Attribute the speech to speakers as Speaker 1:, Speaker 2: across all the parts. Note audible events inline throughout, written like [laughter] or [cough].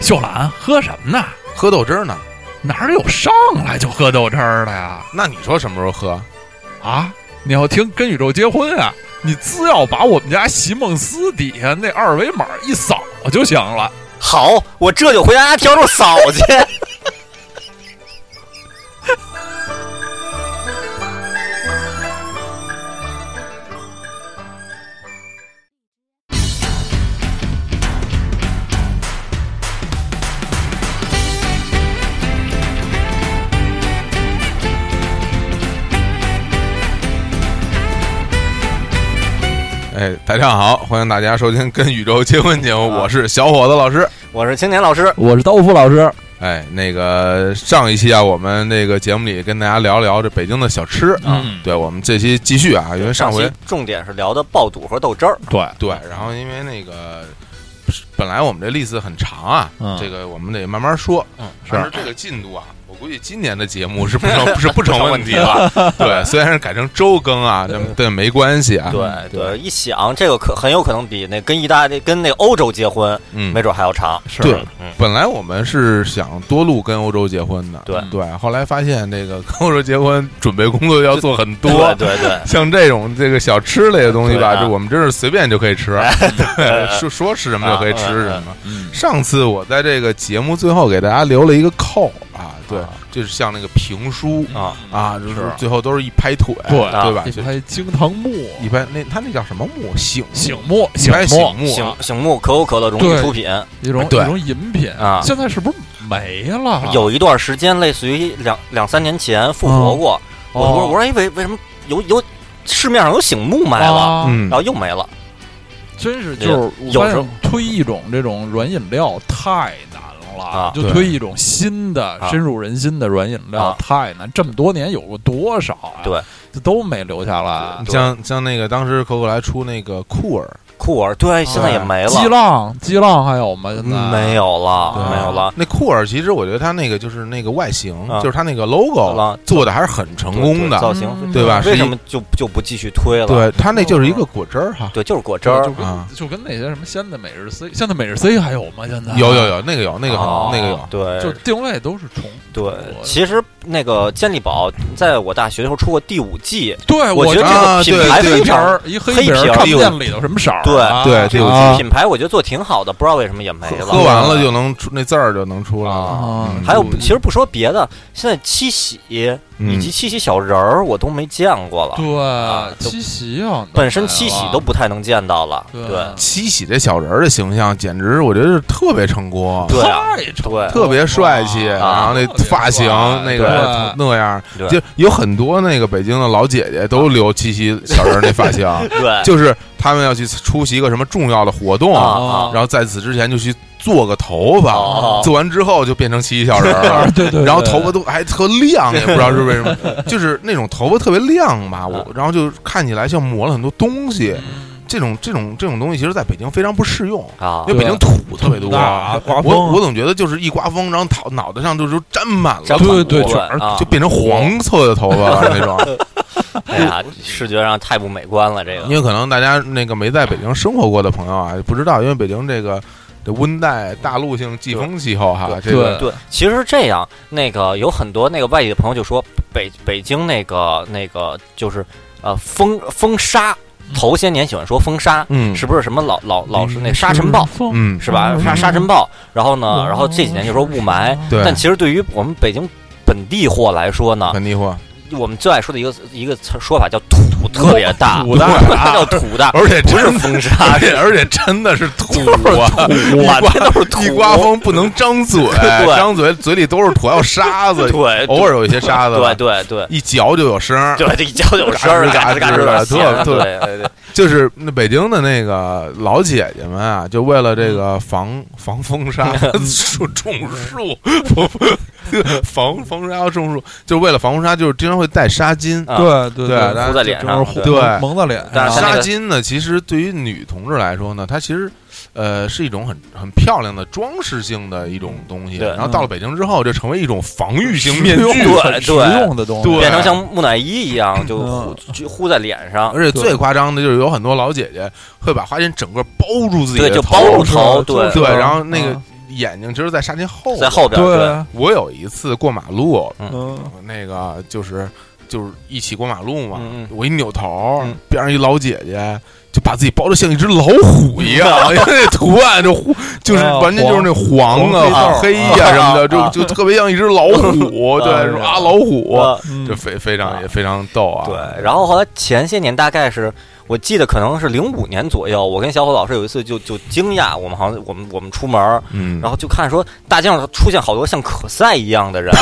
Speaker 1: 秀兰喝什么呢？
Speaker 2: 喝豆汁儿呢。
Speaker 1: 哪儿有上来就喝豆汁儿的呀？
Speaker 2: 那你说什么时候喝？
Speaker 1: 啊，你要听《跟宇宙结婚》啊，你只要把我们家席梦思底下那二维码一扫就行了。
Speaker 3: 好，我这就回家笤帚扫去。
Speaker 2: 哎，大家好，欢迎大家收听《跟宇宙结婚》节目，我是小伙子老师。
Speaker 3: [laughs] 我是青年老师，
Speaker 4: 我是刀夫老师，
Speaker 2: 哎，那个上一期啊，我们那个节目里跟大家聊聊这北京的小吃。
Speaker 1: 嗯
Speaker 2: 对，我们这期继续啊，因为上回
Speaker 3: 期重点是聊的爆肚和豆汁儿，
Speaker 1: 对，
Speaker 2: 对，然后因为那个本来我们这 list 很长啊，
Speaker 1: 嗯
Speaker 2: 这个我们得慢慢说。
Speaker 1: 嗯，是
Speaker 2: 但是这个进度啊，我估计今年的节目是不 [laughs] 成是不成问题 [laughs] 了。对，虽然是改成周更啊，这但没关系啊。
Speaker 3: 对嗯对，一想这个可很有可能比那跟意大利跟那欧洲结婚，
Speaker 2: 嗯，
Speaker 3: 没准还要长。
Speaker 1: 是
Speaker 2: 对
Speaker 3: 嗯，
Speaker 2: 本来我们是想多录跟欧洲结婚的，
Speaker 3: 对
Speaker 2: 对，后来发现这个跟欧洲结婚准备工作要做很多
Speaker 3: 对，对对，
Speaker 2: 像这种这个小吃类的东西吧，
Speaker 3: 对啊
Speaker 2: 就我们真是随便就可以吃，对，说 [laughs] 说吃什么就可以吃
Speaker 3: 啊
Speaker 2: 什么。
Speaker 1: 嗯
Speaker 2: 上次我在这个节目最后给大家留了一个扣啊，对
Speaker 3: 啊，
Speaker 2: 就是像那个评书
Speaker 3: 啊
Speaker 2: 啊，就
Speaker 1: 嗯
Speaker 2: 是
Speaker 1: 是
Speaker 2: 最后都是一拍腿，
Speaker 1: 对
Speaker 2: 对吧？
Speaker 1: 一
Speaker 2: 就
Speaker 1: 拍惊堂木、
Speaker 2: 一拍那他那叫什么木醒
Speaker 1: 醒目、
Speaker 2: 一
Speaker 1: 醒
Speaker 2: 拍醒
Speaker 1: 目
Speaker 2: 目啊
Speaker 3: 醒醒目可口可乐荣誉
Speaker 1: 对
Speaker 3: 出品
Speaker 1: 一种一
Speaker 2: 对
Speaker 1: 种饮品
Speaker 3: 啊
Speaker 1: 现在是不是没了？
Speaker 3: 有一段时间，类似于两两三年前复活过。我
Speaker 1: 哦
Speaker 3: 我我说，哎，为为什么有有市面上有醒目卖了，
Speaker 1: 啊，
Speaker 2: 嗯
Speaker 3: 然，后又没了？
Speaker 1: 真是就
Speaker 3: 也
Speaker 1: 是
Speaker 3: 有
Speaker 1: 我发
Speaker 3: 时候
Speaker 1: 现推一种这种软饮料太难了，
Speaker 3: 啊
Speaker 1: 就
Speaker 2: 对
Speaker 1: 推一种新的、
Speaker 3: 啊
Speaker 1: 深入人心的软饮料、
Speaker 3: 啊
Speaker 1: 太难。这么多年有过多少啊？
Speaker 3: 对，
Speaker 1: 这都没留下来。
Speaker 2: 像像那个当时可口来出那个酷儿，
Speaker 3: 酷儿对，现在也没
Speaker 1: 激
Speaker 3: 了，
Speaker 1: 浪，激浪还有吗？现在
Speaker 3: 没。有
Speaker 1: 对
Speaker 3: 了，没有了。
Speaker 2: 啊那酷儿其实我觉得它那个就是那个外形，
Speaker 3: 啊
Speaker 2: 就是它那个 logo
Speaker 3: 啊
Speaker 2: 做的还是很成功
Speaker 3: 对对造
Speaker 2: 的，
Speaker 3: 型
Speaker 2: 对吧是一
Speaker 3: 为什么就就不继续推了？
Speaker 2: 对，它那就是一个果汁儿哈。
Speaker 3: 对，就是果汁
Speaker 1: 就
Speaker 3: 儿
Speaker 1: 就跟、
Speaker 2: 啊
Speaker 1: 就跟那些什么鲜的每日 C，现在每日 C 还有吗？现在
Speaker 2: 有有，有，那个有，那个
Speaker 3: 哦
Speaker 2: 好，那个有。
Speaker 3: 对，
Speaker 1: 就定位都是重
Speaker 3: 对
Speaker 1: 我，
Speaker 3: 其实那个健力宝在我大学的时候出过第五季，
Speaker 1: 对，
Speaker 3: 我觉得这
Speaker 2: 啊
Speaker 3: 个品
Speaker 2: 对
Speaker 1: 黑
Speaker 3: 牌非
Speaker 1: 皮
Speaker 3: 常
Speaker 1: 儿一黑
Speaker 3: 黑
Speaker 1: 皮
Speaker 3: 皮
Speaker 1: 儿，
Speaker 3: 儿
Speaker 1: 看不见里头什么色儿
Speaker 3: 对
Speaker 1: 啊。
Speaker 2: 对这
Speaker 1: 啊
Speaker 2: 个
Speaker 4: 啊
Speaker 3: 品牌，我觉得做挺好的，不知道为什么也没了。
Speaker 2: 喝完了就能出那字儿就能出来了。
Speaker 1: 啊
Speaker 2: 嗯
Speaker 3: 还有
Speaker 2: 就，嗯
Speaker 3: 其实不说别的，现在七喜以及七喜小人儿我都没见过了，啊
Speaker 1: 对，
Speaker 3: 都
Speaker 1: 七喜啊，
Speaker 3: 本身七喜都不太能见到了。
Speaker 1: 对嗯
Speaker 3: 对
Speaker 2: 七喜这小人儿的形象，简直我觉得是特别成功，
Speaker 3: 对啊
Speaker 1: 太丑
Speaker 3: 对
Speaker 2: 特别帅气，
Speaker 3: 啊
Speaker 2: 然后那发型那个那样，
Speaker 3: 对
Speaker 2: 就有很多那个北京的老姐姐都留七喜小人儿那发
Speaker 3: [laughs]
Speaker 2: 型，
Speaker 3: 对，
Speaker 2: 就是他们要去出席一个什么重要的活动，
Speaker 3: 啊
Speaker 1: 哦
Speaker 2: 然后在此之前就去做个头发，
Speaker 3: 哦
Speaker 2: 做完之后就变成七喜小人儿了。
Speaker 1: [laughs] 对对对，
Speaker 2: 然后头发都还特亮，也不知道是为什
Speaker 1: [laughs]
Speaker 2: 么，就是那种头发特别亮吧，
Speaker 1: 嗯
Speaker 2: 我然后就看起来像抹了很多东西，这种这种这种东西，其实在北京非常不适用，
Speaker 1: 嗯
Speaker 3: 啊
Speaker 2: 因为北京土特别多啊
Speaker 1: 土大刮啊风
Speaker 2: 我我总觉得就是一刮风，然后头脑袋上就就沾满了，
Speaker 3: 小
Speaker 1: 对
Speaker 3: 短
Speaker 1: 对
Speaker 3: 裤
Speaker 1: 卷
Speaker 3: 啊
Speaker 1: 儿
Speaker 2: 就变成黄色的头发了那
Speaker 1: [laughs]
Speaker 2: 种。
Speaker 3: 哎呀，视觉上太不美观了，这
Speaker 2: 因
Speaker 3: 个
Speaker 2: 为可能大家那个没在北京生活过的朋友啊，不知道，因为北京这个这温带大陆性季风气候哈，这个
Speaker 3: 对，其实是这样，那个有很多那个外地的朋友就说北北京那个那个就是呃风风沙，头些年喜欢说风沙，
Speaker 2: 嗯
Speaker 3: 是不是什么老老老是那沙尘暴
Speaker 2: 嗯嗯
Speaker 3: 是吧？
Speaker 1: 嗯
Speaker 3: 沙沙尘暴，然后呢，然后这几年就说雾霾，
Speaker 2: 对
Speaker 3: 但其实对于我们北京本地货来说呢，
Speaker 2: 很地货，
Speaker 3: 我们最爱说的一个一个词说法叫土特别大，
Speaker 1: 土大
Speaker 3: 它 [laughs] 叫土大，
Speaker 2: [laughs] 而且
Speaker 3: 不是
Speaker 2: 真
Speaker 3: 风
Speaker 2: 而
Speaker 3: 沙，
Speaker 2: 且而且真的是 [laughs] 土啊，
Speaker 3: 满天都是土
Speaker 2: 一，刮风不能张嘴，
Speaker 3: 对
Speaker 2: 张嘴嘴里都是土，还有沙子，
Speaker 3: 对，
Speaker 2: 偶尔有一些沙子，
Speaker 3: 对对对。
Speaker 2: 一嚼就有声儿。
Speaker 3: 对，这一嚼就有声儿，嘎吱嘎吱有点咸。对对对，
Speaker 2: 就是那北京的那个老姐姐们啊，就为了这个防防风沙、树种树， [laughs] 不不防风沙要种树，就为了防风沙，就是经常会带纱巾。
Speaker 3: 啊
Speaker 1: 对对
Speaker 2: 对
Speaker 1: 对，
Speaker 2: 然
Speaker 3: 敷在脸上
Speaker 1: 就是糊
Speaker 2: 对
Speaker 1: 蒙蒙在脸
Speaker 3: 但是
Speaker 1: 上啊
Speaker 3: 它那
Speaker 2: 纱
Speaker 3: 个
Speaker 2: 巾呢，其实对于女同志来说呢，它其实，呃，是一种很很漂亮的装饰性的一种东西。
Speaker 3: 对
Speaker 2: 然后到了北京之后，就成为一种防御性
Speaker 1: 实
Speaker 2: 面具
Speaker 1: 用。
Speaker 3: 对
Speaker 1: 很实
Speaker 3: 对嗯
Speaker 1: 用的东西，
Speaker 2: 对
Speaker 3: 变成像木乃伊一样，就糊就糊在脸上，
Speaker 2: 而且最夸张的就是有很多老姐姐会把花巾整个包住自己
Speaker 3: 对，
Speaker 2: 的
Speaker 3: 就包
Speaker 2: 头
Speaker 3: 住，头，对嗯
Speaker 2: 对，然后那个
Speaker 1: 啊
Speaker 2: 眼睛其实，在纱巾后
Speaker 3: 在后边儿对，啊
Speaker 1: 对，
Speaker 2: 我有一次过马路，
Speaker 1: 嗯，
Speaker 2: 那个就是就是一起过马路嘛，
Speaker 3: 嗯嗯
Speaker 2: 我一扭头，
Speaker 3: 嗯
Speaker 2: 边上一老姐姐就把自己包的像一只老虎一样，因为那图案就呼就是
Speaker 1: 啊
Speaker 2: 完全就是那黄
Speaker 1: 黄
Speaker 2: 啊、黑
Speaker 3: 哦黑豆
Speaker 2: 呀、
Speaker 3: 啊
Speaker 2: 什么的，
Speaker 3: 啊
Speaker 2: 就就特别像一只老
Speaker 3: [laughs]
Speaker 2: 虎，
Speaker 3: 啊
Speaker 2: 对，说啊老虎，
Speaker 3: 呃
Speaker 1: 嗯
Speaker 2: 这非非常
Speaker 3: 啊
Speaker 2: 也非常逗啊。
Speaker 3: 对，然后后来前些年大概是我记得可能是零五年左右，我跟小伙老师有一次就就惊讶，我们好像我们我们出门儿，
Speaker 2: 嗯，
Speaker 3: 然后就看说大街上出现好多像可赛一样的 [laughs] 人，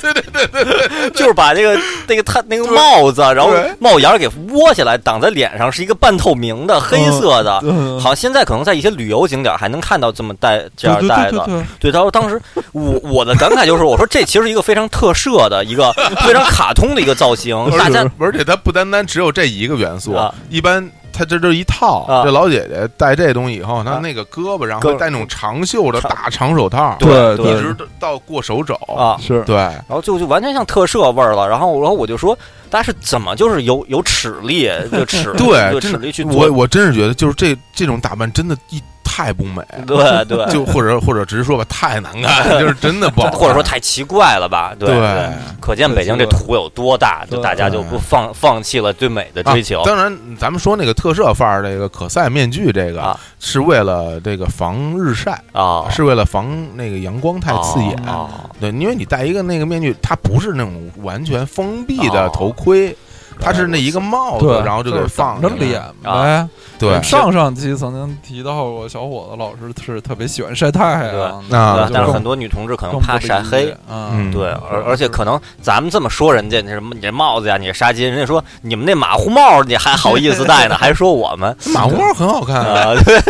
Speaker 3: 对对对对就是把那个那个他那个帽子，然后
Speaker 2: 对
Speaker 3: 帽檐儿给窝下来挡在脸上，是一个半透明的黑色的。
Speaker 1: 嗯
Speaker 3: 好，像现在可能在一些旅游景点儿还能看到这么戴这样
Speaker 1: 对
Speaker 3: 戴
Speaker 1: 对
Speaker 3: 的，
Speaker 1: 对对
Speaker 3: 对，他说当时我我的感慨就是，我说这其实是一个非常特摄的一个非常卡通的一个造型，大
Speaker 2: 而
Speaker 3: 家
Speaker 2: 且而且它不单单只有这一个元素
Speaker 3: 啊，
Speaker 2: 一般它这就一套
Speaker 3: 啊。
Speaker 2: 这老姐姐戴这东西以后，她
Speaker 3: 啊
Speaker 2: 那个胳膊上
Speaker 3: 胳膊
Speaker 2: 会戴那种长袖的
Speaker 3: 长
Speaker 2: 大长手套，
Speaker 1: 对
Speaker 3: 对
Speaker 2: 一直到到过手肘
Speaker 3: 啊，
Speaker 1: 是，
Speaker 2: 对，
Speaker 3: 然后就就完全像特摄味儿了。然后然后我就说，大家是怎么就是有有齿力，就齿
Speaker 2: 对
Speaker 3: 就
Speaker 2: 真
Speaker 3: 齿
Speaker 2: 的
Speaker 3: 力去做
Speaker 2: 我，我真是觉得就是这这种打扮真的一太不美，
Speaker 3: 对对，
Speaker 2: 就或者或者只是说吧太难看，就是真的不好看，
Speaker 3: [laughs] 或者说太奇怪了吧？对
Speaker 2: 对。
Speaker 3: 可见北京这土有多大，
Speaker 1: 对
Speaker 3: 就大家就不放放弃了对美的追
Speaker 2: 啊。
Speaker 3: 求
Speaker 2: 当然，咱们说那个特摄范儿，这个可赛面具，这个
Speaker 3: 啊
Speaker 2: 是为了这个防日晒，
Speaker 3: 啊，
Speaker 2: 是为了防那个阳光太刺眼。
Speaker 3: 啊，
Speaker 2: 对，因为你戴一个那个面具，它不是那种完全封闭的
Speaker 3: 哦
Speaker 2: 头盔，它是那一个帽子
Speaker 1: 对，
Speaker 2: 然后就给放
Speaker 1: 着
Speaker 2: 进来
Speaker 1: 脸呗
Speaker 3: 啊。
Speaker 2: 对，
Speaker 1: 上上期曾经提到过，小伙子老师是特别喜欢晒太阳的，
Speaker 2: 啊
Speaker 3: 对
Speaker 1: 就
Speaker 3: 但是
Speaker 1: 更
Speaker 3: 很多女同志可能
Speaker 1: 更
Speaker 3: 啊怕
Speaker 1: 不
Speaker 3: 晒
Speaker 1: 理
Speaker 3: 黑
Speaker 1: 解，嗯
Speaker 2: 嗯，
Speaker 3: 对，而而且
Speaker 1: 是
Speaker 3: 可能咱们这么说人家，你什么你这帽子呀，你这纱巾，人家说你们那马虎帽你还好意思戴呢，还说我
Speaker 1: [laughs]
Speaker 3: 们
Speaker 2: 马虎帽很好看啊。
Speaker 3: 啊、对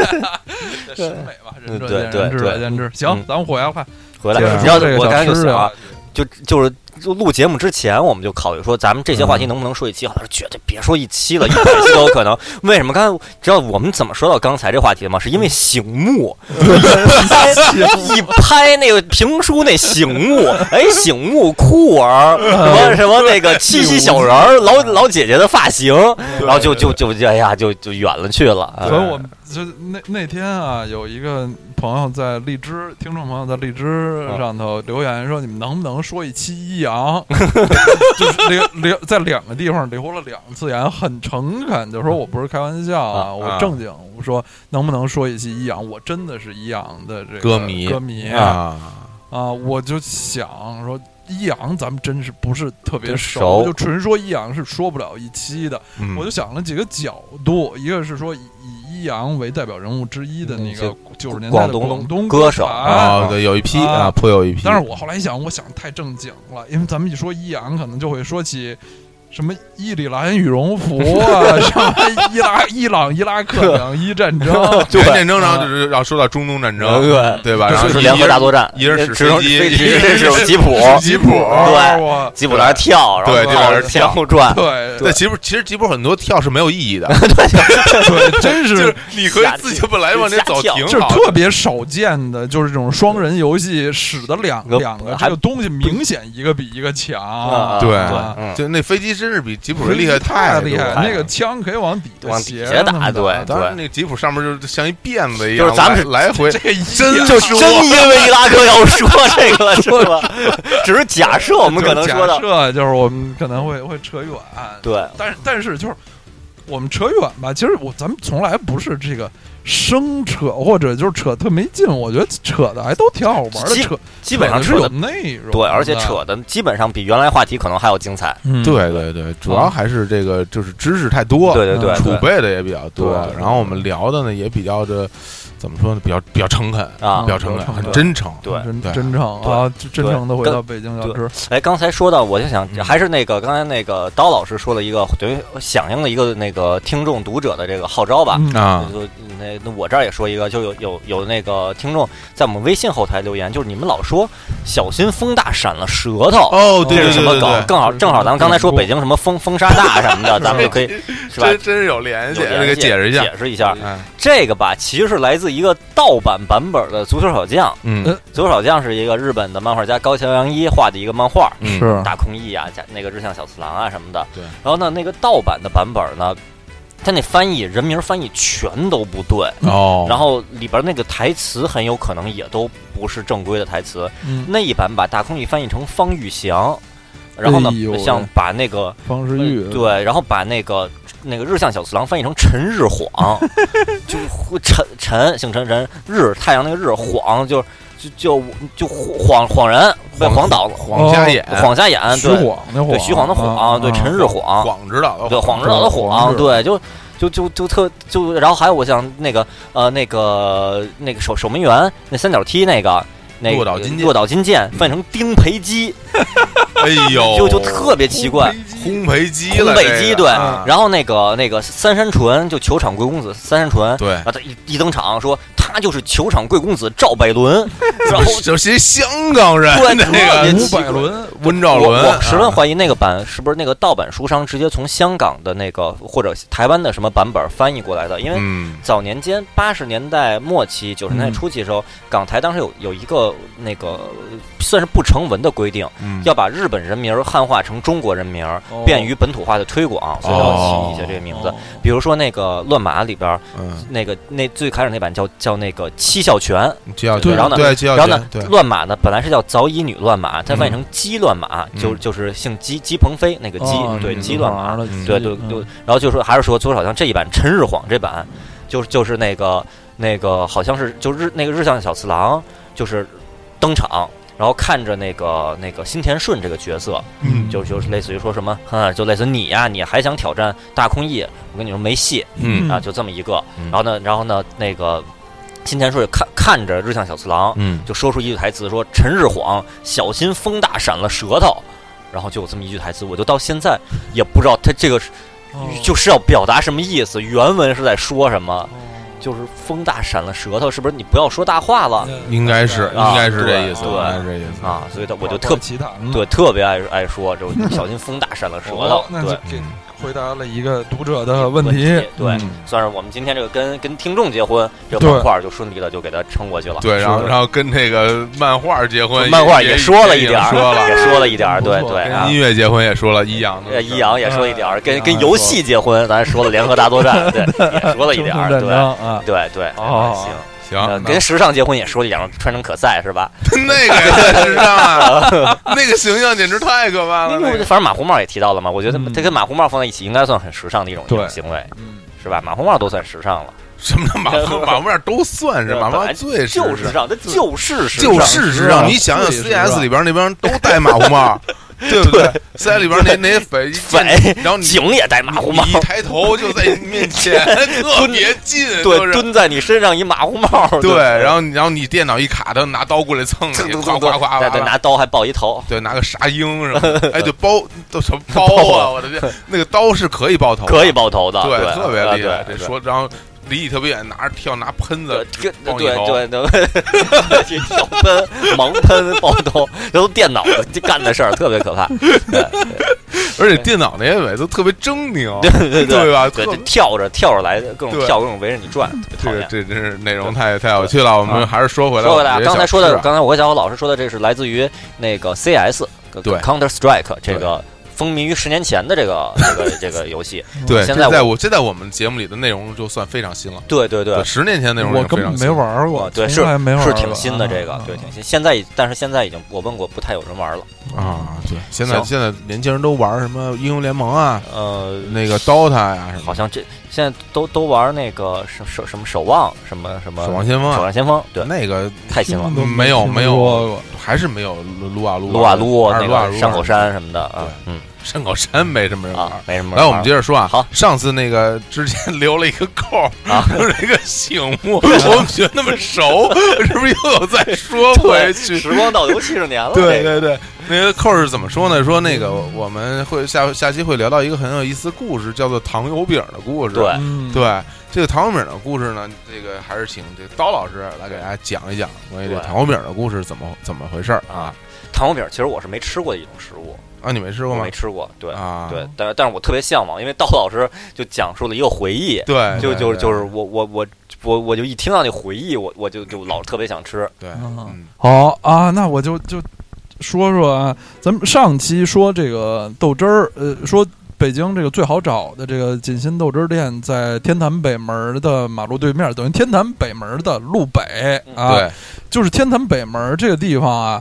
Speaker 1: 这审美吧，仁者
Speaker 3: 对
Speaker 1: 见
Speaker 3: 对
Speaker 1: 仁，智者
Speaker 3: 对
Speaker 1: 见智。
Speaker 3: 嗯
Speaker 1: 行，咱们回来快，
Speaker 3: 回来
Speaker 1: 接着，
Speaker 3: 你知道
Speaker 1: 说这个
Speaker 3: 我
Speaker 1: 小
Speaker 3: 刚才就
Speaker 1: 吃
Speaker 3: 想
Speaker 1: 啊
Speaker 3: 啊，就就是就录节目之前，我们就考虑说咱们这些话
Speaker 2: 嗯
Speaker 3: 题能不能说一期？好像绝对别说一期了，一百期都有可能。为什么？刚才知道我们怎么说到刚才这话题的吗？是
Speaker 2: 嗯
Speaker 3: 因为醒
Speaker 2: [laughs]
Speaker 3: 目，一拍那个评书那醒目，哎，醒目酷儿，什
Speaker 2: 嗯
Speaker 3: 么什么那个七夕小人儿，老老姐姐的发型，然后就就就就哎呀，就就远了去了。啊
Speaker 1: 所以我们就那那天啊，有一个朋友在荔枝，听众朋友在荔枝
Speaker 3: 嗯
Speaker 1: 上头留言说：“你们能不能说一期一阳？” [laughs] 就是留留在两个地方留了两次言，很诚恳，就说我不是开玩笑啊，
Speaker 3: 啊
Speaker 1: 我正经。我说能不能说一期一阳？我真的是一阳的这个
Speaker 2: 歌迷
Speaker 1: 歌迷
Speaker 2: 啊，
Speaker 1: 啊，我就想说。一阳，咱们真是不是特别
Speaker 3: 真
Speaker 1: 熟，
Speaker 3: 熟
Speaker 1: 就纯说一阳是说不了一期的。
Speaker 2: 嗯
Speaker 1: 我就想了几个角度，一个是说以以一阳为代表人物之一的那个九十年代
Speaker 3: 广
Speaker 1: 的
Speaker 3: 东
Speaker 1: 广东
Speaker 3: 歌手
Speaker 1: 坛
Speaker 2: 啊，对，有一批
Speaker 1: 啊
Speaker 2: 啊，颇有一批。
Speaker 1: 但是我后来一想，我想太正经了，因为咱们一说一阳，可能就会说起什么伊里兰羽绒服啊，什么伊拉伊朗伊拉克两伊战争，
Speaker 2: 就战争，
Speaker 1: 啊
Speaker 2: 然后就是要说到中东战
Speaker 3: 然后
Speaker 2: 争，对吧？然后
Speaker 3: 呃是
Speaker 2: 一
Speaker 3: 联合
Speaker 2: 人
Speaker 3: 大作战，
Speaker 2: 一人使
Speaker 3: 只能
Speaker 2: 飞机
Speaker 3: 飞
Speaker 2: 一
Speaker 3: 机，
Speaker 2: 人
Speaker 3: 是是是吉普，
Speaker 2: 吉普，
Speaker 1: 哇我
Speaker 3: 吉普在那儿跳，然后
Speaker 2: 对
Speaker 1: 就在那儿
Speaker 3: 绕前后转，
Speaker 1: 对
Speaker 2: 对，吉普其实吉普很多跳是没有意义
Speaker 3: [laughs]
Speaker 2: 的，
Speaker 1: 对，真
Speaker 2: 就是是你可以自己本来往那走，
Speaker 3: 瞎跳
Speaker 2: 挺
Speaker 1: 就是
Speaker 2: 好的。
Speaker 1: 特别少见的，就是这种双人游戏使得两
Speaker 3: 个
Speaker 1: 两个
Speaker 3: 还
Speaker 1: 这个东西明显一个比一个强
Speaker 3: 啊，
Speaker 2: 对
Speaker 1: 啊
Speaker 3: 嗯
Speaker 2: 就那飞机真是比吉普
Speaker 1: 不是
Speaker 2: 厉害
Speaker 1: 太
Speaker 2: 多
Speaker 1: 厉害，
Speaker 2: 了
Speaker 1: 那个枪可以往底
Speaker 3: 往底
Speaker 1: 斜
Speaker 3: 下打
Speaker 1: 那么
Speaker 3: 对
Speaker 2: 当然，那个吉普上面就是像一辫子一样，
Speaker 3: 就是咱们是
Speaker 2: 来来回
Speaker 1: 这个一 [laughs]
Speaker 2: 真
Speaker 3: 就
Speaker 2: 说
Speaker 3: 真因为伊拉克要说这个了，是吧？ [laughs] 只是假设我们可能
Speaker 1: 假
Speaker 3: 说到，
Speaker 1: 设就是我们可能会会扯远，
Speaker 3: 对，
Speaker 1: 但是但是就是我们扯远吧，其实我咱们从来不是这个生扯，或者就是扯特没劲，我觉得扯的还都挺好玩的，
Speaker 3: 基
Speaker 1: 扯
Speaker 3: 基本上
Speaker 1: 扯的是有
Speaker 3: 的
Speaker 1: 内容的，
Speaker 3: 对，而且扯的基本上比原来话题可能还要精彩。
Speaker 1: 嗯
Speaker 2: 对对对，主要还是这个就是知识太多，嗯
Speaker 3: 对对对，
Speaker 2: 储
Speaker 3: 对
Speaker 2: 备的也比较多
Speaker 3: 对对，
Speaker 2: 然后我们聊的呢也比较的怎么说呢，比较比较诚恳，
Speaker 3: 啊
Speaker 1: 嗯
Speaker 2: 比，较诚恳，
Speaker 1: 诚恳
Speaker 2: 很真诚。
Speaker 3: 对。
Speaker 1: 真
Speaker 2: 对
Speaker 1: 真诚啊，真真诚的回到北京小吃，
Speaker 3: 哎，刚才说到，我就想
Speaker 2: 嗯
Speaker 3: 还是那个刚才那个刀老师说了一个，等于响应了一个那个听众读者的这个号召吧。
Speaker 1: 嗯
Speaker 2: 啊，
Speaker 3: 就那那我这儿也说一个，就有有有那个听众在我们微信后台留言，就是你们老说小心风大闪了舌头，
Speaker 2: 哦，对
Speaker 3: 这
Speaker 2: 对
Speaker 3: 是什
Speaker 2: 对
Speaker 3: 么
Speaker 2: 对
Speaker 3: 梗？
Speaker 2: 对，
Speaker 3: 更好，
Speaker 1: 是
Speaker 3: 正好咱们刚才说
Speaker 1: 是是
Speaker 3: 北京什么风风沙大什么的，咱们就
Speaker 2: [laughs]
Speaker 3: 可以是吧？
Speaker 2: 真真是有联系，
Speaker 3: 有
Speaker 2: 这
Speaker 3: 联
Speaker 2: 个
Speaker 3: 系
Speaker 2: 解释一下。
Speaker 3: 解释一下，
Speaker 2: 哎
Speaker 3: 这个吧，其实是来自一个盗版版本的《足球小将》。
Speaker 2: 嗯
Speaker 1: 呃
Speaker 3: 《足球小将》是一个日本的漫画家高桥阳一画的一个漫画，
Speaker 2: 嗯
Speaker 1: 是
Speaker 3: 大空翼啊，加那个日向小次郎啊什么的。
Speaker 2: 对。
Speaker 3: 然后呢，那个盗版的版本呢，他那翻译人名翻译全都不对，
Speaker 2: 哦，
Speaker 3: 然后里边那个台词很有可能也都不是正规的台词。
Speaker 1: 嗯，
Speaker 3: 那一版把大空翼翻译成方玉祥，然后呢
Speaker 1: 哎呦，喂
Speaker 3: 像把那个
Speaker 1: 方世玉，
Speaker 3: 对，然后把那个那个日向小次郎翻译成陈日
Speaker 1: [laughs]
Speaker 3: 晃，就会陈陈姓陈陈日太阳那个日晃就就就就晃晃然被
Speaker 2: 晃
Speaker 3: 晃倒了，
Speaker 2: 晃瞎眼，
Speaker 3: 晃瞎眼，
Speaker 1: 徐
Speaker 3: 对
Speaker 1: 晃那晃，啊
Speaker 3: 对徐晃的晃，对陈日晃，
Speaker 2: 晃指导的
Speaker 3: 对
Speaker 2: 晃
Speaker 3: 晃指导的
Speaker 1: 晃
Speaker 3: 晃，
Speaker 1: 指
Speaker 3: 对就。就就就特就，然后还有我像那个呃那个那个守守门员那三角踢那个那个
Speaker 2: 落岛金剑
Speaker 3: 落岛金剑翻译成丁培基，
Speaker 2: 哎呦，
Speaker 3: 就就特别奇
Speaker 2: 哦
Speaker 3: 怪，
Speaker 2: [laughs] 烘焙机
Speaker 3: 烘
Speaker 2: 了这个，
Speaker 3: 焙机对，
Speaker 2: 啊
Speaker 3: 然后那个那个三山纯就球场贵公子三山纯，
Speaker 2: 对
Speaker 3: 然，后他一一登场说他就是球场贵公子赵百伦，然后
Speaker 2: 就是香港人
Speaker 3: 对
Speaker 2: 那
Speaker 3: 特别
Speaker 2: 个
Speaker 1: 五
Speaker 3: 奇怪
Speaker 1: 百轮，
Speaker 2: 温兆
Speaker 3: 我
Speaker 2: 伦，
Speaker 3: 我十分
Speaker 2: 啊
Speaker 3: 怀疑那个版是不是那个盗版书商直接从香港的那个或者台湾的什么版本翻译过来的，因为。
Speaker 2: 嗯，
Speaker 3: 早年间，八十年代末期、九十年代
Speaker 1: 嗯
Speaker 3: 初期的时候，港台当时有有一个那个呃算是不成文的规定，
Speaker 2: 嗯
Speaker 3: 要把日本人名儿汉化成中国人名儿，便于本土化的推广，所以要起一些这个名字。
Speaker 1: 哦
Speaker 3: 比如说那个乱马里边儿
Speaker 2: 嗯，
Speaker 3: 那个那最开始那版叫叫那个七孝全，
Speaker 2: 就要
Speaker 1: 对
Speaker 2: 对
Speaker 1: 然后
Speaker 3: 呢
Speaker 2: 对就要
Speaker 3: 然后呢嗯
Speaker 2: 对，
Speaker 3: 乱马呢本来是叫早乙女乱马，它翻译成姬乱马，
Speaker 2: 嗯
Speaker 3: 就就是姓姬姬鹏飞那个姬，
Speaker 1: 哦
Speaker 3: 对
Speaker 2: 嗯
Speaker 3: 姬乱马，
Speaker 1: 的
Speaker 2: 嗯
Speaker 3: 对对对，然后就说还是说左小像这一版陈日晃这版，就是就是那个那个好像是就日那个日向小次郎就是登场。然后看着那个那个新田顺这个角色，
Speaker 2: 嗯
Speaker 3: 就就是类似于说什么，哼，就类似你呀、你还想挑战大空翼？我跟你说没戏，
Speaker 2: 嗯
Speaker 3: 啊，就这么一个。
Speaker 2: 嗯
Speaker 3: 然后呢，然后呢，那个金田顺看看着日向小次郎，
Speaker 2: 嗯，
Speaker 3: 就说出一句台词说：“陈日晃，小心风大闪了舌头。”然后就有这么一句台词，我就到现在也不知道他这个是
Speaker 1: 哦
Speaker 3: 就是要表达什么意思，原文是在说什么
Speaker 1: 哦，
Speaker 3: 就是风大闪了舌头，是不是你不要说大话了
Speaker 1: 嗯
Speaker 2: 应该是
Speaker 3: 啊
Speaker 2: 应该是这
Speaker 3: 对
Speaker 2: 意思，
Speaker 3: 对
Speaker 2: 应该是这意思
Speaker 3: 啊？所以他我就特
Speaker 1: 奇谈了
Speaker 3: 对特别爱爱说，就小心风大闪了舌头
Speaker 1: 哦，那
Speaker 3: 对
Speaker 1: 就。给回答了一个读者的问
Speaker 3: 问题对
Speaker 1: 嗯
Speaker 3: 算是我们今天这个跟跟听众结婚这个
Speaker 1: 对
Speaker 3: 板块儿就顺利的就给它撑过去了。
Speaker 2: 对，然后
Speaker 1: 是
Speaker 2: 然后跟那个漫画结婚，
Speaker 3: 漫画
Speaker 2: 也
Speaker 3: 也说了一
Speaker 2: 也
Speaker 3: 点儿，
Speaker 2: 说
Speaker 3: [laughs]
Speaker 2: 了
Speaker 3: 也说了一点儿，
Speaker 1: 不
Speaker 3: 对
Speaker 1: 错
Speaker 3: 对
Speaker 2: 跟
Speaker 3: 啊
Speaker 2: 音。乐结婚也说了，一样
Speaker 3: 呃，
Speaker 2: 的，
Speaker 3: 一阳也说一点儿，跟跟
Speaker 1: 啊
Speaker 3: 游戏结婚，咱说了联合大作战，对，也说了一点儿，
Speaker 1: 中
Speaker 3: 对
Speaker 1: 村战争啊，
Speaker 3: 对对，
Speaker 1: 哦
Speaker 3: 行，
Speaker 2: 行
Speaker 3: 呃，
Speaker 2: 啊那
Speaker 3: 跟时尚结婚也说了一点儿，穿成可赛是吧？
Speaker 2: [laughs] 那个也太时尚
Speaker 3: [laughs]
Speaker 2: 了，那个形象简直太可怕了。
Speaker 3: 因
Speaker 2: 那
Speaker 3: 为
Speaker 2: 个
Speaker 3: 反正马红帽也提到了嘛，我觉得
Speaker 1: 嗯
Speaker 3: 他跟马红帽放在一起，应该算很时尚的一种一种
Speaker 1: 对
Speaker 3: 行为，
Speaker 1: 嗯，
Speaker 3: 是吧？马红帽都算时尚了，
Speaker 2: 什么叫马
Speaker 3: [laughs]
Speaker 2: 蜂马蜂面都算是马蜂面最时
Speaker 3: 就
Speaker 2: 尚
Speaker 3: 是时尚，它就是啊时
Speaker 2: 就是
Speaker 3: 尚
Speaker 2: 时
Speaker 1: 时尚
Speaker 2: 尚。你想想
Speaker 1: 最时尚
Speaker 2: ，CS 里边那边都戴马红
Speaker 3: [laughs]
Speaker 2: 帽，对不对？CS 里边那那匪一见
Speaker 3: 匪
Speaker 2: 然后你
Speaker 3: 井哎也戴马红帽
Speaker 2: 你，一抬头就在你面
Speaker 3: [laughs]
Speaker 2: 前，特别近，就
Speaker 3: 对，
Speaker 2: 是
Speaker 3: 蹲在你身上一马红帽，
Speaker 2: 对，然后你然后你电脑一卡，他拿刀过来蹭
Speaker 3: 蹭
Speaker 2: 你，
Speaker 3: 蹭
Speaker 2: 夸夸
Speaker 3: 蹭
Speaker 2: 夸
Speaker 3: 对对，
Speaker 2: 夸。
Speaker 3: 拿刀还爆一头，
Speaker 2: 对，拿个沙鹰什
Speaker 3: [laughs]
Speaker 2: 么的，哎，对，包都什么包啊！我的天，那个刀是可以爆头的，
Speaker 3: 可以爆头的，
Speaker 2: 啊对，
Speaker 3: 对，啊
Speaker 2: 特别厉害。这
Speaker 3: 对对
Speaker 2: 说，然后离你特别远，拿着跳，拿喷
Speaker 3: 对
Speaker 2: 子，
Speaker 3: 对
Speaker 2: 爆你头
Speaker 3: 对对对， [laughs] 这小喷盲喷爆头，这都电脑干的事儿，特别可怕。对
Speaker 2: 而且电脑那些尾都特别狰狞， [laughs]
Speaker 3: 对
Speaker 2: 对吧？
Speaker 3: 对，
Speaker 2: 特
Speaker 3: 就跳着跳着来，各种
Speaker 2: 对
Speaker 3: 跳，各种围着你转，特别
Speaker 2: 这
Speaker 3: 讨
Speaker 2: 个
Speaker 3: 厌。
Speaker 2: 这真是内容太太有趣了。我们还是说回来，
Speaker 3: 说回来啊，
Speaker 2: 我们这些
Speaker 3: 刚才说
Speaker 2: 小
Speaker 3: 的，
Speaker 2: 事啊
Speaker 3: 刚才我和小伙老师说的，这是来自于那个 CS，
Speaker 2: 对
Speaker 3: Counter Strike 这个风靡于十年前的这
Speaker 2: [laughs]
Speaker 3: 个这个这个游戏。
Speaker 2: 对，
Speaker 3: 现
Speaker 2: 这
Speaker 3: 在
Speaker 2: 在
Speaker 3: 我
Speaker 2: 我这在我们节目里的内容就算非常新了，
Speaker 3: 对对对，
Speaker 2: 十年前的内容
Speaker 1: 我
Speaker 2: 已经
Speaker 1: 根
Speaker 2: 非
Speaker 1: 本
Speaker 2: 常新
Speaker 1: 没
Speaker 2: 了。
Speaker 1: 玩过，
Speaker 3: 啊对
Speaker 1: 从来没玩
Speaker 3: 是
Speaker 1: 过
Speaker 3: 挺新的
Speaker 1: 啊
Speaker 3: 这个，对，
Speaker 1: 啊
Speaker 3: 挺新。现在但是现在已经我问过，不太有人玩了。
Speaker 2: 啊，对，现在
Speaker 3: 行
Speaker 2: 现在年轻人都玩什么英雄联盟啊，
Speaker 3: 呃，
Speaker 2: 那个 DOTA 呀，什么
Speaker 3: 好像这现在都都玩那个什什什么守望什么什么
Speaker 2: 守望先锋
Speaker 3: 守
Speaker 2: 啊，嗯
Speaker 3: 望先锋，对，
Speaker 2: 那个
Speaker 3: 太新了
Speaker 1: 听，都
Speaker 2: 没有
Speaker 1: 听
Speaker 2: 没有
Speaker 1: 说过
Speaker 2: 还是没有撸撸啊撸
Speaker 3: 撸啊撸
Speaker 2: 还是
Speaker 3: 那
Speaker 2: 撸啊
Speaker 3: 个
Speaker 2: 撸
Speaker 3: 山口山什么的啊，嗯
Speaker 2: 山口山没什么人玩
Speaker 3: 啊。，没什么玩儿。
Speaker 2: 来，我们接着说啊。
Speaker 3: 好，
Speaker 2: 上次那个之前留了一个扣儿， [laughs]
Speaker 3: 啊
Speaker 2: 就是那个醒
Speaker 3: [laughs]
Speaker 2: 目，我们觉得那么熟，是不是又有再说回
Speaker 3: 对，
Speaker 2: 去？
Speaker 3: 时光倒流七十年了，
Speaker 2: 对
Speaker 3: 这个
Speaker 2: 对对，那个扣儿是怎么说呢？说那个我们会下下期会聊到一个很有意思的故事，叫做糖油饼的故事。
Speaker 3: 对
Speaker 1: 嗯，
Speaker 2: 对，这个糖油饼的故事呢，这个还是请这个刀老师来给大家讲一讲关于这
Speaker 3: 对
Speaker 2: 糖油饼的故事怎么怎么回事儿啊
Speaker 3: 啊，糖油饼其实我是没吃过的一种食物，
Speaker 2: 啊！你没吃过
Speaker 3: 我
Speaker 2: 吗
Speaker 3: 没？吃过，对
Speaker 2: 啊，
Speaker 3: 对，但但是我特别向往，因为道老师就讲述了一个回忆，
Speaker 2: 对，
Speaker 3: 就
Speaker 2: 对
Speaker 3: 就是
Speaker 2: 对
Speaker 3: 就是我我我我我就一听到那回忆，我我就就老特别想吃，
Speaker 2: 对，
Speaker 1: 嗯
Speaker 2: 嗯
Speaker 1: 好啊，那我就就说说啊，咱们上期说这个豆汁儿，呃，说北京这个最好找的这个锦心豆汁儿店，在天坛北门的马路对面，等于天坛北门的路北啊。
Speaker 2: 对，
Speaker 1: 就是天坛北门这个地方啊，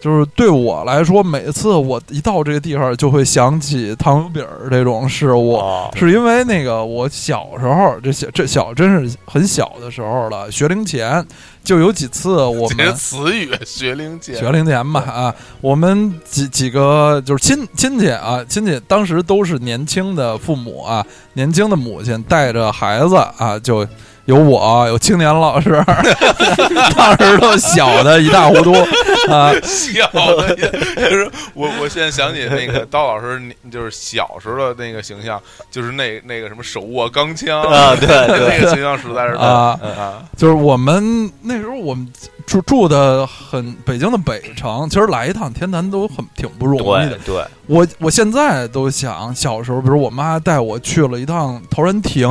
Speaker 1: 就是对我来说，每次我一到这个地方，就会想起糖油饼儿这种事物。
Speaker 3: 哦
Speaker 1: 是因为那个我小时候，这小这小真是很小的时候了，学龄前就有几次我
Speaker 2: 这
Speaker 1: 们
Speaker 2: 是词语学龄前，
Speaker 1: 学龄前吧啊，我们几几个就是亲亲戚啊，亲戚当时都是年轻的父母啊，年轻的母亲带着孩子啊，就有我有青年老师， [laughs] 当时都小的一塌糊涂啊，
Speaker 2: 笑的，就是我我现在想起那个刀老师，你就是小时候的那个形象，就是那那个什么手握钢枪
Speaker 3: 啊对对
Speaker 2: 那个形象实在是太
Speaker 1: 啊
Speaker 2: 啊，
Speaker 1: 就是我们那时候我们住住的很北京的北城，其实来一趟天坛都很挺不容易的
Speaker 3: 对。啊对，
Speaker 1: 我我现在都想小时候，比如我妈带我去了一趟陶然亭、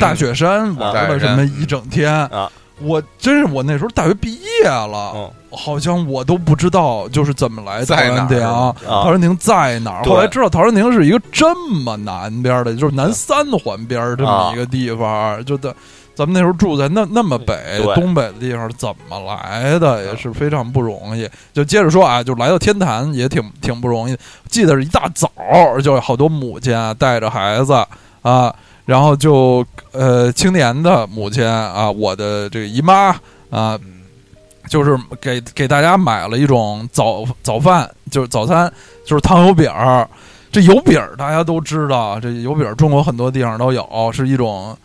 Speaker 1: 大雪山，玩了什么一整天
Speaker 3: 啊
Speaker 1: 我真是我那时候大学毕业了，
Speaker 3: 嗯
Speaker 1: 好像我都不知道就是怎么来陶
Speaker 2: 在哪
Speaker 1: 然
Speaker 2: 儿
Speaker 1: 亭。
Speaker 3: 啊
Speaker 1: 陶然亭在哪儿？
Speaker 3: 对
Speaker 1: 后来知道陶然亭是一个这么南边的，就是南三环边儿这么
Speaker 3: 啊
Speaker 1: 一个地方，就在咱们那时候住在那那么北
Speaker 3: 对啊
Speaker 1: 东北的地方，怎么来的也是非常不容易。就接着说啊，就来到天坛也挺挺不容易。记得是一大早，就有好多母亲啊带着孩子啊，然后就呃青年的母亲啊，我的这个姨妈啊，
Speaker 2: 嗯
Speaker 1: 就是给给大家买了一种早早饭，就是早餐，就是糖油饼儿。这油饼儿大家都知道，这油饼儿中国很多地方都有，是一种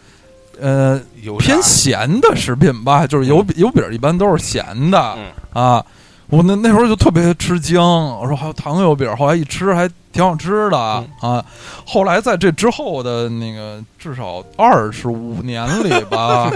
Speaker 1: 呃
Speaker 2: 有
Speaker 1: 偏
Speaker 2: 啥
Speaker 1: 咸的食品吧，就是
Speaker 2: 嗯
Speaker 1: 油饼油饼儿一般都是咸的、
Speaker 3: 嗯
Speaker 1: 啊。我那那时候就特别吃惊，我说还有糖油饼儿，后来一吃还挺好吃
Speaker 2: 嗯
Speaker 1: 的、啊。后来在这之后的那个至少二十五年里吧，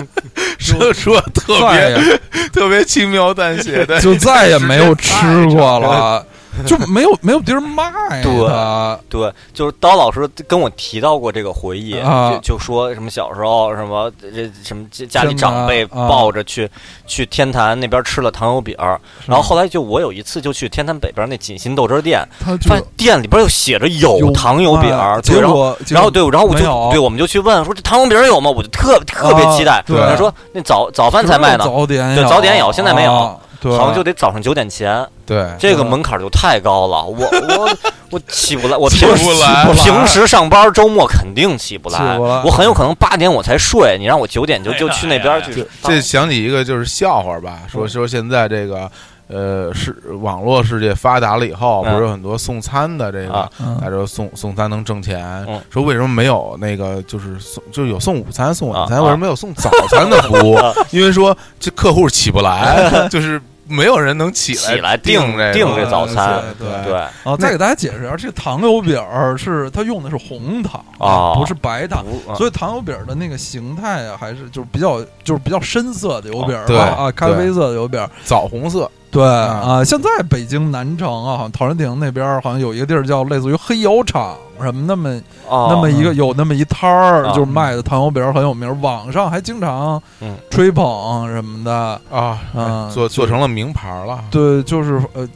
Speaker 2: 说说 [laughs] 特
Speaker 1: 再
Speaker 2: 别
Speaker 1: 也
Speaker 2: 特别轻描淡写
Speaker 3: [laughs]
Speaker 2: 的，
Speaker 1: [laughs] 就再也没有吃过了， [laughs] 就没有没有地儿卖了。
Speaker 3: 对，就是刀老师跟我提到过这个回忆，
Speaker 1: 啊
Speaker 3: 就就说什么小时候什么这什么家家里
Speaker 1: 真的啊
Speaker 3: 长辈抱着去、去天坛那边吃了糖油饼儿，然后后来就我有一次就去天坛北边那锦心豆汁儿店，
Speaker 1: 他就哎啊
Speaker 3: 发现店里边又写着有糖油饼儿，对，
Speaker 1: 结
Speaker 3: 然后。
Speaker 1: 果
Speaker 3: 然后对，然后我
Speaker 1: 没有
Speaker 3: 就对，我们就去问说这糖油饼儿有吗？我就特特别
Speaker 2: 啊
Speaker 3: 期待。
Speaker 1: 对
Speaker 3: 他说那早早饭才卖呢，
Speaker 1: 早点
Speaker 3: 对早点有现在没有
Speaker 1: 啊对，
Speaker 3: 好像就得早上九点前。
Speaker 2: 哎对
Speaker 3: 这个
Speaker 1: 嗯
Speaker 3: 门槛儿就太高了，我我我起不来，我
Speaker 2: 起
Speaker 3: 平时
Speaker 2: 不来
Speaker 3: 平时上班，周末肯定起不
Speaker 1: 起
Speaker 3: 来，
Speaker 1: 不来
Speaker 3: 我很有可能八点我才睡，你让我九点就
Speaker 4: 哎呀
Speaker 3: 就去那边去
Speaker 4: 哎
Speaker 2: 这。这想起一个就是笑话吧，说
Speaker 1: 嗯
Speaker 2: 说现在这个呃是网络世界发达了以后，不
Speaker 3: 嗯
Speaker 2: 是有很多送餐的这个
Speaker 3: 啊。
Speaker 1: 嗯
Speaker 2: 他说送送餐能挣钱
Speaker 3: 嗯，
Speaker 2: 说为什么没有那个就是送就有送午餐送晚餐，
Speaker 3: 啊啊啊
Speaker 2: 为什么没有送早餐的服务？因为说这客户起不
Speaker 3: [laughs]
Speaker 2: 来，就是没有人能起
Speaker 3: 起来
Speaker 2: 订
Speaker 3: 订
Speaker 2: 这
Speaker 3: 订
Speaker 2: 个
Speaker 3: 这早餐
Speaker 1: 对
Speaker 3: 对
Speaker 1: 啊，再给大家解释一下，这个糖油饼儿是它用的是红糖
Speaker 3: 哦嗯
Speaker 1: 不是白糖。
Speaker 3: 不
Speaker 1: 所以糖油饼儿的那个形态啊，还是就是比较就是比较深色的油饼儿
Speaker 3: 哦
Speaker 2: 对
Speaker 1: 吧啊，咖啡
Speaker 2: 对
Speaker 1: 色的油饼儿，
Speaker 2: 枣红色，
Speaker 1: 对
Speaker 3: 嗯
Speaker 1: 啊，现在北京南城啊，好像陶然亭那边儿好像有一个地儿叫类似于黑窑厂什么那么
Speaker 3: 哦
Speaker 1: 那么一个有那么一摊儿，
Speaker 3: 啊
Speaker 1: 就是卖的糖油饼儿很有名儿，网上还经常
Speaker 3: 嗯
Speaker 1: 吹捧什么的，
Speaker 2: 啊，
Speaker 1: 啊
Speaker 2: 做做成了名牌了。
Speaker 1: 对，就是呃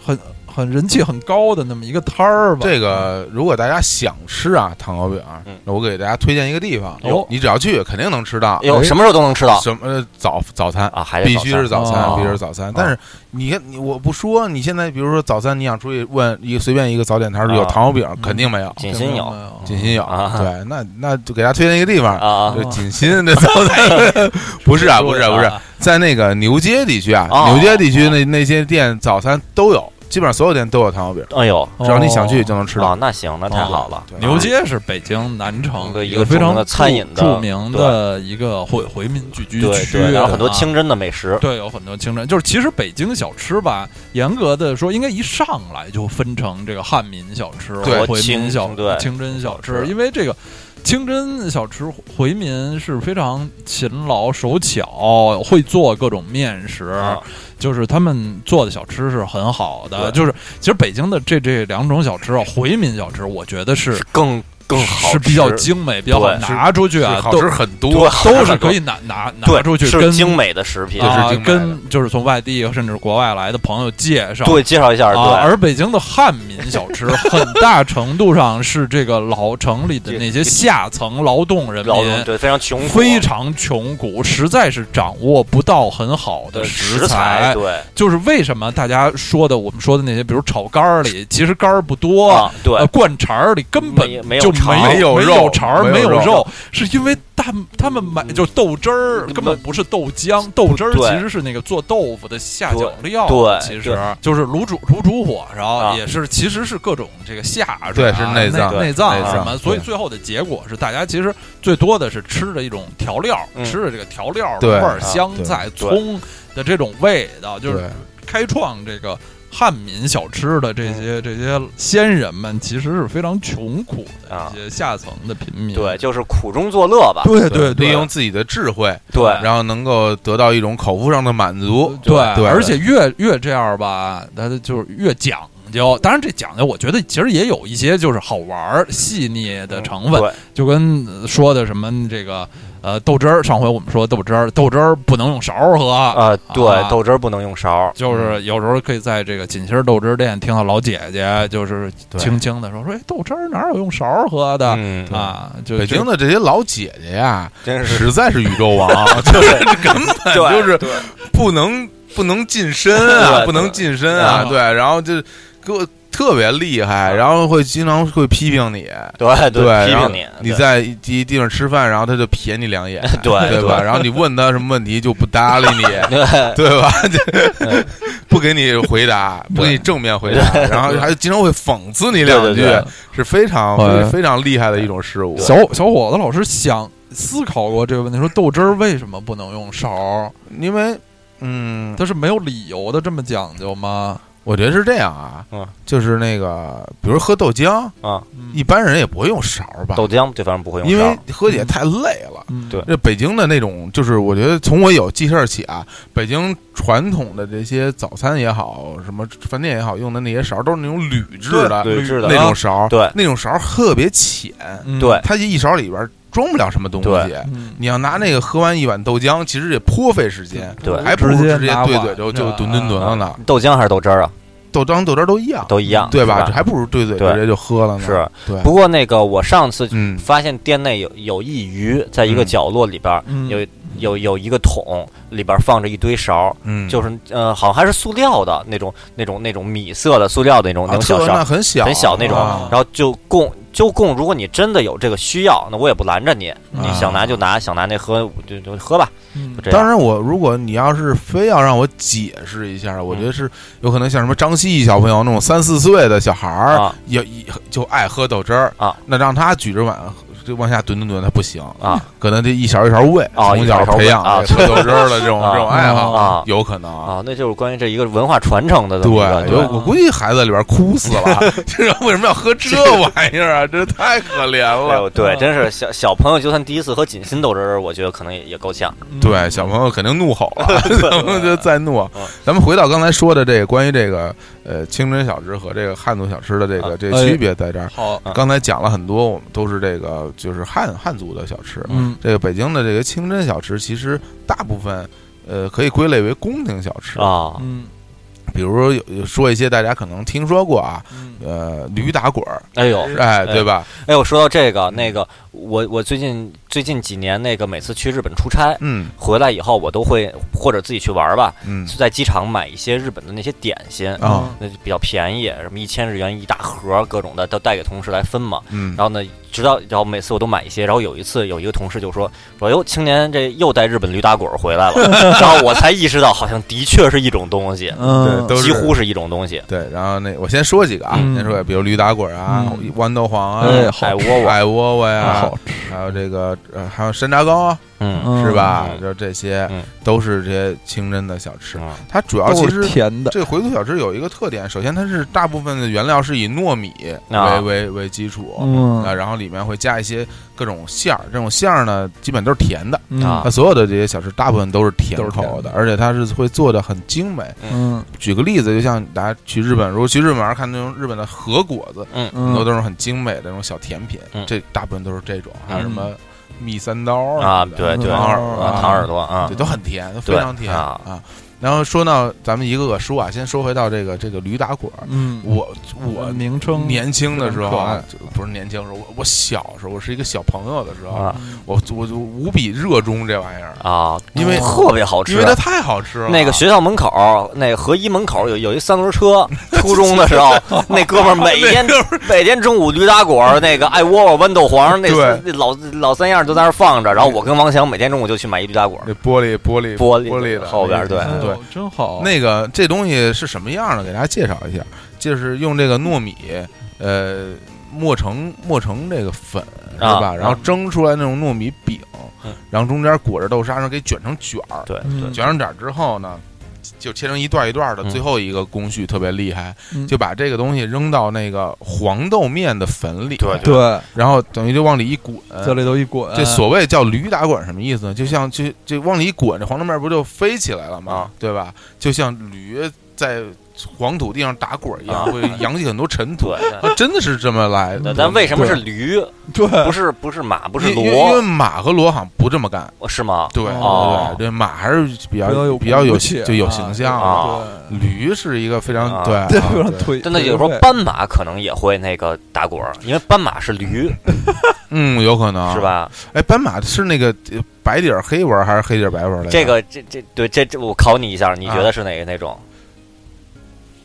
Speaker 1: 很很人气很高的那么一个摊儿吧。
Speaker 2: 这个如果大家想吃啊糖油饼啊
Speaker 3: 嗯，
Speaker 2: 那我给大家推荐一个地方
Speaker 1: 哦，
Speaker 2: 你只要去肯定能吃到
Speaker 3: 哎。呦，什么时候都能吃到
Speaker 2: 什么呃早早餐
Speaker 3: 啊，还得
Speaker 2: 必须是
Speaker 1: 早
Speaker 2: 早
Speaker 1: 餐哦
Speaker 2: 餐，必须是早餐。但是你看，你我不说，你现在比如说早餐，你想出去问一个随便一个早点摊儿
Speaker 3: 啊
Speaker 2: 有糖油饼，
Speaker 1: 嗯
Speaker 2: 肯定没有。
Speaker 3: 锦心有
Speaker 1: 没有
Speaker 2: 锦心有，
Speaker 3: 啊
Speaker 2: 对，那那就给大家推荐一个地
Speaker 3: 啊
Speaker 2: 方，
Speaker 3: 啊
Speaker 2: 就锦心
Speaker 1: [laughs]
Speaker 2: 这早
Speaker 1: 哎
Speaker 2: 餐 [laughs] 不是啊，不是啊不是啊，在那个牛街地区啊，
Speaker 3: 哦
Speaker 2: 牛街地区那那些店早餐都有，基本上所有店都有糖油饼，
Speaker 3: 哎呦，
Speaker 1: 哦
Speaker 2: 只要你想去就能吃
Speaker 3: 啊
Speaker 2: 到。，哦
Speaker 3: 那行，那太好了。
Speaker 2: 对
Speaker 1: 牛街是北京南城
Speaker 3: 对一
Speaker 1: 一
Speaker 3: 个
Speaker 1: 非
Speaker 3: 著
Speaker 1: 常
Speaker 3: 名的餐饮的
Speaker 1: 著名的一个回回民聚居
Speaker 3: 对
Speaker 1: 区，
Speaker 3: 对，然后很多
Speaker 1: 啊
Speaker 3: 清真的美食，
Speaker 1: 对，有很多清真，就是其实北京小吃吧，严格的说，应该一上来就分成这个汉民小吃、
Speaker 2: 对
Speaker 1: 回民
Speaker 3: 清
Speaker 1: 小
Speaker 3: 对
Speaker 1: 清真小
Speaker 3: 小
Speaker 1: 吃，
Speaker 3: 吃
Speaker 1: 因为这个清真小吃回民是非常勤劳、手巧，会做各种面食，
Speaker 3: 啊
Speaker 1: 就是他们做的小吃是很好的。
Speaker 3: 对
Speaker 1: 就是其实北京的这这两种小吃啊，回民小吃，我觉得是
Speaker 3: 是更更好吃，
Speaker 1: 是比较精美，比较好
Speaker 3: 对
Speaker 1: 拿出去啊
Speaker 2: 是，好
Speaker 1: 都
Speaker 2: 吃很多
Speaker 3: 对，
Speaker 1: 都是可以拿拿拿
Speaker 3: 对，
Speaker 1: 出去
Speaker 3: 是
Speaker 1: 跟
Speaker 3: 精美的食品，
Speaker 2: 是
Speaker 1: 啊
Speaker 2: 精美的
Speaker 1: 跟就是从外地甚至国外来的朋友介绍。
Speaker 3: 对，介绍一下，
Speaker 1: 啊，
Speaker 3: 对，
Speaker 1: 而北京的汉民小
Speaker 3: [laughs]
Speaker 1: 吃很大程度上是这个老城里的那些下层劳动人
Speaker 3: 劳动
Speaker 1: 民
Speaker 3: 对非常穷苦，
Speaker 1: 非常穷苦，实在是掌握不到很好的
Speaker 3: 对
Speaker 1: 食
Speaker 3: 呃食材，对
Speaker 1: 就是为什么大家说的我们说的那些，比如炒肝儿里，其实肝儿不多，
Speaker 3: 啊，对
Speaker 1: 呃，，灌肠儿里根本
Speaker 3: 没没有
Speaker 1: 就
Speaker 3: 肠
Speaker 1: 没
Speaker 2: 没有
Speaker 1: 没
Speaker 2: 肉
Speaker 1: 有肠儿，
Speaker 2: 没
Speaker 1: 没
Speaker 2: 有
Speaker 1: 有
Speaker 2: 肉
Speaker 1: 肉，是因为他们他们买就豆汁儿，
Speaker 3: 嗯
Speaker 1: 根本不是豆浆，豆汁儿
Speaker 3: 对
Speaker 1: 其实是那个做豆腐的下脚料，
Speaker 3: 对
Speaker 1: 其实
Speaker 3: 对
Speaker 1: 就是卤煮卤煮火烧
Speaker 3: 啊
Speaker 1: 也是，其实是各种这个下水
Speaker 2: 对
Speaker 1: 啊
Speaker 2: 是
Speaker 1: 内
Speaker 2: 内脏
Speaker 1: 内脏
Speaker 2: 内
Speaker 1: 啊什
Speaker 2: 脏
Speaker 1: 么，所以
Speaker 2: 对
Speaker 1: 最后的结果是大家其实最多的是吃的一种调料，
Speaker 3: 嗯
Speaker 1: 吃的这个调料的
Speaker 2: 对
Speaker 1: 味儿，
Speaker 2: 啊
Speaker 1: 香
Speaker 2: 对
Speaker 1: 菜、
Speaker 3: 对
Speaker 1: 葱的这种味道，就是
Speaker 2: 对
Speaker 1: 开创这个汉民小吃的这些这些先人们，其实是非常穷苦的
Speaker 3: 啊
Speaker 1: 一些下层的平民。
Speaker 3: 对，就是苦中作乐吧，
Speaker 1: 对对
Speaker 2: 利
Speaker 1: 对
Speaker 2: 用自己的智慧，
Speaker 3: 对
Speaker 2: 然后能够得到一种口腹上的满足，
Speaker 1: 对
Speaker 2: 对
Speaker 1: 而且越越这样吧，他就是越讲究。当然，这讲究我觉得其实也有一些就是好玩儿、细腻的成分，
Speaker 3: 对
Speaker 1: 就跟呃说的什么这个呃豆汁儿，上回我们说豆汁儿，豆汁儿不能用勺儿喝啊。
Speaker 3: 啊，
Speaker 1: 啊
Speaker 3: 对，豆汁儿不能用勺，
Speaker 1: 就是
Speaker 2: 嗯
Speaker 1: 有时候可以在这个锦心儿豆汁儿店听到老姐姐，就是
Speaker 2: 对
Speaker 1: 轻轻的说说：“哎，豆汁儿哪有用勺儿喝的？”
Speaker 3: 嗯，
Speaker 1: 啊，就
Speaker 2: 北京的这些老姐姐呀，
Speaker 3: 真是
Speaker 1: [laughs]
Speaker 2: 实在是宇宙
Speaker 3: [laughs]
Speaker 2: 王，就是根本
Speaker 3: 对，
Speaker 2: 就是
Speaker 3: 对
Speaker 2: 不能不能近身啊，
Speaker 3: 对
Speaker 2: 不能近身啊，
Speaker 1: 对
Speaker 2: 对，然后就给我特别厉害，然后会经常会批评你，
Speaker 3: 对
Speaker 2: 对，
Speaker 3: 批
Speaker 2: 然后
Speaker 3: 评你，
Speaker 2: 你
Speaker 3: 对
Speaker 2: 在一地方吃饭，然后他就瞥你两眼，
Speaker 3: [laughs] 对
Speaker 2: 对吧？然后你问他什么问题就不搭理你，
Speaker 3: [laughs]
Speaker 2: 对吧？
Speaker 3: 嗯
Speaker 2: 就不给你回答，不给你正面回答，然后还经常会讽刺你两
Speaker 3: 对
Speaker 2: 句
Speaker 3: 对对，
Speaker 2: 是非常
Speaker 1: 哎
Speaker 2: 是非常厉害的一种事物。
Speaker 1: 小小伙子老师想思考过这个问题，说豆汁儿为什么不能用勺儿？
Speaker 2: 因为，嗯，
Speaker 1: 它是没有理由的这么讲究吗？
Speaker 2: 我觉得是这样啊
Speaker 3: 嗯，
Speaker 2: 就是那个，比如喝豆浆，一般人也不会用勺吧，
Speaker 3: 豆浆对方不会用
Speaker 2: 因为
Speaker 3: 勺，
Speaker 2: 喝起来太累了。
Speaker 1: 嗯
Speaker 3: 对
Speaker 2: 这北京的那种，就是我觉得从我有记事儿起啊，北京传统的这些早餐也好，什么饭店也好，用的那些勺都是那种铝制的，
Speaker 3: 对铝制的啊
Speaker 2: 那种勺，
Speaker 3: 对
Speaker 2: 那种勺特别浅，
Speaker 1: 嗯
Speaker 3: 对
Speaker 2: 它一勺里边装不了什么东西
Speaker 3: 对。
Speaker 1: 嗯
Speaker 2: 你要拿那个喝完一碗豆浆，其实也颇费时间，
Speaker 3: 对
Speaker 2: 还不如
Speaker 1: 直接
Speaker 2: 直接
Speaker 1: 拿
Speaker 2: 对
Speaker 1: 碗
Speaker 2: 嘴就就
Speaker 1: 啊
Speaker 2: 吨吨吨了呢。
Speaker 3: 豆浆还是豆汁儿啊，
Speaker 2: 豆浆豆汁儿都一样，
Speaker 3: 都一样，
Speaker 2: 对
Speaker 3: 啊吧？
Speaker 2: 吧？这还不如对嘴
Speaker 3: 对
Speaker 2: 直接就喝了呢。
Speaker 3: 是，
Speaker 2: 对，
Speaker 3: 不过那个我上次
Speaker 2: 嗯，
Speaker 3: 发现店内有有一鱼，在一个
Speaker 2: 嗯
Speaker 3: 角落里边儿
Speaker 1: 嗯
Speaker 3: 有有有一个桶，里边儿放着一堆勺儿，
Speaker 2: 嗯，
Speaker 3: 就是呃，好像还是塑料的那种那种那种米色的塑料的那种那
Speaker 2: 啊
Speaker 3: 种
Speaker 2: 特
Speaker 3: 小勺
Speaker 2: 那
Speaker 3: 儿，
Speaker 2: 很小
Speaker 3: 很小那种
Speaker 2: 啊
Speaker 3: 然后就供就供，如果你真的有这个需要，那我也不拦着你，
Speaker 2: 啊
Speaker 3: 你想拿就拿，想拿那喝就就喝吧，
Speaker 1: 嗯
Speaker 3: 就这
Speaker 2: 当
Speaker 3: 样。
Speaker 2: 然我，如果你要是非要让我解释一
Speaker 3: 嗯
Speaker 2: 下，我觉得是有可能像什么张希毅小朋友那种三四岁的小孩儿
Speaker 3: 啊，
Speaker 2: 也也就爱喝豆汁儿
Speaker 3: 啊，
Speaker 2: 那让他举着碗就往下吨吨吨，他不行
Speaker 3: 啊，
Speaker 2: 可能这一勺一勺喂，
Speaker 3: 啊
Speaker 2: 从小
Speaker 3: 一勺一勺喂
Speaker 2: 培养
Speaker 3: 啊
Speaker 2: 这个喝豆汁儿的这种
Speaker 3: 啊
Speaker 2: 这种爱好，
Speaker 3: 啊
Speaker 2: 有可能。
Speaker 3: 啊，那就是关于这一个文化传承的这
Speaker 2: 对，
Speaker 3: 么一个
Speaker 2: 有
Speaker 3: 对
Speaker 2: 我估计孩子在里边哭死了， [laughs] 这为什么要喝这玩意儿啊？真是太可怜
Speaker 3: 哎
Speaker 2: 了。
Speaker 3: 呦对，真是小小朋友，就算第一次喝锦心豆汁儿，我觉得可能也也够呛。
Speaker 1: 嗯
Speaker 2: 对，小朋友肯定怒吼
Speaker 3: [laughs]
Speaker 2: 了， [laughs] 咱们就再怒啊
Speaker 3: 嗯。
Speaker 2: 咱们回到刚才说的这个关于这个呃清真小吃和这个汉族小吃的这个
Speaker 3: 啊
Speaker 2: 这个区别在这儿。
Speaker 1: 好，
Speaker 3: 哎
Speaker 2: 刚才讲了很多，我们都是这个就是汉汉族的小吃。
Speaker 1: 嗯
Speaker 2: 这个北京的这个清真小吃，其实大部分呃可以归类为宫廷小吃。
Speaker 3: 啊，
Speaker 1: 嗯
Speaker 2: 比如说有有说一些大家可能听说过啊，
Speaker 1: 嗯
Speaker 2: 呃驴打滚儿，
Speaker 3: 哎呦，
Speaker 2: 哎，
Speaker 3: 哎
Speaker 2: 对吧？
Speaker 3: 哎，我说到这个，那个，我我最近最近几年，那个每次去日本出差
Speaker 2: 嗯
Speaker 3: 回来以后，我都会或者自己去玩儿吧，
Speaker 2: 嗯
Speaker 3: 就在机场买一些日本的那些点心，
Speaker 2: 啊
Speaker 3: 那就比较便宜，什么一千日元一大盒儿，各种的都带给同事来分嘛。
Speaker 2: 嗯
Speaker 3: 然后呢，直到然后每次我都买一些，然后有一次有一个同事就说说哟，青年这又带日本驴打滚儿回来
Speaker 2: [laughs]
Speaker 3: 了，然后我才意识到，好像的确是一种东西，
Speaker 1: 嗯，
Speaker 2: 对 [laughs] 都是
Speaker 3: 几乎是一种东西。
Speaker 2: 对，然后那我先说几个啊，
Speaker 1: 嗯
Speaker 2: 先说，比如驴打滚儿啊
Speaker 1: 嗯，
Speaker 2: 豌豆黄啊，
Speaker 1: 哎
Speaker 3: 海
Speaker 1: 好吃
Speaker 3: 窝窝，
Speaker 2: 矮窝窝
Speaker 1: 啊
Speaker 2: 呀
Speaker 1: 好，吃
Speaker 2: 还有这个呃，还有山楂糕啊，
Speaker 3: 嗯，
Speaker 1: 嗯
Speaker 2: 是吧？
Speaker 3: 嗯
Speaker 2: 就这些
Speaker 3: 嗯
Speaker 2: 都是这些清真的小吃。
Speaker 3: 啊
Speaker 2: 它主要
Speaker 1: 嗯都
Speaker 2: 其
Speaker 1: 是
Speaker 2: 实
Speaker 1: 甜的，
Speaker 2: 这个回族小吃有一个特点，首先它是大部分的原料是以糯米
Speaker 3: 啊
Speaker 2: 为为为基础
Speaker 1: 嗯
Speaker 2: 啊，然后里里面会加一些各种馅儿，这种馅儿呢基本都是甜的，
Speaker 1: 嗯
Speaker 3: 啊
Speaker 2: 它所有的这些小吃大部分都是甜
Speaker 1: 都是甜
Speaker 2: 口
Speaker 1: 的
Speaker 2: 的，而且它是会做的很精美。
Speaker 1: 嗯
Speaker 2: 举个例子，就像大家去日本，如果去日本玩儿看那种日本的和果子，很多
Speaker 1: 嗯
Speaker 2: 都是很精美的那种小甜品
Speaker 3: 嗯，
Speaker 2: 这大部分都是这种，还有什
Speaker 1: 嗯
Speaker 2: 么蜜三刀
Speaker 3: 啊，
Speaker 2: 什么的
Speaker 3: 对对，
Speaker 2: 糖
Speaker 1: 耳
Speaker 2: 耳
Speaker 1: 朵
Speaker 2: 朵
Speaker 3: 啊，
Speaker 1: 啊
Speaker 3: 糖耳朵啊
Speaker 2: 对，，都很甜，都非常甜
Speaker 3: 对啊
Speaker 2: 啊。然后说到咱们一个个说啊，先说回到这个这个驴打滚儿，
Speaker 1: 嗯，
Speaker 2: 我我
Speaker 1: 名称
Speaker 2: 年轻的时候啊
Speaker 1: 非常，
Speaker 3: 嗯
Speaker 2: 就不是年轻的时候，我我小时候，我是一个小朋友的时候，
Speaker 3: 啊
Speaker 2: 我我就无比热衷这玩意儿，
Speaker 3: 啊，
Speaker 2: 因为
Speaker 3: 特别好吃啊
Speaker 2: 因为，它太好吃了。
Speaker 3: 那个学校门口，那个合一门口有有一三
Speaker 2: [laughs]
Speaker 3: 轮车。初中的时候，那哥们儿每天每天中午驴打滚儿，那个爱窝窝豌豆黄，那
Speaker 2: 对
Speaker 3: 那老老三样都在那儿放着。然后我跟王强每天中午就去买一驴打滚儿，
Speaker 2: 那玻璃玻璃
Speaker 3: 玻璃
Speaker 2: 玻璃的
Speaker 3: 后边儿对
Speaker 1: 哎呦
Speaker 2: 对，
Speaker 1: 真
Speaker 3: 哦
Speaker 1: 好，
Speaker 2: 那个这东西是什么样的？给大家介绍一下，就是用这个糯米，呃，磨成磨成这个粉是
Speaker 3: 啊
Speaker 2: 吧？然后
Speaker 3: 啊
Speaker 2: 蒸出来那种糯米饼
Speaker 3: 嗯，
Speaker 2: 然后中间裹着豆沙，然后给卷成卷儿，
Speaker 3: 对
Speaker 1: 嗯
Speaker 3: 对，
Speaker 2: 卷成卷儿之后呢，就切成一段一段的。
Speaker 3: 嗯
Speaker 2: 最后一个工序特别厉害，
Speaker 1: 嗯
Speaker 2: 就把这个东西扔到那个黄豆面的粉里，
Speaker 3: 对
Speaker 1: 对，
Speaker 2: 然后等于就往里一滚。
Speaker 1: 这里头一滚，
Speaker 3: 嗯
Speaker 2: 这所谓叫驴打滚什么意思呢？就像就就往里一滚，这黄豆面不就飞起来了吗？
Speaker 3: 啊
Speaker 2: 对吧？就像驴在黄土地上打滚一样，
Speaker 3: 啊
Speaker 2: 会扬起很多尘土。
Speaker 3: 对
Speaker 2: 它真的是这么来
Speaker 3: 对
Speaker 2: 的。
Speaker 3: 但为什么是
Speaker 1: 对
Speaker 3: 驴？
Speaker 1: 对，
Speaker 3: 不是不是马，不是
Speaker 2: 因因为因为
Speaker 3: 骡，
Speaker 2: 马和骡好像不这么干。
Speaker 3: 是吗？
Speaker 2: 对
Speaker 3: 哦
Speaker 2: 对对，马还是比较
Speaker 1: 比较有
Speaker 2: 比较有
Speaker 1: 骨气
Speaker 2: 就有
Speaker 1: 啊
Speaker 2: 形象
Speaker 3: 啊
Speaker 2: 的。驴是一个非常
Speaker 3: 啊
Speaker 2: 对
Speaker 1: [laughs] 对，
Speaker 2: 啊
Speaker 1: 非常
Speaker 2: 对
Speaker 1: 推，
Speaker 3: 真的有时候斑马可能也会那个打滚儿，因为斑马是驴，
Speaker 2: 嗯，有可能
Speaker 3: 是？吧？
Speaker 2: 哎，斑马是那个呃白底儿黑纹儿还是黑底儿白纹儿来着？
Speaker 3: 这个这这对这这，我考你一下，你觉得是哪个那种？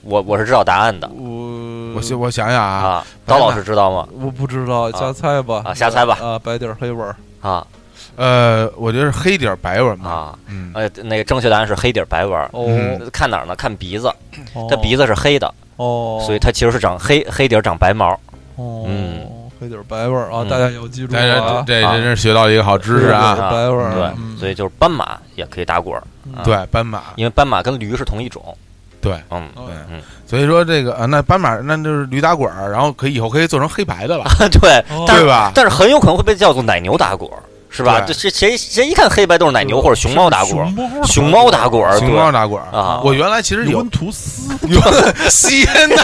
Speaker 3: 我我是知道答案的
Speaker 1: 我
Speaker 2: 我想我想想啊，
Speaker 3: 啊，
Speaker 2: 白
Speaker 3: 刀
Speaker 2: 马
Speaker 3: 老师知道吗？
Speaker 1: 我不知道，瞎猜吧，
Speaker 3: 啊瞎猜吧
Speaker 1: 啊，白底儿黑纹儿，
Speaker 3: 啊
Speaker 2: 呃，我觉得是黑底儿白纹儿嘛。
Speaker 3: 啊
Speaker 2: 嗯，
Speaker 3: 呃，那个正确答案是黑底儿白纹儿，
Speaker 1: 哦，
Speaker 2: 嗯
Speaker 3: 看哪儿呢？看鼻子，
Speaker 1: 哦
Speaker 3: 它鼻子是黑的，
Speaker 1: 哦，
Speaker 3: 所以它其实是长黑黑底儿长白毛。
Speaker 1: 哦，
Speaker 3: 嗯
Speaker 1: 黑底儿白味儿啊，
Speaker 3: 嗯
Speaker 1: 大家有记住
Speaker 2: 大家
Speaker 1: 啊，
Speaker 2: 这这
Speaker 3: 啊
Speaker 2: 真是学到一个好知识
Speaker 1: 啊
Speaker 2: 啊！
Speaker 1: 白味儿，
Speaker 3: 对
Speaker 1: 嗯，
Speaker 3: 所以就是斑马也可以打滚儿，
Speaker 1: 嗯
Speaker 2: 对，斑马，
Speaker 3: 因为斑马跟驴是同一种。
Speaker 2: 对，
Speaker 3: 嗯，
Speaker 1: 哦
Speaker 2: 对
Speaker 3: 嗯，
Speaker 2: 所以说这个啊，那斑马那就是驴打滚儿，然后可以以后可以做成黑白的了，
Speaker 3: [laughs] [laughs] 对，
Speaker 1: 哦
Speaker 3: 但
Speaker 2: 对
Speaker 3: 是
Speaker 2: 吧？
Speaker 3: 但是很有可能会被叫做奶牛打滚儿，是吧？这
Speaker 2: 对
Speaker 3: 谁谁谁一看黑白都是奶牛或者熊猫打滚儿，
Speaker 1: 猫
Speaker 3: 熊猫打滚儿，
Speaker 2: 熊猫打滚儿
Speaker 3: 对啊，
Speaker 2: 我原来其实有
Speaker 1: 温图斯， [laughs]
Speaker 2: 西安纳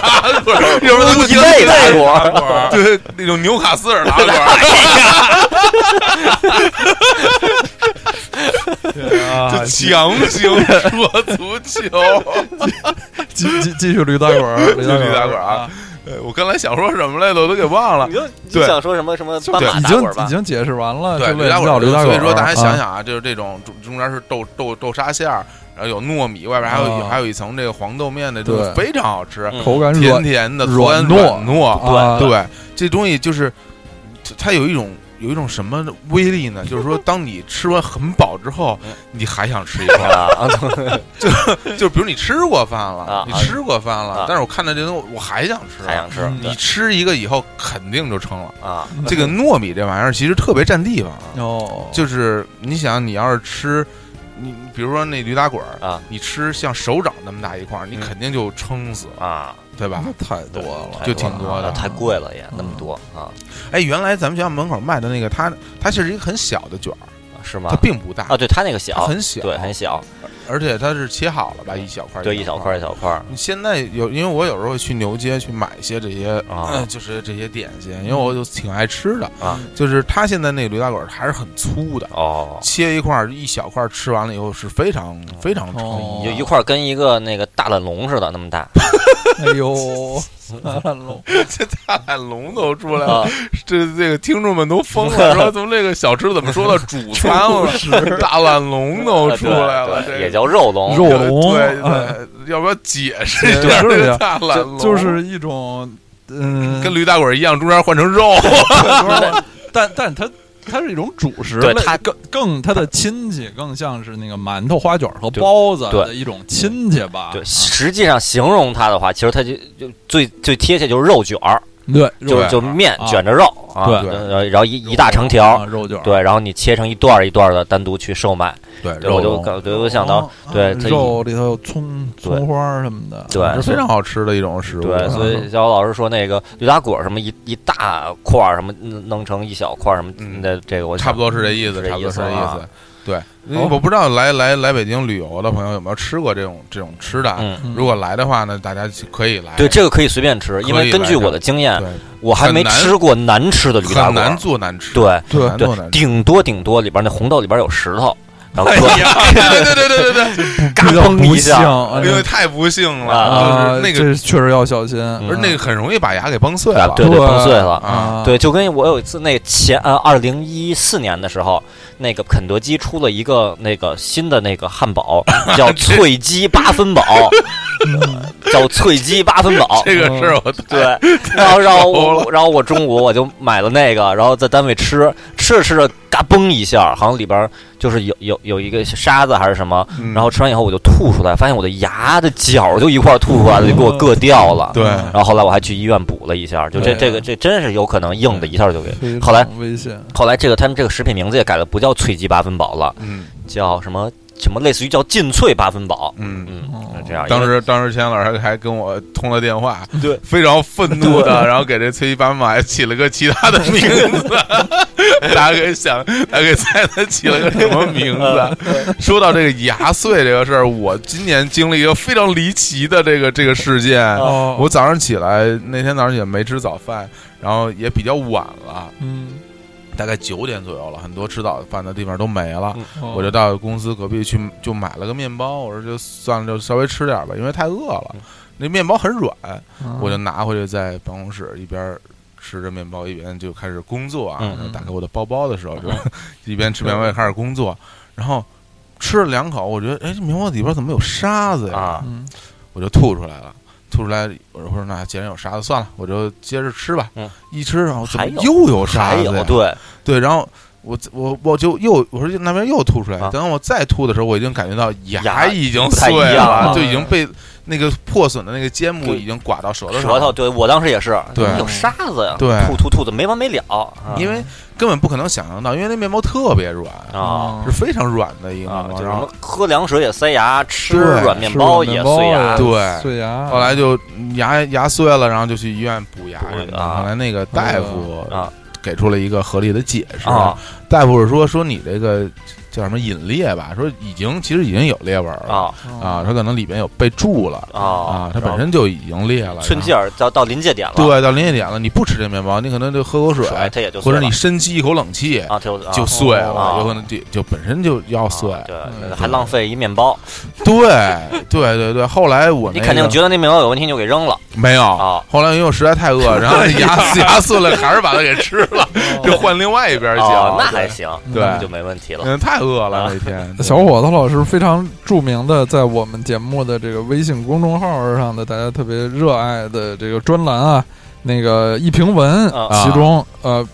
Speaker 2: 打滚儿，有时候
Speaker 3: 乌鸡肋打滚儿，
Speaker 2: 滚儿，对，那种纽卡斯尔打滚儿，
Speaker 1: 啊
Speaker 2: [laughs] 就啊强行
Speaker 3: [laughs]
Speaker 2: 说足球。 [laughs]
Speaker 1: 继继继续驴打滚儿，
Speaker 2: 继续驴打滚儿啊，呃我刚才想说什么来着，我都给忘了
Speaker 3: 你。就
Speaker 2: 啊对
Speaker 3: 你想说什么什么
Speaker 1: 就
Speaker 3: 斑马
Speaker 1: 已
Speaker 3: 打
Speaker 1: 经
Speaker 3: 滚儿吧
Speaker 1: 已？经解释完了，
Speaker 2: 对，
Speaker 1: 啊就为
Speaker 2: 驴打
Speaker 1: 什么
Speaker 2: 滚
Speaker 1: 叫驴打滚
Speaker 2: 儿，所
Speaker 1: 儿，
Speaker 2: 以说大家想
Speaker 1: 啊，
Speaker 2: 想啊，就是这种中中间是豆豆豆沙馅儿，然后有糯米，外边还有
Speaker 1: 啊
Speaker 2: 还有一层这个黄豆面的，这个
Speaker 1: 对
Speaker 2: 非常好吃，
Speaker 3: 嗯
Speaker 1: 口感
Speaker 2: 甜
Speaker 1: 软
Speaker 2: 甜的，
Speaker 1: 软
Speaker 2: 软
Speaker 1: 糯
Speaker 2: 糯。
Speaker 1: 啊，
Speaker 2: 对，这东西就是它有一种有一种什么威力呢？就是说，当你吃完很饱之后
Speaker 3: 嗯，
Speaker 2: 你还想吃一块
Speaker 3: [laughs]
Speaker 2: 儿。
Speaker 3: 啊，
Speaker 2: 就比如你吃过饭了
Speaker 3: 啊，
Speaker 2: 你吃过饭
Speaker 3: 啊
Speaker 2: 了，但是我看到这东西，我还想吃。
Speaker 3: 还想吃
Speaker 1: 嗯
Speaker 2: 你
Speaker 3: 对
Speaker 2: 吃一个以后，肯定就撑了。
Speaker 3: 啊，
Speaker 1: 嗯
Speaker 2: 这个糯米这玩意儿其实特别占地方啊。
Speaker 1: 哦，
Speaker 2: 就是你想，你要是吃，你比如说那驴打滚儿
Speaker 3: 啊，
Speaker 2: 你吃像手掌那么大一块儿，你
Speaker 3: 嗯
Speaker 2: 肯定就撑死，
Speaker 3: 啊，
Speaker 2: 对吧
Speaker 1: 那？太多了，
Speaker 2: 就挺多的嗯
Speaker 3: 啊太贵了也那么多啊，
Speaker 2: 哎，原来咱们学校门口卖的那个，它它是一个很小的卷儿，
Speaker 3: 是吗
Speaker 2: 它？并不大
Speaker 3: 啊，，对，它那
Speaker 2: 它
Speaker 3: 个小，
Speaker 2: 很小，
Speaker 3: 对，很小，
Speaker 2: 而且它是切好了吧，一小块儿，
Speaker 3: 对，一小
Speaker 2: 嗯
Speaker 3: 块儿一。小块儿
Speaker 2: 你现在有，因为我有时候会去牛街去买一些这些，
Speaker 3: 啊
Speaker 2: 呃就是这些点心，因为我就挺爱吃的。
Speaker 3: 啊，
Speaker 2: 就是它现在那个驴打滚儿还是很粗的，
Speaker 3: 哦。
Speaker 2: 切一块儿一小块儿，吃完了以后是非常非常撑
Speaker 1: 哦
Speaker 3: 你就一块儿跟一个那个大懒龙似的那
Speaker 2: [laughs]
Speaker 3: 么大
Speaker 1: 哎呦，烂龙，
Speaker 2: 这大懒龙都出来了，
Speaker 3: 啊，
Speaker 2: 这这个听众们都疯了，说从这个小吃怎么说到主餐
Speaker 3: [laughs]
Speaker 2: 了？大懒龙都出来了，
Speaker 3: 啊
Speaker 2: 这
Speaker 3: 对对
Speaker 2: 个
Speaker 3: 也叫肉龙，
Speaker 1: 肉
Speaker 2: 对
Speaker 1: 龙
Speaker 2: 对
Speaker 1: 哎
Speaker 2: 对，要不要解释一
Speaker 1: 解
Speaker 2: 下
Speaker 1: 释一
Speaker 2: 这
Speaker 1: 下
Speaker 2: 个大懒龙？
Speaker 1: 就就是一种嗯， [laughs]
Speaker 2: 跟驴打滚一样，中间换成肉，
Speaker 1: 但但它它是一种主食，
Speaker 3: 对
Speaker 1: 类
Speaker 3: 它
Speaker 1: 更更它的亲戚更像是那个馒头、花卷和
Speaker 3: 对
Speaker 1: 包子
Speaker 3: 对
Speaker 1: 的一种亲戚吧？啊
Speaker 3: 对，实际上形容它的话，其实它就就最最贴切就是肉卷儿，
Speaker 1: 对，
Speaker 3: 就
Speaker 1: 肉
Speaker 3: 是就面
Speaker 1: 啊
Speaker 3: 卷着肉啊，
Speaker 1: 对
Speaker 3: 呃然后一一大长条
Speaker 1: 啊，肉卷，
Speaker 3: 对，然后你切成一段儿一段儿的单独去售卖，
Speaker 2: 对，
Speaker 3: 对，
Speaker 2: 肉哦
Speaker 3: 我就
Speaker 2: 蓉
Speaker 3: 感觉我想到，
Speaker 1: 啊
Speaker 3: 对它
Speaker 1: 肉里头有葱葱花儿什么的，
Speaker 3: 对
Speaker 2: 是非常好吃的一种食物。啊
Speaker 3: 对，所
Speaker 2: 嗯
Speaker 3: 以小老师说那个驴打滚儿什么一一大块儿什么弄弄成一小块儿什么
Speaker 2: 嗯
Speaker 3: 的，这个我
Speaker 2: 差不多是这意思，
Speaker 3: 是这
Speaker 2: 差不多是
Speaker 3: 意思
Speaker 2: 这意思
Speaker 3: 啊。
Speaker 2: 对，因为
Speaker 1: 好
Speaker 2: 我不知道来来来北京旅游的朋友有没有吃过这种这种吃的啊。
Speaker 3: 嗯。
Speaker 1: 嗯
Speaker 2: 如
Speaker 1: [laughs]
Speaker 2: 果来的话呢，大家可以来。
Speaker 3: 对，这个可以随便吃，因
Speaker 2: 可以
Speaker 3: 为根据
Speaker 2: 来着
Speaker 3: 我的经验，
Speaker 2: 对
Speaker 3: 我还
Speaker 2: 很
Speaker 3: 没
Speaker 2: 难
Speaker 3: 吃过难吃的驴打
Speaker 2: 很
Speaker 3: 滚
Speaker 2: 难
Speaker 3: 儿。
Speaker 2: 做难吃，
Speaker 3: 对
Speaker 2: 很难
Speaker 3: 对
Speaker 2: 做难，吃。
Speaker 3: 顶多顶多里边那红豆里边有石头，然后
Speaker 2: 哎
Speaker 3: 搁
Speaker 2: 呀，对对对对对对，
Speaker 3: 嘎嘣一下
Speaker 1: 不像啊
Speaker 2: [laughs] 因为太不幸
Speaker 3: 啊
Speaker 2: 了，
Speaker 1: 啊，
Speaker 2: 哎就是那啊个，
Speaker 1: 这确实要小心，
Speaker 2: 而那个很容易把牙给崩碎
Speaker 3: 啊
Speaker 2: 了。
Speaker 3: 对对崩碎了
Speaker 1: 啊，[laughs]
Speaker 3: [laughs] 对，就跟我有一次那前呃，二零一四年的时候，那个肯德基出了一个那个新的那个汉
Speaker 2: [laughs]
Speaker 3: 堡，叫脆鸡八分饱，
Speaker 1: 嗯
Speaker 3: [laughs] 叫脆鸡八分饱。
Speaker 2: [laughs] 这个事儿我
Speaker 3: 对，然后然后
Speaker 2: 熟
Speaker 3: 我然后我中午我就买了那个，然后在单位吃，吃着吃着嘎嘣一下，好像里边就是有有有一个沙子还是什么，
Speaker 2: 嗯
Speaker 3: 然后吃完以后我就吐出来，发现我的牙的角就一块儿吐出来了，就给我硌掉了。
Speaker 2: 对
Speaker 3: 然后后来我还去医院补了一下，就这
Speaker 1: 对
Speaker 3: 这个这真是有可能硬的一下就给。
Speaker 1: 非常
Speaker 3: 后来啊
Speaker 1: 危险，
Speaker 3: 后来这个他们这个食品名字也改了，不叫脆鸡八分饱了，
Speaker 2: 嗯
Speaker 3: 叫什么什么类似于叫劲脆八分饱。
Speaker 2: 嗯。
Speaker 3: 嗯
Speaker 1: 哦，
Speaker 3: 那这样。
Speaker 2: 当
Speaker 3: 因为
Speaker 2: 时，当时钱老师还跟我通了电话，
Speaker 3: 对
Speaker 2: 非常愤怒的，然后给这崔一班马还起了个其他的名 [laughs] 字，大家可以想，大家可以猜他起了个什么名 [laughs] 字。说到这个牙碎这个事儿，我今年经历一个非常离奇的这个这个事件。
Speaker 1: 哦，
Speaker 2: 我早上起来那天早上也没吃早饭，然后也比较晚了，
Speaker 1: 嗯，
Speaker 2: 大概九点左右了，很多吃早饭的地方都没
Speaker 3: 嗯
Speaker 2: 了。
Speaker 1: 哦
Speaker 2: 我就到公司隔壁去就买了个面包，我说就算了，就稍微吃点吧，因为太饿
Speaker 3: 嗯
Speaker 2: 了。那面包很软，我就拿回去在办公室一边吃着面包一边就开始工作啊。
Speaker 3: 嗯
Speaker 2: 然后打开我的包包的时候，就 [laughs] 一边吃面包也开始工作，然后吃了两口，我觉得哎，这面包里边怎么有沙子呀？
Speaker 3: 啊，
Speaker 1: 嗯
Speaker 2: 我就吐出来了。吐出来，我就说那既然有沙子，算了，我就接着吃吧。
Speaker 3: 嗯
Speaker 2: 一吃，然后怎么
Speaker 3: 还有
Speaker 2: 又有沙
Speaker 3: 还
Speaker 2: 子呀？
Speaker 3: 有对，
Speaker 2: 对，然后我我我就又我说那边又吐出来，
Speaker 3: 啊
Speaker 2: 等我再吐的时候，我已经感觉到牙
Speaker 3: 牙
Speaker 2: 已经
Speaker 3: 不太
Speaker 2: 碎
Speaker 3: 一样
Speaker 2: 了，
Speaker 1: 了
Speaker 2: 就已经被那个破损的那个尖木
Speaker 3: 对
Speaker 2: 已经刮到舌头上
Speaker 3: 舌
Speaker 2: 了
Speaker 3: 头，对我当时也是，
Speaker 2: 对
Speaker 3: 有沙子呀，
Speaker 2: 对
Speaker 3: 吐吐吐的没完没了，啊
Speaker 2: 因为根本不可能想象到，因为那面包特别软，
Speaker 3: 啊
Speaker 2: 是非常软的一个
Speaker 3: 啊，
Speaker 2: 面包。
Speaker 3: 就是什
Speaker 2: 嗯然后
Speaker 3: 么喝凉水也塞牙，吃
Speaker 2: 对
Speaker 3: 软面包也碎
Speaker 2: 吃
Speaker 3: 牙
Speaker 2: 软面包也，
Speaker 1: 对碎牙，
Speaker 2: 后来就牙牙碎了，然后就去医院补牙
Speaker 3: 补
Speaker 2: 什么的。
Speaker 3: 啊
Speaker 2: 后来那个大夫
Speaker 3: 啊
Speaker 2: 给出了一个合理的解释，
Speaker 3: 啊
Speaker 2: 大夫是说说你这个叫什么隐裂吧，说已经其实已经有裂纹了。
Speaker 3: 啊
Speaker 2: 啊，它可能里边有被蛀了
Speaker 3: 啊
Speaker 2: 啊，它本身就已经裂了。
Speaker 3: 寸
Speaker 2: 然后
Speaker 3: 劲儿到到临界点了，
Speaker 2: 对，到临界点了，你不吃这面包，你可能就喝口水，
Speaker 3: 水它也就
Speaker 2: 或
Speaker 3: 碎
Speaker 2: 者
Speaker 3: 了
Speaker 2: 你深吸一口冷气
Speaker 3: 啊，它就啊
Speaker 2: 就碎了，
Speaker 3: 哦
Speaker 2: 有可能就就本身就要碎。
Speaker 3: 啊对，
Speaker 1: 嗯
Speaker 3: 还浪费一面包，
Speaker 2: 对对对对，后来我
Speaker 3: 你
Speaker 2: 那
Speaker 3: 肯定
Speaker 2: 个
Speaker 3: 觉得那面包有问题，你就给扔了
Speaker 2: 没有。
Speaker 3: 啊。哎
Speaker 2: 后来因为我实在太
Speaker 3: [laughs]
Speaker 2: 饿，然后牙牙碎了， [laughs] 还是把它给吃了，就换另外一边去了。，
Speaker 3: 哦那还行，啊
Speaker 2: 对
Speaker 3: 那就没问题了。
Speaker 2: 嗯，太饿了那天。
Speaker 3: [laughs]
Speaker 2: 对
Speaker 1: 小伙子老师非常著名的，在我们节目的这个微信公众号上的大家特别热爱的这个专栏啊，那个一评文，
Speaker 3: 啊
Speaker 1: 其中呃，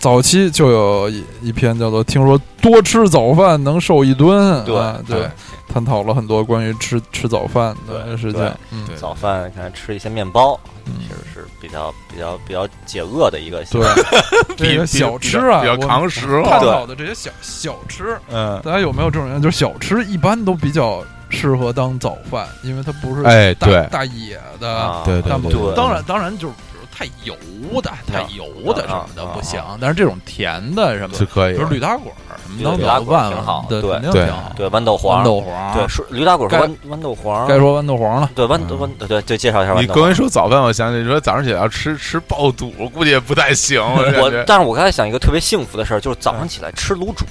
Speaker 1: 早期就有一一篇叫做“听说多吃早饭能瘦一吨”，
Speaker 3: 对哎
Speaker 1: 啊对
Speaker 3: [laughs]
Speaker 2: 对，
Speaker 1: 探讨了很多关于吃吃早饭的
Speaker 3: 对
Speaker 1: 事情
Speaker 3: 对，
Speaker 1: 嗯，
Speaker 2: 对
Speaker 3: 早饭看吃一些面包，
Speaker 1: 嗯
Speaker 3: 其实是比较比较比较解饿的一个。
Speaker 1: 对，这
Speaker 2: 比
Speaker 1: 个
Speaker 2: 比
Speaker 1: 小吃啊，
Speaker 2: 比较
Speaker 1: 我们
Speaker 2: 扛实
Speaker 1: 探
Speaker 2: 了。
Speaker 1: 讨的这些小小吃，
Speaker 2: 嗯，
Speaker 1: 大家有没有这种人？就是小吃一般都比较适合当早饭，因为它不是
Speaker 2: 哎
Speaker 1: 大
Speaker 2: 对
Speaker 1: 大野的。
Speaker 3: 啊，
Speaker 2: 对对嗯
Speaker 1: 但不
Speaker 3: 对
Speaker 1: 当然当然就是比如太油的、太油的什么的
Speaker 3: 啊啊
Speaker 1: 不行，但是这种甜的什么
Speaker 2: 是
Speaker 1: 的，
Speaker 2: 可以
Speaker 1: 比
Speaker 2: 的。
Speaker 1: 如驴打滚儿什么
Speaker 3: 对
Speaker 1: 当
Speaker 3: 驴打
Speaker 1: 早
Speaker 3: 滚儿
Speaker 1: 饭
Speaker 3: 挺好
Speaker 1: 对，
Speaker 3: 对
Speaker 1: 肯定
Speaker 2: 对
Speaker 1: 挺好。
Speaker 3: 对，豌豆
Speaker 1: 豌
Speaker 3: 黄，
Speaker 1: 豆
Speaker 2: 啊
Speaker 1: 黄，
Speaker 3: 对，，是驴打滚是
Speaker 1: 该
Speaker 3: 豌豌豆黄，
Speaker 1: 该说豌豆黄了。
Speaker 3: 对豌豌对对对，介绍一下豌
Speaker 2: 嗯你
Speaker 3: 豆
Speaker 2: 刚
Speaker 3: 黄
Speaker 2: 才。说早饭，我想起你说早上起来要吃吃爆肚，估计也不太行。我感
Speaker 3: 我
Speaker 2: 觉，嗯
Speaker 3: 但是我刚才想一个特别幸福的事儿，就是早上起来吃卤煮。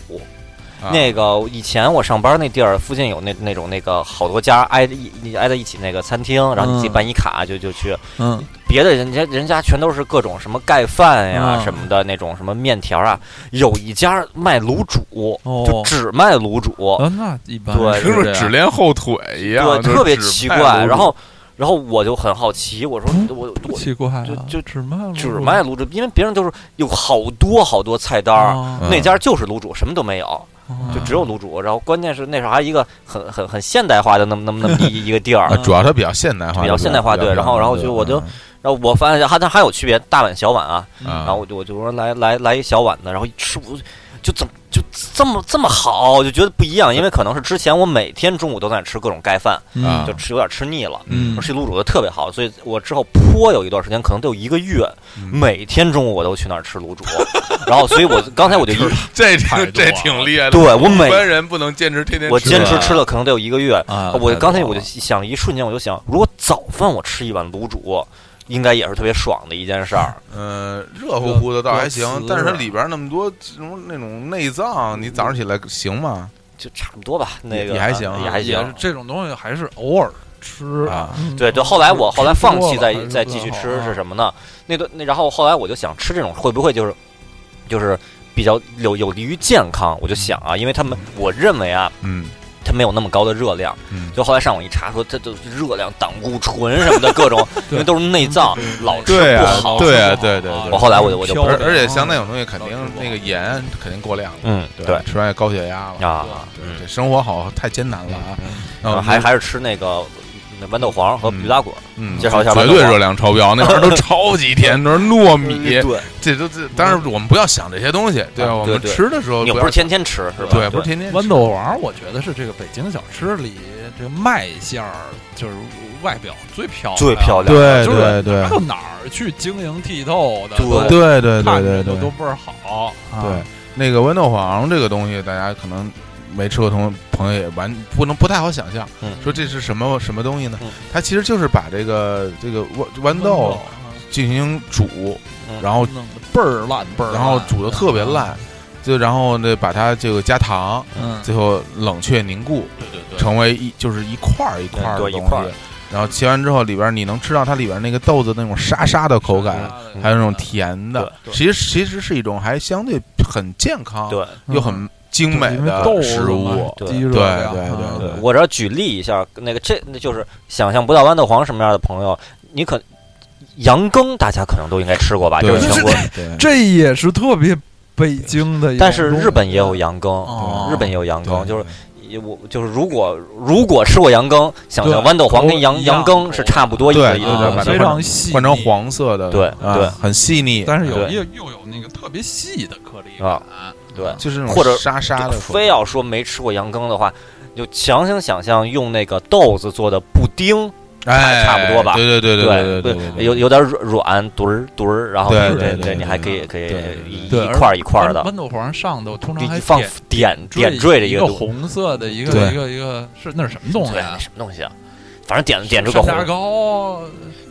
Speaker 2: 啊
Speaker 3: 那个以前我上班那地儿附近有那那种那个好多家挨着一你挨在一起那个餐厅，然后你自己
Speaker 1: 嗯
Speaker 3: 办一卡就就去。
Speaker 1: 嗯，
Speaker 3: 别的人家人家全都是各种什么盖饭呀
Speaker 1: 嗯
Speaker 3: 什么的那种什么面条啊，有一家卖卤煮，
Speaker 1: 哦
Speaker 3: 就只卖卤煮，
Speaker 1: 啊，那一般
Speaker 2: [laughs]
Speaker 3: 对
Speaker 2: 听
Speaker 1: 是
Speaker 2: 说
Speaker 1: 这
Speaker 2: 只
Speaker 1: 样。
Speaker 2: 练后腿嗯一样，
Speaker 3: 对，
Speaker 2: 就是
Speaker 3: 特别
Speaker 2: 只
Speaker 3: 奇
Speaker 2: 卖卤
Speaker 3: 怪。
Speaker 2: 煮嗯
Speaker 3: 然后然后我就很好奇，我说我我
Speaker 1: 奇怪啊，
Speaker 3: 就就
Speaker 1: 只卖卤
Speaker 3: 只卖卤煮，因为别人都是有好多好多菜单儿。嗯
Speaker 1: 啊
Speaker 2: 嗯
Speaker 3: 那家就是卤煮，什么都没有，
Speaker 1: 啊
Speaker 3: 就只有卤煮。然后关键是那时候还一个很很很现代化的那么那么那么
Speaker 2: [laughs]
Speaker 3: 一一个地儿
Speaker 2: 啊，。主要它比较现代化，
Speaker 3: 比较现代化
Speaker 2: 比较
Speaker 3: 对然后然后就我就然后我发现它它还有区别，大碗小碗啊。
Speaker 2: 啊
Speaker 3: 然后我就我就说来来来一小碗的，然后一吃我就怎么就这么这么好，就觉得不一样，因为可能是之前我每天中午都在吃各种盖饭，
Speaker 2: 啊
Speaker 3: 就吃有点吃腻了。
Speaker 1: 嗯
Speaker 3: 水卤煮的特别好，所以我之后颇有一段时间，可能得有一个月，每天中午我都去那儿吃卤煮， [laughs] 然后所以我刚才我就一
Speaker 2: 这挺
Speaker 4: 太多
Speaker 2: 这
Speaker 4: 了
Speaker 2: 挺厉害的。
Speaker 3: 对我每
Speaker 2: 一般人不能坚持天天
Speaker 3: 我
Speaker 2: 吃啊
Speaker 3: 坚
Speaker 2: 饭
Speaker 3: 持吃了可能得有一个月，
Speaker 1: 啊
Speaker 3: 我刚才我就
Speaker 1: 太
Speaker 3: 想，一瞬间我就想，如果早饭我吃一碗卤煮，应该也是特别爽的一件事儿。
Speaker 2: 嗯，热乎乎的倒还
Speaker 1: 热
Speaker 2: 行
Speaker 1: 死，
Speaker 2: 但是它里边儿那么多什么那种内脏，你早上起来行吗？
Speaker 3: 就差不多吧，那个
Speaker 2: 也还行啊
Speaker 3: 也
Speaker 1: 多
Speaker 3: 还
Speaker 1: 了也是
Speaker 3: 行。
Speaker 1: 这种东西还是偶尔吃
Speaker 2: 啊
Speaker 1: 嗯
Speaker 3: 对，就后来我后来放弃
Speaker 1: 吃多了还
Speaker 3: 再
Speaker 1: 是
Speaker 3: 再继续
Speaker 1: 不太好
Speaker 3: 吃
Speaker 1: 啊
Speaker 3: 是什么呢？那顿那然后后来我就想吃这种会不会就是就是比较有有利于健康？我就想啊，因为他们我认为啊，
Speaker 2: 嗯
Speaker 3: 它没有那么高的热量。
Speaker 2: 嗯，
Speaker 3: 就后来上网一查说，它的热量胆固醇什么的各种，
Speaker 2: [laughs]
Speaker 3: 因为都是内脏，
Speaker 1: 嗯
Speaker 3: 老吃
Speaker 2: 对
Speaker 3: 不
Speaker 2: 啊
Speaker 3: 好。
Speaker 2: 对啊
Speaker 1: 吃不好
Speaker 2: 对对对
Speaker 3: 我后来我就我就
Speaker 2: 而
Speaker 1: 飘着
Speaker 2: 而且像
Speaker 1: 啊
Speaker 2: 那种东西，肯定那个盐肯定过量了，
Speaker 3: 嗯，对
Speaker 2: 吧吃完也高血压了。
Speaker 3: 啊，
Speaker 2: 对，这生活好太艰难了啊！那我
Speaker 3: 嗯，
Speaker 2: 们
Speaker 3: 还还是吃那个那豌豆黄和驴打滚。
Speaker 2: 嗯
Speaker 3: 介绍一下吧
Speaker 2: 绝对热量超
Speaker 3: [laughs]
Speaker 2: 标，那玩意儿都超级甜，都是糯米，
Speaker 3: 对，
Speaker 2: 这都这。当然，我们不要想这些东西，对吧？
Speaker 3: 啊
Speaker 2: 我
Speaker 3: 对
Speaker 2: 们
Speaker 3: 对
Speaker 2: 吃的时候
Speaker 3: 你又
Speaker 2: 哦不要
Speaker 3: 不是天天吃是吧？
Speaker 2: 对，不是天天吃
Speaker 1: 豌豆黄，我觉得是这个北京小吃里这个卖相儿就是外表最漂亮，
Speaker 3: 最漂亮
Speaker 2: 对
Speaker 1: 就是
Speaker 2: 对对
Speaker 1: 哪有哪儿去晶莹剔透的，
Speaker 3: 对
Speaker 1: 都
Speaker 2: 对对
Speaker 1: 看
Speaker 2: 对
Speaker 1: 着
Speaker 2: 对
Speaker 1: 都
Speaker 2: 对
Speaker 1: 都倍儿好，啊
Speaker 2: 对，那个豌豆黄这个东西，大家可能没吃过同朋友也完不能不太好想象，
Speaker 3: 嗯
Speaker 2: 说这是什么什么东西呢？
Speaker 3: 嗯
Speaker 2: 它其实就是把这个这个豌豌
Speaker 1: 豌
Speaker 2: 豆
Speaker 1: 啊
Speaker 2: 进行煮，
Speaker 3: 嗯
Speaker 2: 然后
Speaker 1: 弄得倍儿烂倍儿烂，啊
Speaker 2: 然后煮的特别烂，就然后呢把它这个加糖，
Speaker 1: 嗯，
Speaker 2: 最后冷却凝固，
Speaker 1: 对对对，
Speaker 2: 成为一就是一块儿一块儿的
Speaker 3: 对
Speaker 2: 东
Speaker 3: 一块儿
Speaker 2: 西。然后切完之后，里边你能吃到它里边那个豆子那种沙沙的口感，
Speaker 1: 嗯
Speaker 2: 还有那种甜的，
Speaker 1: 对对
Speaker 2: 其实其实是一种还相对很健康，
Speaker 3: 对，
Speaker 2: 又很精美
Speaker 1: 嗯因为豆
Speaker 2: 的
Speaker 1: 子
Speaker 2: 食
Speaker 1: 嘛
Speaker 2: 物。
Speaker 1: 低
Speaker 2: 对
Speaker 1: 热量，
Speaker 2: 对
Speaker 1: 啊
Speaker 2: 对
Speaker 3: 我这儿举例一下，那个这那就是想象不到豌豆黄什么样的朋友，你可羊羹大家可能都应该吃过吧，
Speaker 2: 对
Speaker 3: 啊就是全国，
Speaker 2: 对
Speaker 1: 这也是特别北京的一种东西，
Speaker 3: 但是日本也有羊羹
Speaker 1: 哦，
Speaker 3: 日本也有羊羹，
Speaker 2: 对
Speaker 3: 就是。我就是如果如果吃过羊羹，想象
Speaker 1: 对
Speaker 3: 豌豆黄跟羊
Speaker 1: 口感一样
Speaker 3: 羊羹是差不多意思
Speaker 2: 对
Speaker 3: 一
Speaker 2: 对
Speaker 3: 个
Speaker 2: 对
Speaker 1: 啊
Speaker 2: 把它
Speaker 1: 非
Speaker 3: 东西
Speaker 2: 换
Speaker 1: 常
Speaker 2: 成
Speaker 1: 细，
Speaker 2: 换成，黄色的，
Speaker 3: 对
Speaker 2: 啊
Speaker 3: 对
Speaker 2: 很细腻，
Speaker 1: 但是有
Speaker 3: 对
Speaker 1: 又又有那个特别细的颗粒
Speaker 3: 啊
Speaker 1: 感，
Speaker 3: 对，
Speaker 2: 就是那种
Speaker 3: 或者
Speaker 2: 沙沙的口
Speaker 3: 非要说没吃过羊羹的话，就强行想象用那个豆子做的布丁，
Speaker 2: 哎
Speaker 3: 差不多吧
Speaker 2: 对对对对
Speaker 3: 对
Speaker 2: 对
Speaker 3: 有有点软软墩儿墩儿，然后
Speaker 2: 对
Speaker 3: 对
Speaker 2: 对对
Speaker 3: 你
Speaker 2: 对
Speaker 3: 还可以可以
Speaker 2: 对对
Speaker 3: 一
Speaker 1: 对
Speaker 3: 一块儿一块儿的，
Speaker 1: 豌豆黄上头通常还
Speaker 3: 一放
Speaker 1: 点
Speaker 3: 点
Speaker 1: 缀
Speaker 3: 点缀着
Speaker 1: 一
Speaker 3: 个东
Speaker 1: 红色的一个
Speaker 2: 对
Speaker 1: 一个一个是那是什么东西
Speaker 3: 对
Speaker 1: 啊？
Speaker 3: 什么东西啊？反正点点这个
Speaker 1: 山楂
Speaker 3: 红，
Speaker 1: 糕，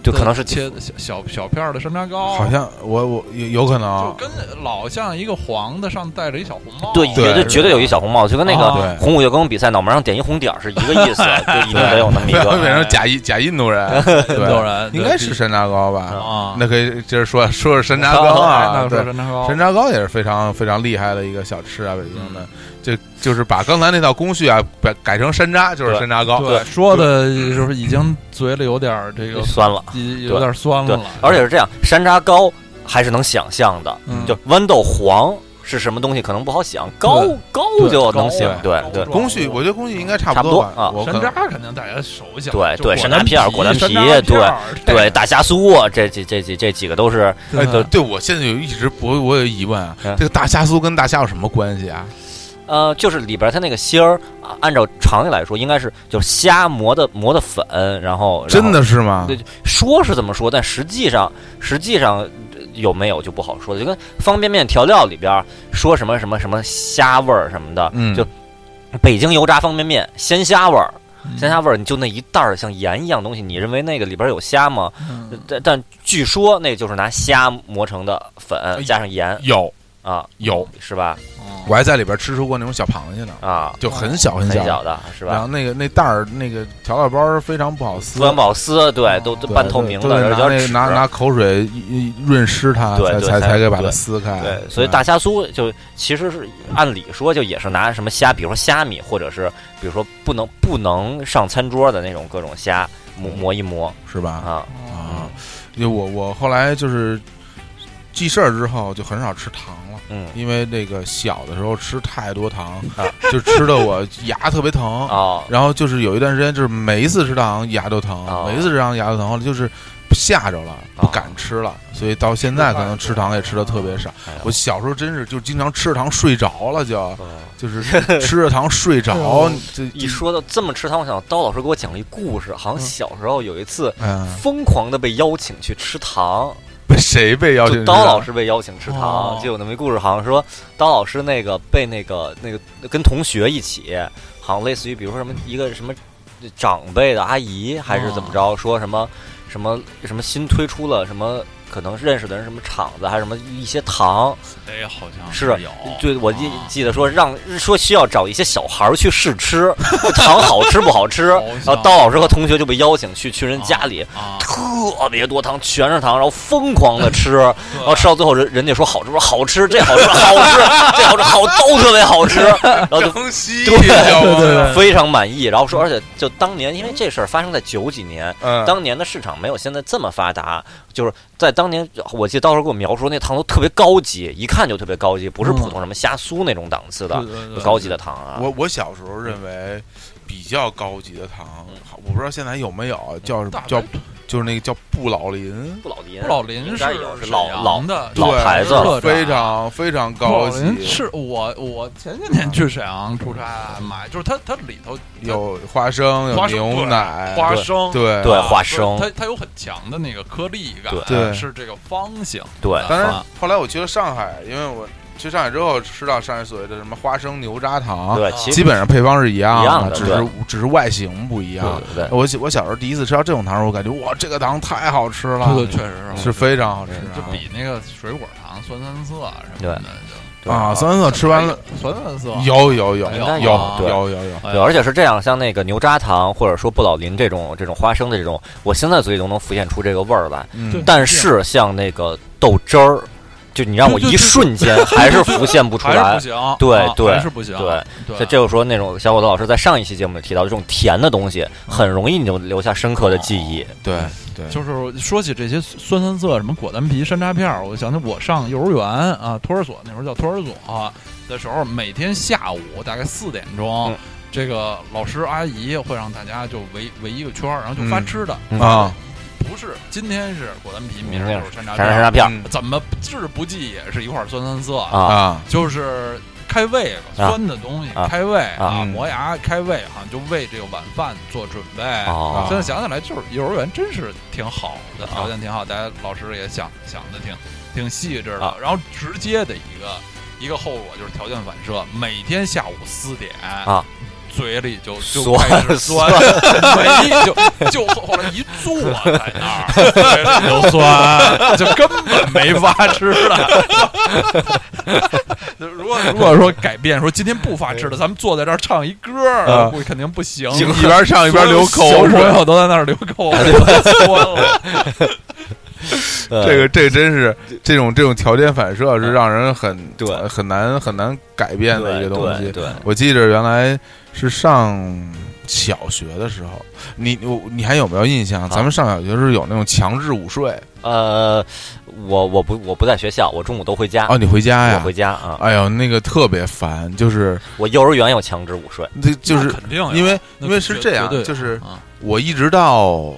Speaker 3: 就可能是
Speaker 1: 切的小小小片儿的山楂糕，
Speaker 2: 好像我我有有可能
Speaker 1: 就
Speaker 2: 啊，
Speaker 1: 跟老像一个黄的上戴着一小红帽，
Speaker 3: 对，
Speaker 2: 对
Speaker 3: 绝对绝对有一小红帽，就跟那个
Speaker 1: 啊
Speaker 2: 对
Speaker 3: 红五月羹比赛脑门上点一红点儿是一个意思，就一定得有那么一
Speaker 2: 不 [laughs] 要变
Speaker 3: 个。
Speaker 2: 成假印假印度
Speaker 3: [laughs]
Speaker 2: 人，
Speaker 1: 印
Speaker 2: 印
Speaker 1: 度人
Speaker 2: 应该是山楂糕吧？
Speaker 3: 嗯
Speaker 1: 啊，
Speaker 2: 那可以接着说说说山楂糕
Speaker 3: [laughs]
Speaker 1: 哎
Speaker 2: 啊，
Speaker 1: 那说
Speaker 2: 对，
Speaker 1: 山楂糕，
Speaker 2: 山楂糕也是非常非常厉害的一个小吃啊，北京的，就就是把刚才那套工序啊，改改成山楂，就是山楂糕。
Speaker 1: 对，说的就是已经嘴里有点儿这个，
Speaker 3: 酸了，
Speaker 1: 已有点酸
Speaker 3: [laughs] 对
Speaker 1: 了，，
Speaker 3: 而且是这样，山楂糕还是能想象的，
Speaker 1: 嗯
Speaker 3: 就豌豆黄是什么东西可能不好想，糕
Speaker 1: 对
Speaker 3: 糕
Speaker 1: 对
Speaker 3: 就
Speaker 1: 糕
Speaker 3: 能想，对
Speaker 1: 糕
Speaker 3: 对
Speaker 1: 状
Speaker 2: 工序我觉得工序应该差
Speaker 3: 差不
Speaker 2: 多
Speaker 3: 多啊
Speaker 2: 吧，我可
Speaker 1: 山
Speaker 2: 能
Speaker 1: 楂肯定大家熟悉了，
Speaker 3: 对
Speaker 1: 就
Speaker 3: 对
Speaker 1: 果
Speaker 3: 山楂片儿果
Speaker 1: 丹
Speaker 3: 丹皮
Speaker 1: 山楂片儿
Speaker 3: 对，大虾酥啊这这这这这几个都是
Speaker 2: 哎，
Speaker 1: 对
Speaker 2: 对，对我现在有一直我我有疑问啊
Speaker 3: 嗯，
Speaker 2: 这个大虾酥跟大虾有什么关系啊？
Speaker 3: 呃，就是里边它那个芯儿，啊按照常理来说应该是就是虾磨的磨的粉，然后然后
Speaker 2: 真的是吗
Speaker 3: 对？说是这么说，但实际上实际上呃有没有就不好说了，就跟方便面调料里边说什么什么什么虾味儿什么的，
Speaker 2: 嗯
Speaker 3: 就北京油炸方便面鲜虾味儿，
Speaker 1: 嗯
Speaker 3: 鲜虾味儿你就那一袋儿像盐一样东西，你认为那个里边有虾吗？
Speaker 1: 嗯
Speaker 3: 但但据说那就是拿虾磨成的粉
Speaker 2: 呦
Speaker 3: 加上盐
Speaker 2: 有
Speaker 3: 啊，
Speaker 2: 有，
Speaker 3: 是吧？
Speaker 2: 我还在里边吃出过那种小螃蟹呢，
Speaker 3: 啊，
Speaker 2: 就很小
Speaker 3: 很
Speaker 2: 小。
Speaker 3: 小的是
Speaker 2: 然后
Speaker 3: 吧？
Speaker 2: 那个那袋儿那个调料包儿非常不好撕，
Speaker 3: 福元宝丝对，都都
Speaker 2: 对
Speaker 3: 半透明
Speaker 2: 都得拿
Speaker 3: 的，有
Speaker 2: 那
Speaker 3: 点
Speaker 2: 个
Speaker 3: 纸
Speaker 2: 拿拿口水一一润湿它，
Speaker 3: 对
Speaker 2: 才
Speaker 3: 对
Speaker 2: 才
Speaker 3: 才
Speaker 2: 才可以把它
Speaker 3: 对
Speaker 2: 撕开。
Speaker 3: 对，所以大虾酥就其实是按理说就也是拿什么虾，比如说虾米，或者是比如说不能不能上餐桌的那种各种虾磨磨一磨
Speaker 2: 是吧？
Speaker 3: 啊，
Speaker 2: 啊，因为我我后来就是记事儿之后就很少吃糖了，
Speaker 3: 嗯
Speaker 2: 因为那个小的时候吃太多糖，
Speaker 3: 啊
Speaker 2: 就吃的我牙特别疼。
Speaker 3: 哦
Speaker 2: 然后就是有一段时间，就是每一次吃糖牙都疼，
Speaker 3: 哦
Speaker 2: 每一次吃糖牙都疼，后来就是吓着了，
Speaker 3: 啊
Speaker 2: 不敢吃了，所以到现在可能吃糖也吃的特别少。
Speaker 3: 哎呦
Speaker 2: 我小时候真是就经常吃糖睡着了就，
Speaker 3: 嗯
Speaker 2: 就
Speaker 3: [laughs]
Speaker 2: 就是吃着糖睡
Speaker 1: 哎呦
Speaker 2: 着，这
Speaker 3: 哦一说到这么吃糖，我想刀老师给我讲了一故事，好像小时候有一次
Speaker 2: 嗯，
Speaker 3: 疯狂的被邀请去吃糖，
Speaker 2: 被谁被邀请
Speaker 3: 就
Speaker 2: 吃？
Speaker 3: 刀
Speaker 2: [laughs]
Speaker 3: 老师被邀请吃
Speaker 1: 哦
Speaker 3: 糖，就有那么一故事，好像说刀老师那个被那个那个跟同学一起，好像类似于比如说什么一个什么长辈的阿姨还是怎么着，说什么什么什么新推出了什么。可能认识的人什么厂子还是什么一些糖，
Speaker 1: 哎
Speaker 4: 得好像
Speaker 3: 是啊
Speaker 4: 有，
Speaker 1: 哦
Speaker 3: 对我记
Speaker 4: 啊
Speaker 3: 记得说让说需要找一些小孩儿去试吃糖好吃不好吃，然后刀老师和同学就被邀请去去人家里，
Speaker 4: 啊，
Speaker 3: 特别多糖，全是糖，然后疯狂的吃，然后
Speaker 4: 对
Speaker 3: 吃到最后人人家说好吃，我说好吃，这好吃，好吃，这好吃，好都特别好吃，然后就
Speaker 2: 张希，
Speaker 3: 对
Speaker 2: 你知道吗
Speaker 1: 对对对
Speaker 3: 非常满意，然后说，而且就当年因为这事儿发生在九几年，
Speaker 2: 嗯，
Speaker 3: 当年的市场没有现在这么发达，就是在当年，我记得当时给我描述那糖都特别高级，一看就特别高级，不是普通什么虾酥那种档次的、
Speaker 1: 对
Speaker 3: 高级的糖啊。
Speaker 2: 我我小时候认为比较高级的
Speaker 3: 嗯
Speaker 2: 糖，好我不知道现在还有没有叫什么
Speaker 1: 大
Speaker 2: 叫
Speaker 1: 白
Speaker 2: 就是那个叫布老林，
Speaker 3: 不老林，
Speaker 1: 不老林
Speaker 3: 应
Speaker 1: 是啊
Speaker 3: 该有是
Speaker 1: 沈
Speaker 3: 老
Speaker 1: 阳
Speaker 3: 老
Speaker 1: 的
Speaker 3: 老牌子
Speaker 1: 了
Speaker 2: 非常非常
Speaker 1: 布老
Speaker 2: 高
Speaker 1: 林
Speaker 2: 级，
Speaker 1: 是我我前些年去沈阳出差买，就是它它里头
Speaker 2: 有花生，有
Speaker 1: 花生
Speaker 2: 牛
Speaker 1: 对
Speaker 2: 奶，
Speaker 1: 花生
Speaker 2: 对
Speaker 3: 哎对
Speaker 1: 啊
Speaker 3: 花生
Speaker 1: 就是它它有很强的那个颗粒感，
Speaker 2: 对
Speaker 1: 是这个方形，
Speaker 3: 对
Speaker 1: 啊
Speaker 2: 当然
Speaker 1: 啊，
Speaker 2: 后来我去了上海，因为我去上海之后吃到上海所谓的什么花生牛轧糖，
Speaker 3: 对，其
Speaker 2: 基
Speaker 3: 实
Speaker 2: 本上配方是一样
Speaker 3: 一样的
Speaker 2: 只
Speaker 3: 对
Speaker 2: 是只是外形不一样。
Speaker 3: 对对对，
Speaker 2: 我小我小时候第一次吃到这种糖时候，我感觉哇，这个糖太好吃了，
Speaker 1: 这个确实
Speaker 2: 是非常好吃啊
Speaker 1: 就比那个水果糖酸酸涩啊什么的就
Speaker 3: 对
Speaker 2: 啊！酸酸吃完了，
Speaker 1: 酸酸涩，
Speaker 2: 有有有
Speaker 3: 哎
Speaker 1: 应
Speaker 2: 有
Speaker 1: 该有
Speaker 2: 有
Speaker 3: 对
Speaker 2: 有有，
Speaker 1: 哎
Speaker 3: 对，而且是这样，像那个牛轧糖或者说不老林这种这种花生的这种，我现在嘴里都能浮现出这个味儿来。
Speaker 1: 对
Speaker 2: 嗯，
Speaker 3: 但是像那个豆汁儿，就你让我
Speaker 1: 对对对
Speaker 3: 一瞬 [laughs] 间还是浮现不出
Speaker 1: 还是
Speaker 3: 来
Speaker 1: 不。行，
Speaker 3: 对
Speaker 1: 啊
Speaker 3: 对
Speaker 1: 还是不行，
Speaker 3: 对，
Speaker 1: 对
Speaker 3: 所以这就说那种小伙子老师在上一期节目里提到，这种甜的东西很容易你就留下深刻的记忆。
Speaker 2: 对对，
Speaker 1: 就是说起这些酸酸涩什么果丹皮、山楂片儿，我想起我上幼儿园啊，托儿所那时候叫托儿所、的时候，每天下午大概四点钟，
Speaker 3: 嗯
Speaker 1: 这个老师阿姨会让大家就围围一个圈儿，然后就发
Speaker 2: 嗯
Speaker 1: 吃的，
Speaker 3: 嗯
Speaker 2: 啊，
Speaker 1: 不是今天是果丹皮，明
Speaker 3: 明
Speaker 1: 儿
Speaker 3: 白
Speaker 1: 就是山楂
Speaker 3: 山
Speaker 1: 片
Speaker 3: 楂
Speaker 1: 儿，
Speaker 3: 山楂片儿
Speaker 2: 嗯
Speaker 1: 怎么治不济也是一块儿酸酸涩，
Speaker 3: 啊，
Speaker 2: 啊，
Speaker 1: 就是开胃了，
Speaker 3: 啊
Speaker 1: 酸的东西、
Speaker 3: 啊
Speaker 1: 开胃
Speaker 3: 啊
Speaker 2: 嗯
Speaker 1: 磨牙开胃，好像就为这个晚饭做准备。啊
Speaker 3: 哦啊
Speaker 1: 现在想起来，就是幼儿园真是挺好的，条件挺好，大家老师也想想的挺挺细致
Speaker 3: 啊
Speaker 1: 的。然后直接的一个一个后果就是条件反射，每天下午四点
Speaker 3: 啊，
Speaker 1: 嘴里就就
Speaker 3: 酸
Speaker 1: 开
Speaker 2: [laughs]
Speaker 1: 始酸，没就就后来一坐在那儿，嘴里
Speaker 2: [laughs]
Speaker 1: 就酸，就根本没法吃了。如果如果说改变，说今天不发吃了，咱们坐在这儿唱一歌儿，
Speaker 2: 啊
Speaker 1: 估计肯定不行。
Speaker 2: 一一
Speaker 1: [laughs]
Speaker 2: 边唱一边流口
Speaker 1: 小朋
Speaker 2: 水，
Speaker 1: 友都在那儿流口
Speaker 2: 哎
Speaker 1: 水，酸了。
Speaker 2: 这
Speaker 3: 这
Speaker 2: 个这真是这种这种条件反射
Speaker 1: 嗯
Speaker 2: 是让人很呃
Speaker 3: 对
Speaker 2: 很难很难改变的一个东西。
Speaker 3: 对对
Speaker 2: 我记着原来是上小学的时候，你我你还有没有印
Speaker 1: 啊
Speaker 2: 象？咱们上小学的时候有那种强制午睡
Speaker 3: 呃，我我不我不在学校，我中午都回
Speaker 1: 啊
Speaker 3: 家，
Speaker 2: 哦，你回家
Speaker 3: 我
Speaker 2: 呀
Speaker 3: 回？家啊。
Speaker 2: 哎呦，那个特别烦，就是
Speaker 3: 我幼儿园有强制午睡，
Speaker 2: 这 [laughs] 就是
Speaker 1: 那肯定有，
Speaker 2: 因为
Speaker 1: 那
Speaker 2: 因为是
Speaker 1: 绝
Speaker 2: 这样
Speaker 1: 绝对，有
Speaker 2: 就是
Speaker 1: 啊
Speaker 2: 我一直到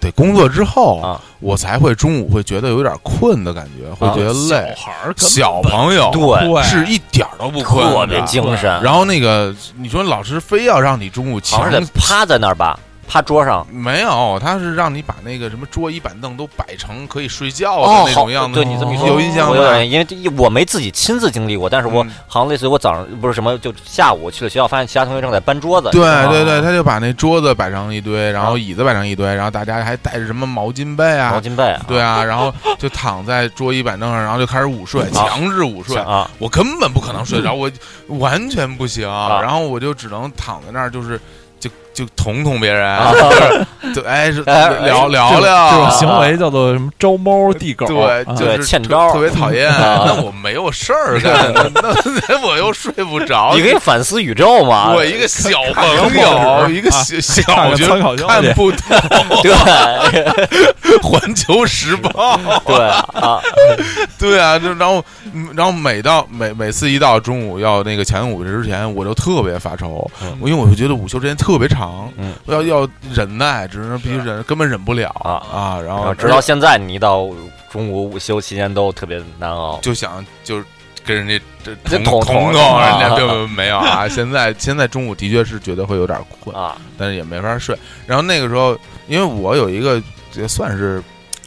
Speaker 2: 得工作之后，
Speaker 3: 啊
Speaker 2: 我才会中午会觉得有点困的感觉，会觉得累。
Speaker 1: 啊小孩儿根本
Speaker 2: 小朋友
Speaker 3: 对，
Speaker 1: 对
Speaker 2: 是一点儿都不困的，
Speaker 3: 特别精神。
Speaker 2: 然后那个，你说老师非要让你中午
Speaker 3: 好
Speaker 2: 强
Speaker 3: 像是得趴在那儿吧，趴桌上。
Speaker 2: 没有，他是让你把那个什么桌椅板凳都摆成可以睡觉
Speaker 3: 哦
Speaker 2: 的那
Speaker 3: 好
Speaker 2: 种样子。
Speaker 3: 对你这么一说
Speaker 2: 有印象
Speaker 3: 我有
Speaker 2: 吗？
Speaker 3: 点，因为这我没自己亲自经历过，但是我
Speaker 2: 嗯
Speaker 3: 好像类似于我早上不是什么，就下午去了学校，发现其他同学正在搬桌子。
Speaker 2: 对
Speaker 3: 啊
Speaker 2: 对对，他就把那桌子摆成一堆，然后
Speaker 3: 啊
Speaker 2: 椅子摆成一堆，然后大家还带着什么毛巾被
Speaker 3: 毛
Speaker 2: 啊，
Speaker 3: 巾被啊，
Speaker 2: 对啊，然后就躺在桌椅板凳上，然后就开始午睡，
Speaker 3: 啊
Speaker 2: 强制午睡。
Speaker 3: 啊，
Speaker 2: 我根本不可能睡得着，我完全不行。
Speaker 3: 啊
Speaker 2: 然后我就只能躺在那儿，就是就就捅捅别人，
Speaker 3: 啊
Speaker 2: 就是就哎是
Speaker 3: 哎
Speaker 2: 聊聊
Speaker 1: 这种这
Speaker 2: 聊
Speaker 1: 种，行为叫做什么招猫递狗，
Speaker 2: 啊对，
Speaker 1: 啊
Speaker 2: 就是
Speaker 3: 对欠
Speaker 2: 特
Speaker 3: 招儿
Speaker 2: 特别讨厌。
Speaker 3: 啊
Speaker 2: 那我没有事儿干，那那我又睡不着
Speaker 3: 你。可以反思宇宙嘛。
Speaker 2: 我一个小朋
Speaker 1: 看
Speaker 2: 友，
Speaker 1: 看
Speaker 2: 一个小
Speaker 1: 看
Speaker 2: 小
Speaker 1: 看
Speaker 2: 学
Speaker 1: 参考消息
Speaker 2: 看不懂
Speaker 3: [laughs] 对
Speaker 2: [laughs] 《环球时报》。
Speaker 3: 对啊，
Speaker 2: [laughs] 对啊，就然后嗯然后每到每每次一到中午要那个前午休之前，我就特别发愁，
Speaker 3: 嗯
Speaker 2: 因为我就觉得午休时间特别长，长，
Speaker 3: 嗯
Speaker 2: 要要忍耐，只是必须忍，根本忍不了
Speaker 3: 啊
Speaker 2: 啊！然
Speaker 3: 然
Speaker 2: 后
Speaker 3: 后直到现在，你一到中午午休期间都特别难熬。
Speaker 2: 就想就是跟人家这
Speaker 3: [laughs] 这
Speaker 2: 捅
Speaker 3: 捅
Speaker 2: 捅
Speaker 3: 捅
Speaker 2: 捅人
Speaker 3: 啊 [laughs]
Speaker 2: 家，对没有啊？现在现在中午的确是觉得会有点困，
Speaker 3: 啊，
Speaker 2: 但是也没法睡。然后那个时候，因为我有一个也算是，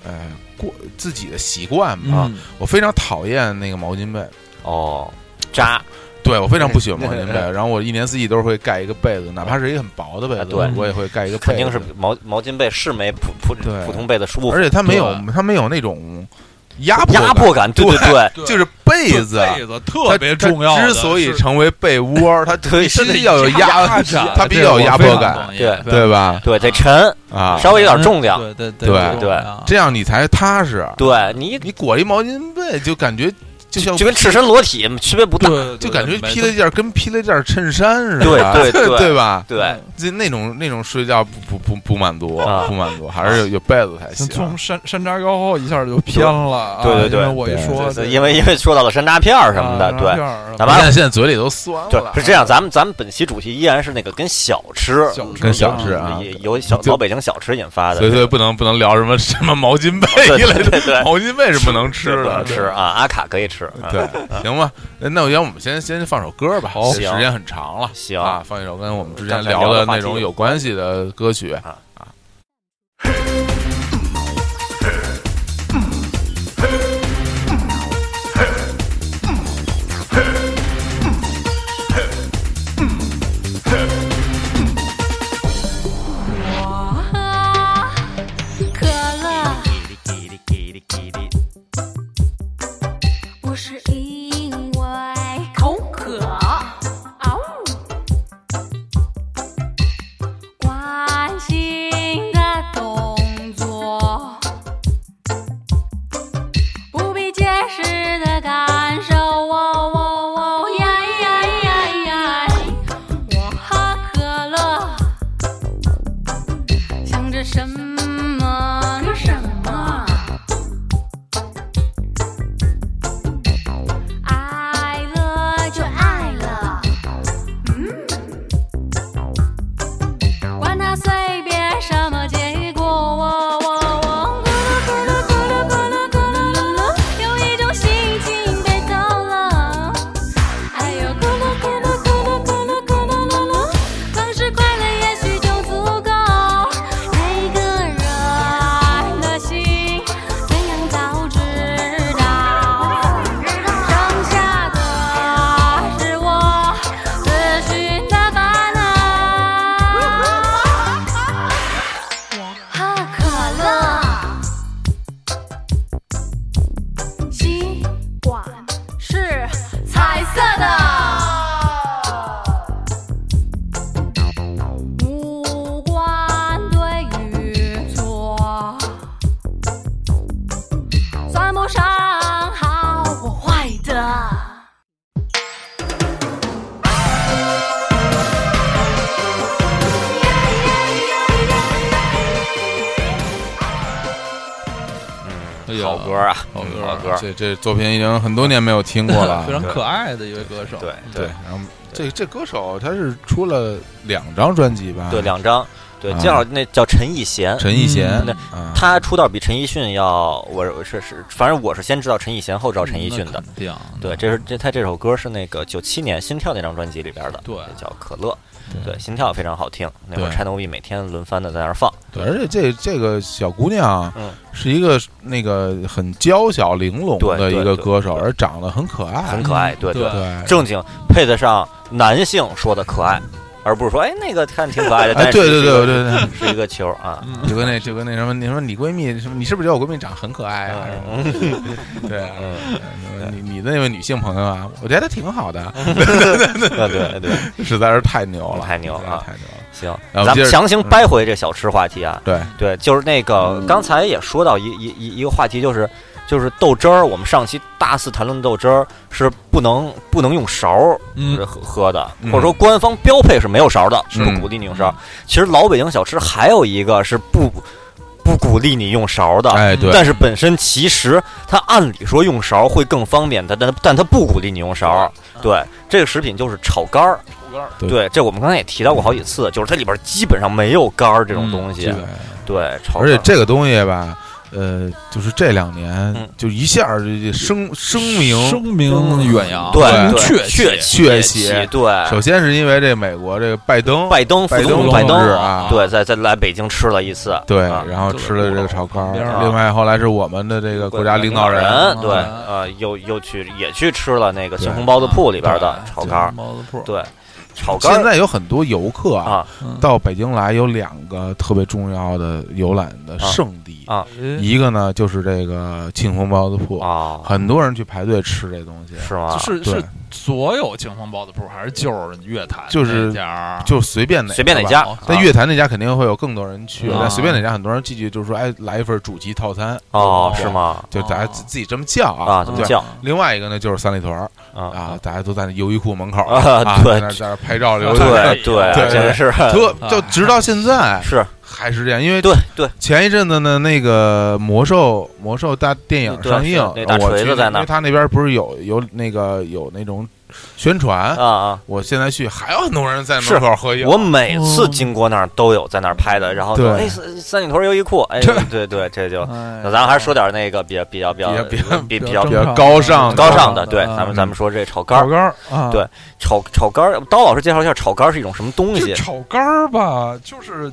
Speaker 2: 呃，过自己的习惯吧，
Speaker 1: 嗯
Speaker 2: 我非常讨厌那个毛巾被，
Speaker 3: 哦，扎，
Speaker 2: 对我非常不喜欢毛巾被。然后我一年四季都会盖一个被子，哪怕是一个很薄的被
Speaker 3: 啊
Speaker 2: 子，
Speaker 3: 对
Speaker 2: 我也会盖一个被子。
Speaker 3: 肯定是毛毛巾被是没普普
Speaker 2: 对
Speaker 3: 普通被子舒服，
Speaker 2: 而且它没有它没有那种压迫
Speaker 3: 压
Speaker 2: 感，
Speaker 3: 迫感，对对对，
Speaker 1: 对
Speaker 2: 就是
Speaker 1: 被
Speaker 2: 被子。
Speaker 1: 子
Speaker 2: 它
Speaker 1: 特别重要
Speaker 2: 它
Speaker 1: 的是，
Speaker 2: 之所以成为被窝，它
Speaker 3: 对
Speaker 2: 必
Speaker 1: 真的
Speaker 2: 须要有
Speaker 1: 压
Speaker 2: 压，
Speaker 1: 感，
Speaker 2: 它必须要有压迫感，
Speaker 3: 对嗯
Speaker 2: 对吧？ [laughs]
Speaker 3: 对得沉，
Speaker 2: 啊，
Speaker 3: 稍微有点重量，
Speaker 1: 对对
Speaker 2: 对
Speaker 1: 对
Speaker 2: 这样你才踏实。
Speaker 3: 对你
Speaker 2: 你裹一毛巾被，就感觉就像
Speaker 3: 就跟赤身裸体区别不大，
Speaker 1: 对，
Speaker 2: 就感觉披了
Speaker 1: 的
Speaker 2: 一件跟披了一件衬衫似的，啊 [laughs]
Speaker 3: 对对对
Speaker 2: 对吧？
Speaker 3: 对，
Speaker 2: 这那种那种睡觉不不不不满足，
Speaker 3: 啊
Speaker 2: 不满足，还是有有被子才行。啊
Speaker 1: 从山山楂糕后一下就偏了啊，
Speaker 3: 对对对
Speaker 1: 因为我一
Speaker 2: 对
Speaker 1: 说
Speaker 3: 对
Speaker 1: 这，
Speaker 3: 因为因为说到了山楂片儿什么的，
Speaker 1: 啊
Speaker 3: 对，
Speaker 1: 对
Speaker 3: 咱
Speaker 2: 你
Speaker 3: 们
Speaker 2: 看现在嘴里都酸
Speaker 3: 对
Speaker 2: 了，， [laughs]
Speaker 3: 是这样，咱们咱们本期主题依然是那个跟小吃
Speaker 1: 小吃，
Speaker 2: 跟小吃啊
Speaker 3: 也由小
Speaker 2: 就
Speaker 3: 老北京小吃引发的，
Speaker 2: 所以所以不能不能聊什么什么毛巾被
Speaker 3: 对
Speaker 2: 一类
Speaker 3: 对对
Speaker 2: 的，
Speaker 3: 对，
Speaker 2: 毛巾被是不能吃
Speaker 3: 不
Speaker 2: 的
Speaker 3: 能，吃啊，阿卡可以吃，啊
Speaker 2: 对，行吧，哎那我要不我们先先放首歌吧，
Speaker 1: 好
Speaker 2: 时间很长了，
Speaker 3: 行
Speaker 2: 啊，放一首跟我们之前
Speaker 3: 刚才聊
Speaker 2: 的
Speaker 3: 的话
Speaker 2: 那
Speaker 3: 题
Speaker 2: 种
Speaker 3: 有
Speaker 2: 有关系的歌曲
Speaker 3: 啊
Speaker 2: 啊。
Speaker 4: 我喝可乐不是因为口渴，哦，关心的动作，不必解释的感受，哦哦哦呀呀呀呀！我喝可乐。想着什么？着什么？爱了就爱了，嗯，管他随便什么结果。我我我，咕噜咕噜咕噜咕噜咕噜噜噜，有一种心情被逗乐。哎呦，咕噜咕噜咕噜咕噜咕噜噜噜，光是快乐也许就足够。每个人的心怎样早知道，剩下的是我自寻的烦恼。我喝可乐，吸管是彩色的，无关对与错，算不上好或坏的。
Speaker 1: 哎呀，
Speaker 3: 好歌啊，
Speaker 2: 好
Speaker 3: 嗯
Speaker 2: 歌
Speaker 3: 好
Speaker 2: 啊
Speaker 3: 歌，
Speaker 2: 这这作品已经很多年没有听过了
Speaker 3: [laughs]
Speaker 1: 非常可爱的一位歌手，
Speaker 3: 对
Speaker 2: 对，然后这这歌手他是出了两张专辑吧？
Speaker 3: 对，两张，对
Speaker 2: 啊，
Speaker 3: 正好那叫陈奕贤。
Speaker 2: 陈奕迅
Speaker 1: 嗯
Speaker 3: 那
Speaker 2: 啊，
Speaker 3: 他出道比陈奕迅要，我我是是，反正我是先知道陈奕贤，后知道
Speaker 1: 找
Speaker 2: 嗯
Speaker 3: 陈奕迅的。，
Speaker 1: 对
Speaker 3: 对，这是这他这首歌是那个九七年《心跳》那张专辑里边的，
Speaker 1: 对
Speaker 3: 叫《可乐》，对，《心跳》非常好听。那会儿
Speaker 2: 对
Speaker 3: China V 每天轮番的在那儿放，
Speaker 2: 对，而且这这个小姑娘啊
Speaker 3: 嗯
Speaker 2: 是一个那个很娇小玲珑
Speaker 3: 对
Speaker 2: 的
Speaker 3: 对
Speaker 2: 一个
Speaker 3: 对
Speaker 2: 歌手，
Speaker 3: 对
Speaker 2: 而长得很可爱，
Speaker 3: 很可爱，对
Speaker 1: 对
Speaker 2: 啊嗯对，
Speaker 3: 正经配得上男性说的可爱，而不是说哎那个看挺可爱的，但
Speaker 2: 哎，
Speaker 3: 是
Speaker 2: 对对
Speaker 3: 是一
Speaker 2: 对
Speaker 3: 个
Speaker 2: 对对
Speaker 3: 是一个球啊，
Speaker 2: 对，
Speaker 1: 嗯
Speaker 2: 就跟那就跟那什么，你说你闺蜜什么，你是不是觉得我闺蜜长得很可爱啊？
Speaker 3: 嗯
Speaker 2: [laughs] 对啊，
Speaker 3: 嗯，
Speaker 2: 你你的那位女性朋友啊，我觉得她挺好的，
Speaker 3: 对对对，
Speaker 2: 实在是太牛了，
Speaker 3: 嗯太牛
Speaker 2: 实在是
Speaker 3: 啊
Speaker 2: 太牛了， [laughs]
Speaker 3: 行，
Speaker 2: 然后
Speaker 3: 咱
Speaker 2: 接着嗯
Speaker 3: 们强行掰回这小吃话题啊，
Speaker 2: 对。
Speaker 3: 对，就是那个刚才也说到一一一一个话题，就是就是豆汁儿，我们上期大肆谈论豆汁儿是不能不能用勺儿
Speaker 1: 嗯
Speaker 3: 喝喝的，
Speaker 2: 嗯
Speaker 3: 或者说官方标配是没有勺的，是
Speaker 2: 嗯
Speaker 3: 不鼓励你用勺。其实老北京小吃还有一个是不不鼓励你用勺的。
Speaker 2: 哎，对，
Speaker 3: 但是本身其实它按理说用勺会更方便，它但但它不鼓励你用勺。对，这个食品就是炒肝儿。
Speaker 2: 啊
Speaker 1: 嗯
Speaker 2: 对
Speaker 3: 对，这我们刚才也提到过好几次，就是它里边基本上没有肝儿这种东西。
Speaker 2: 嗯
Speaker 3: 对，炒
Speaker 2: 而
Speaker 3: 肝儿
Speaker 2: 且这个东西吧，呃，就是这两年
Speaker 3: 嗯
Speaker 2: 就一下儿就就声声
Speaker 1: 声
Speaker 2: 明。
Speaker 1: 名远扬，
Speaker 3: 嗯对
Speaker 2: 对
Speaker 1: 确
Speaker 3: 血
Speaker 2: 血
Speaker 3: 气
Speaker 2: 气
Speaker 3: 对。
Speaker 2: 首先是因为这美国这个拜登，
Speaker 3: 拜登，副
Speaker 2: 拜
Speaker 3: 总
Speaker 2: 登
Speaker 3: 统拜
Speaker 2: 同志
Speaker 3: 登，
Speaker 2: 啊，
Speaker 3: 对，在在来北京吃了一次，
Speaker 2: 对，
Speaker 3: 啊
Speaker 2: 然后吃了这个炒肝儿
Speaker 1: 边儿。啊
Speaker 2: 另外后来是我们的这个国家领导人，
Speaker 1: 人
Speaker 3: 对，
Speaker 1: 啊
Speaker 3: 呃，又又去也去吃了那个青红包子铺里边的炒肝儿，
Speaker 1: 包子铺，
Speaker 3: 对，炒肝
Speaker 2: 现
Speaker 3: 儿
Speaker 2: 在有很多游客啊
Speaker 3: 啊，
Speaker 1: 嗯
Speaker 2: 到北京来有两个特别重要的游览的圣地，
Speaker 3: 啊
Speaker 2: 一个呢就是这个庆丰包子铺，
Speaker 3: 啊，
Speaker 2: 很多人去排队吃这东西，
Speaker 3: 是吗？
Speaker 1: 是
Speaker 2: 对
Speaker 1: 是所有清风包子铺，还是就是乐坛
Speaker 2: 就是
Speaker 1: 那家儿
Speaker 2: 就随便哪
Speaker 3: 随便哪
Speaker 2: 吧
Speaker 3: 家哦
Speaker 1: 吧，
Speaker 2: 但乐坛那家肯定会有更多人去，
Speaker 3: 啊
Speaker 2: 但随便哪家很多人进去就是说，哎，来一份主题套餐，
Speaker 3: 哦，
Speaker 2: 对
Speaker 3: 是吗？
Speaker 2: 就大家
Speaker 1: 哦
Speaker 2: 自自己这么叫
Speaker 3: 啊，
Speaker 2: 啊，
Speaker 3: 怎
Speaker 2: 对。
Speaker 3: 么叫
Speaker 2: 另外一个呢，就是三里屯儿
Speaker 3: 啊？
Speaker 2: 啊，大家都在那优衣库门口
Speaker 3: 啊对
Speaker 2: 在那在那拍照留
Speaker 1: 对
Speaker 2: 念，
Speaker 3: 对对，
Speaker 2: 对
Speaker 3: 真是
Speaker 2: 特就直到现在
Speaker 3: 是，
Speaker 2: 还是这样，因为
Speaker 3: 对对
Speaker 2: 前一阵子呢，那个魔兽魔兽大电影上映，
Speaker 3: 对是那大
Speaker 2: 我
Speaker 3: 锤子
Speaker 2: 去
Speaker 3: 在那
Speaker 2: 因
Speaker 3: 儿
Speaker 2: 为他那边不是有有那个有那种宣传，
Speaker 3: 啊啊！
Speaker 2: 我现在去还有很多人在
Speaker 3: 是
Speaker 2: 门口合影，
Speaker 3: 我每次经过那儿都有在那儿拍的，然后说
Speaker 2: 对
Speaker 3: 哎，三三里屯优衣库，哎，
Speaker 1: 这
Speaker 3: 对对，这就
Speaker 1: 哎
Speaker 3: 那咱们还是说点那个比较比较比较
Speaker 2: 比较
Speaker 3: 比
Speaker 1: 比较
Speaker 3: 较
Speaker 2: 比较高尚
Speaker 3: 高尚的，对，
Speaker 1: 嗯
Speaker 3: 咱们咱们说这炒肝
Speaker 1: 炒
Speaker 3: 儿，
Speaker 1: 肝儿啊，
Speaker 3: 对炒炒肝儿，刀老师介绍一下炒肝儿是一种什么东
Speaker 1: 就
Speaker 3: 西？啊
Speaker 1: 炒肝儿吧，就是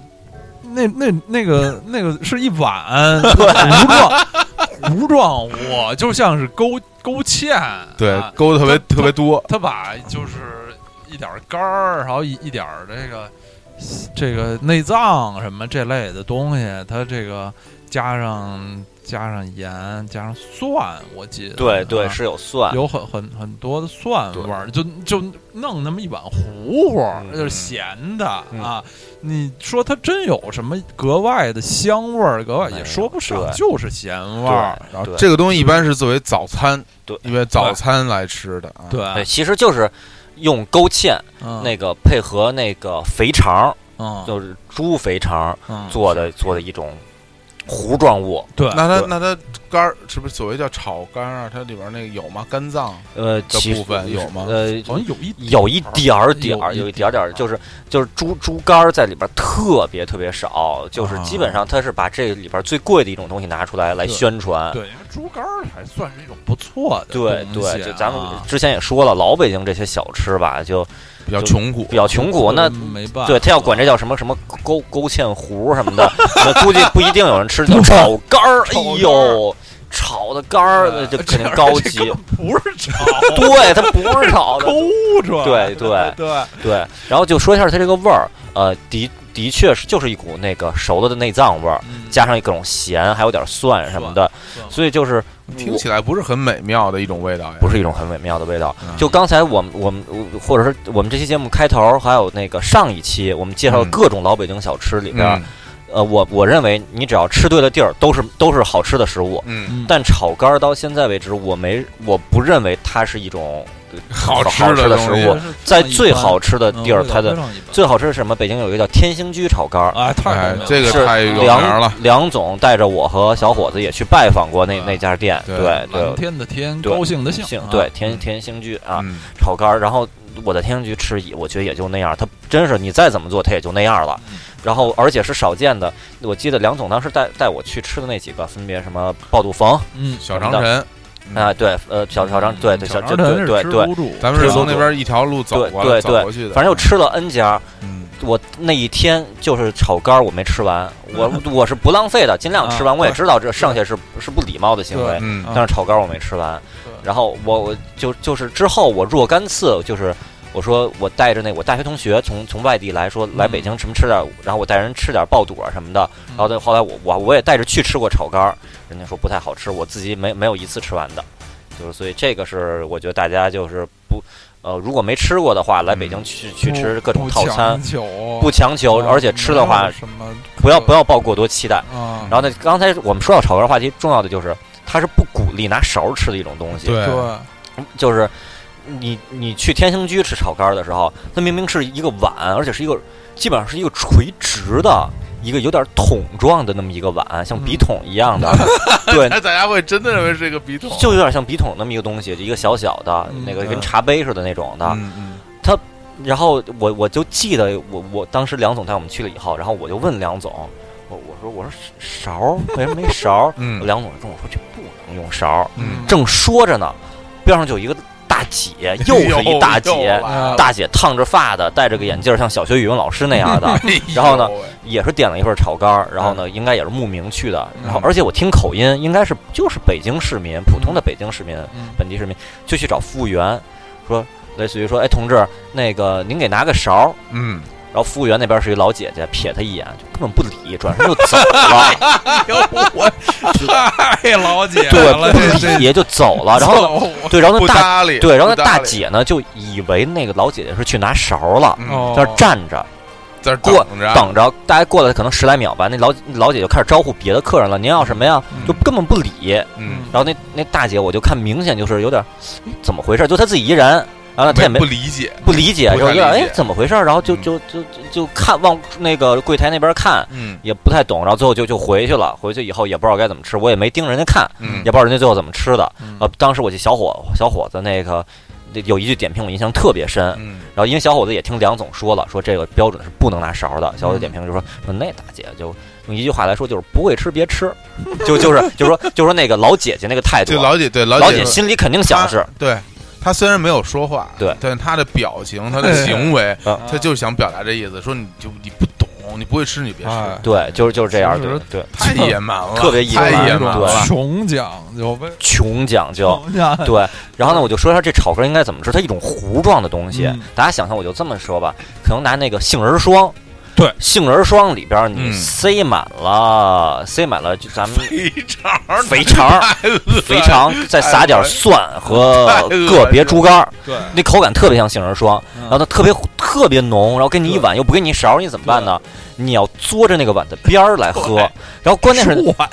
Speaker 1: 那那那个那个是一
Speaker 3: [laughs]
Speaker 1: 碗糊状糊状物，就像是勾勾芡，
Speaker 2: 对
Speaker 1: 啊
Speaker 2: 勾的特别
Speaker 1: 他
Speaker 2: 特别多，
Speaker 1: 他把就是一点儿肝儿，然后一一点儿这个这个内脏什么这类的东西，他这个加上加上盐，加上蒜，我记得
Speaker 3: 对对，
Speaker 1: 啊
Speaker 3: 是有蒜，
Speaker 1: 有很很很多的蒜味儿，就就弄那么一碗糊糊，
Speaker 3: 嗯
Speaker 1: 就是咸的
Speaker 3: 嗯
Speaker 1: 啊。你说它真有什么格外的香味儿，格外
Speaker 3: 没有
Speaker 1: 也说不上
Speaker 3: 对，
Speaker 1: 就是咸味儿。
Speaker 2: 然后
Speaker 3: 对
Speaker 2: 这个东西一般是作为早餐，
Speaker 3: 对
Speaker 2: 因为早餐来吃的啊，
Speaker 1: 对，
Speaker 3: 对，其实就是用勾芡
Speaker 1: 嗯
Speaker 3: 那个配合那个肥肠，
Speaker 1: 嗯
Speaker 3: 就是猪肥肠
Speaker 1: 嗯，
Speaker 3: 做的做的一种糊状物，
Speaker 1: 对，
Speaker 2: 那它
Speaker 3: 对
Speaker 2: 那它肝儿是不是所谓叫炒肝儿啊？它里边那个有吗？肝脏
Speaker 3: 呃，
Speaker 2: 的
Speaker 3: 其
Speaker 2: 部分有吗？
Speaker 3: 呃
Speaker 1: 好像有一
Speaker 3: 有一点儿点儿，
Speaker 1: 有
Speaker 3: 有一点儿点儿，就是就是猪猪肝儿在里边儿特别特别少，就是基本上它是把这里边儿最贵的一种东西拿出来来
Speaker 1: 对
Speaker 3: 宣传。
Speaker 1: 对，因为猪肝儿还算是一种不错的
Speaker 3: 对
Speaker 1: 东西啊
Speaker 3: 对，就咱们之前也说了，老北京这些小吃吧，就
Speaker 2: 比较
Speaker 3: 就
Speaker 2: 穷苦
Speaker 3: 比，较穷苦。那
Speaker 1: 嗯没办法，
Speaker 3: 对他要管这叫什么什么勾勾芡糊什么
Speaker 1: [laughs]
Speaker 3: 的，那估计不一定有人吃。就炒肝儿，
Speaker 1: 炒
Speaker 3: 哎
Speaker 1: 肝儿
Speaker 3: 呦，炒的肝儿呃那就
Speaker 1: 对
Speaker 3: 肯定
Speaker 1: 这
Speaker 3: 高
Speaker 1: 这
Speaker 3: 级
Speaker 1: 根。本不是炒
Speaker 3: [laughs] 对，它不是炒的，
Speaker 1: 勾出来
Speaker 3: 对
Speaker 1: 的，
Speaker 3: 对
Speaker 1: 对，
Speaker 3: 对，然后就说一下它这个味儿，呃，的的确是就是一股那个熟了的内脏味儿，
Speaker 1: 嗯
Speaker 3: 加上各种咸，还有点蒜什么的，
Speaker 1: 蒜
Speaker 3: 所以就是
Speaker 2: 听
Speaker 3: 我
Speaker 2: 起来不是很美妙的一种味道呀。
Speaker 3: 不是一种很美妙的味道。
Speaker 2: 嗯
Speaker 3: 就刚才我们我们我或者是我们这期节目开头，还有那个上一期我们介绍
Speaker 2: 嗯
Speaker 3: 各种老北京小吃里边儿，
Speaker 2: 嗯
Speaker 3: 呃，我我认为你只要吃对了地儿，都是都是好吃的食物。
Speaker 2: 嗯，
Speaker 1: 嗯
Speaker 3: 但炒肝儿到现在为止，我没我不认为它是一种
Speaker 2: 好
Speaker 3: 好好
Speaker 2: 吃
Speaker 3: 吃的
Speaker 2: 东
Speaker 3: 食
Speaker 2: 西
Speaker 3: 物，在最好
Speaker 1: 嗯
Speaker 3: 吃
Speaker 2: 嗯
Speaker 3: 的地儿，它的最好吃是什么？北京有一个叫天兴居炒肝儿，
Speaker 1: 啊，太
Speaker 2: 哎
Speaker 1: 好了，
Speaker 2: 这个
Speaker 3: 是
Speaker 2: 太有名儿了
Speaker 3: 梁。梁总带着我和小伙子也去拜访过那
Speaker 1: 啊
Speaker 3: 那家店，
Speaker 2: 对
Speaker 1: 嗯
Speaker 3: 对
Speaker 1: 蓝
Speaker 3: 对，
Speaker 1: 天的天，
Speaker 3: 对
Speaker 1: 高兴的兴
Speaker 3: 兴
Speaker 1: 啊，
Speaker 3: 对天
Speaker 2: 嗯
Speaker 3: 天兴居啊
Speaker 2: 嗯
Speaker 3: 炒肝儿，然后我在天兴居吃，也我觉得也就那样，他真是你再怎么做，他也就那样了。
Speaker 1: 嗯
Speaker 3: 然后而且是少见的，我记得梁总当时带带我去吃的那几个，分别什么爆肚冯
Speaker 1: 嗯，
Speaker 2: 小长城，嗯
Speaker 3: 啊，对，呃小小张对对小
Speaker 1: 长
Speaker 3: 对
Speaker 1: 城是
Speaker 3: 对对
Speaker 1: 知
Speaker 3: 对，
Speaker 1: 乎主
Speaker 2: 咱们是
Speaker 3: 对
Speaker 2: 从那边一条路走过来
Speaker 3: 对对
Speaker 2: 走过去的，
Speaker 3: 反正又吃了 N 家，
Speaker 2: 嗯，
Speaker 3: 我那一天就是炒肝儿，我没吃完，我我是不浪费的，尽量吃完。
Speaker 1: 啊
Speaker 3: 我也知道这剩下是是不礼貌的行为，
Speaker 2: 嗯
Speaker 1: 啊
Speaker 3: 但是炒肝儿我没吃完
Speaker 1: 对。
Speaker 3: 然后我我就就是之后我若干次就是我说我带着那我大学同学从从外地来说来北京什么吃点儿，然后我带人吃点儿爆肚啊什么的，
Speaker 1: 嗯
Speaker 3: 然后再后来我我我也带着去吃过炒肝儿，人家说不太好吃，我自己没没有一次吃完的，就是所以这个是我觉得大家就是不呃如果没吃过的话，来北京去去吃各种套餐。
Speaker 1: 不强求
Speaker 3: 不强求，
Speaker 1: 啊
Speaker 3: 而且吃的
Speaker 1: 没
Speaker 3: 话
Speaker 1: 有什么
Speaker 3: 不要不
Speaker 1: 要
Speaker 3: 要抱过多期待。
Speaker 1: 啊，
Speaker 3: 然后呢，刚才我们说到炒肝话题，重要的就是它是不鼓励拿勺吃的一种东西，
Speaker 2: 对
Speaker 1: 对，
Speaker 3: 就是你你去天兴居吃炒肝的时候，它明明是一个碗，而且是一个基本上是一个垂直的，一个有点桶状的那么一个碗，像笔筒一样的，对，
Speaker 2: 哎，大家会真的认为是一个笔筒？
Speaker 3: 就有点像笔筒那么一个东西，就一个小小的
Speaker 1: 嗯
Speaker 3: 那个跟茶杯似的那种的。
Speaker 2: 嗯嗯
Speaker 3: 然后我我就记得我我当时梁总带我们去了以后，然后我就问梁总，我我说我说勺儿为什么没勺儿？
Speaker 2: 嗯
Speaker 3: 梁总跟我说这不能用勺儿。
Speaker 2: 嗯
Speaker 3: 正说着呢，边上就有一个大姐，又是一大
Speaker 2: 哎又
Speaker 3: 姐
Speaker 2: 来，了
Speaker 3: 大姐烫着发的，戴着个眼镜儿，像小学语文老师那样
Speaker 2: [laughs]
Speaker 3: 的，然后呢
Speaker 2: 哎呦喂
Speaker 3: 也是点了一份炒肝儿，然后
Speaker 2: 嗯
Speaker 3: 呢，应该也是慕名去的，然后
Speaker 1: 嗯
Speaker 3: 而且我听口音，应该是就是北京市民，普通的北京市民，
Speaker 1: 嗯 [laughs]
Speaker 3: 本地市民，就去找服务员，说类似于说，哎，同志，那个您给拿个勺儿。
Speaker 2: 嗯，
Speaker 3: 然后服务员那边是一老姐姐，瞥他一眼就根本不理，转身就走
Speaker 2: [laughs]
Speaker 3: 了，
Speaker 2: 哎
Speaker 1: 我太哎老姐
Speaker 3: 对，
Speaker 1: 了，这
Speaker 3: 不理就走了。然后对，然后
Speaker 2: 不
Speaker 3: 那大
Speaker 2: 搭理，
Speaker 3: 对，然后
Speaker 2: 不
Speaker 3: 那
Speaker 2: 搭
Speaker 3: 大
Speaker 2: 理，
Speaker 3: 姐呢就以为那个老姐姐是去拿勺儿了，
Speaker 2: 嗯
Speaker 1: 哦
Speaker 3: 在那儿站着，
Speaker 2: 在这儿
Speaker 3: 过
Speaker 2: 等着，
Speaker 3: 等着大概过了可能十来秒吧，那老那老姐就开始招呼别的客人了。您要什么呀？
Speaker 1: 嗯
Speaker 3: 就根本不理。
Speaker 2: 嗯，
Speaker 3: 然后那那大姐我就看明显就是有点，哎怎么回事？就她自己一人，然后呢她也没
Speaker 2: 不理解，
Speaker 3: 不理解，
Speaker 2: 不
Speaker 3: 就
Speaker 2: 太
Speaker 3: 有点
Speaker 2: 理
Speaker 3: 哎
Speaker 2: 解
Speaker 3: 怎么回事？然后就
Speaker 2: 嗯
Speaker 3: 就就就就看往那个柜台那边看，
Speaker 2: 嗯
Speaker 3: 也不太懂，然后最后就就回去了。回去以后也不知道该怎么吃，我也没盯人家看，
Speaker 2: 嗯
Speaker 3: 也不知道人家最后怎么吃的。
Speaker 1: 嗯
Speaker 3: 呃，当时我记得小伙小伙子那个那有一句点评我印象特别深，
Speaker 2: 嗯
Speaker 3: 然后因为小伙子也听梁总说了，说这个标准是不能拿勺
Speaker 2: 嗯
Speaker 3: 的。小伙子点评就说说那大姐就用一句话来说就是不会吃别吃， [laughs] 就就是就说就说那个老姐姐那个态度啊
Speaker 2: 就，老姐对老
Speaker 3: 老
Speaker 2: 姐
Speaker 3: 姐心里肯定
Speaker 2: 她
Speaker 3: 想是，
Speaker 2: 对。她虽然没有说话，
Speaker 3: 对
Speaker 2: 但是她的表情、她的行为，
Speaker 3: 啊
Speaker 2: 她就是想表达这意思，说你就你不懂，你不会吃，你别
Speaker 1: 哎
Speaker 2: 吃，
Speaker 3: 对，就是就是这样，
Speaker 1: 其
Speaker 3: 对
Speaker 1: 实
Speaker 3: 对，
Speaker 2: 太野蛮了，
Speaker 3: 特别野
Speaker 2: 太
Speaker 3: 蛮
Speaker 2: 野
Speaker 3: 对
Speaker 2: 蛮了。
Speaker 1: 穷讲究呗，
Speaker 3: 穷讲
Speaker 2: [laughs]
Speaker 3: 究。
Speaker 1: 穷 [laughs] 讲究，
Speaker 3: 对，然后呢，我就说一下这炒肝应该怎么吃，它一种糊状的东西，
Speaker 1: 嗯
Speaker 3: 大家想象我就这么说吧，可能拿那个杏仁霜，
Speaker 1: 对，
Speaker 3: 杏仁霜里边你
Speaker 2: 嗯
Speaker 3: 塞满了，塞满了就咱们
Speaker 2: 肥肠儿，
Speaker 3: 肥肠儿
Speaker 2: 太恶心
Speaker 3: 肥，肠，再撒点蒜和个别猪肝儿，
Speaker 1: 对，
Speaker 3: 那口感特别像杏仁霜，
Speaker 1: 嗯
Speaker 3: 然后它特别特别浓，然后给你一碗又不给你一勺，你怎么办呢？你要嘬着那个碗的边儿来喝
Speaker 2: 对，
Speaker 3: 然后关键是
Speaker 1: 转，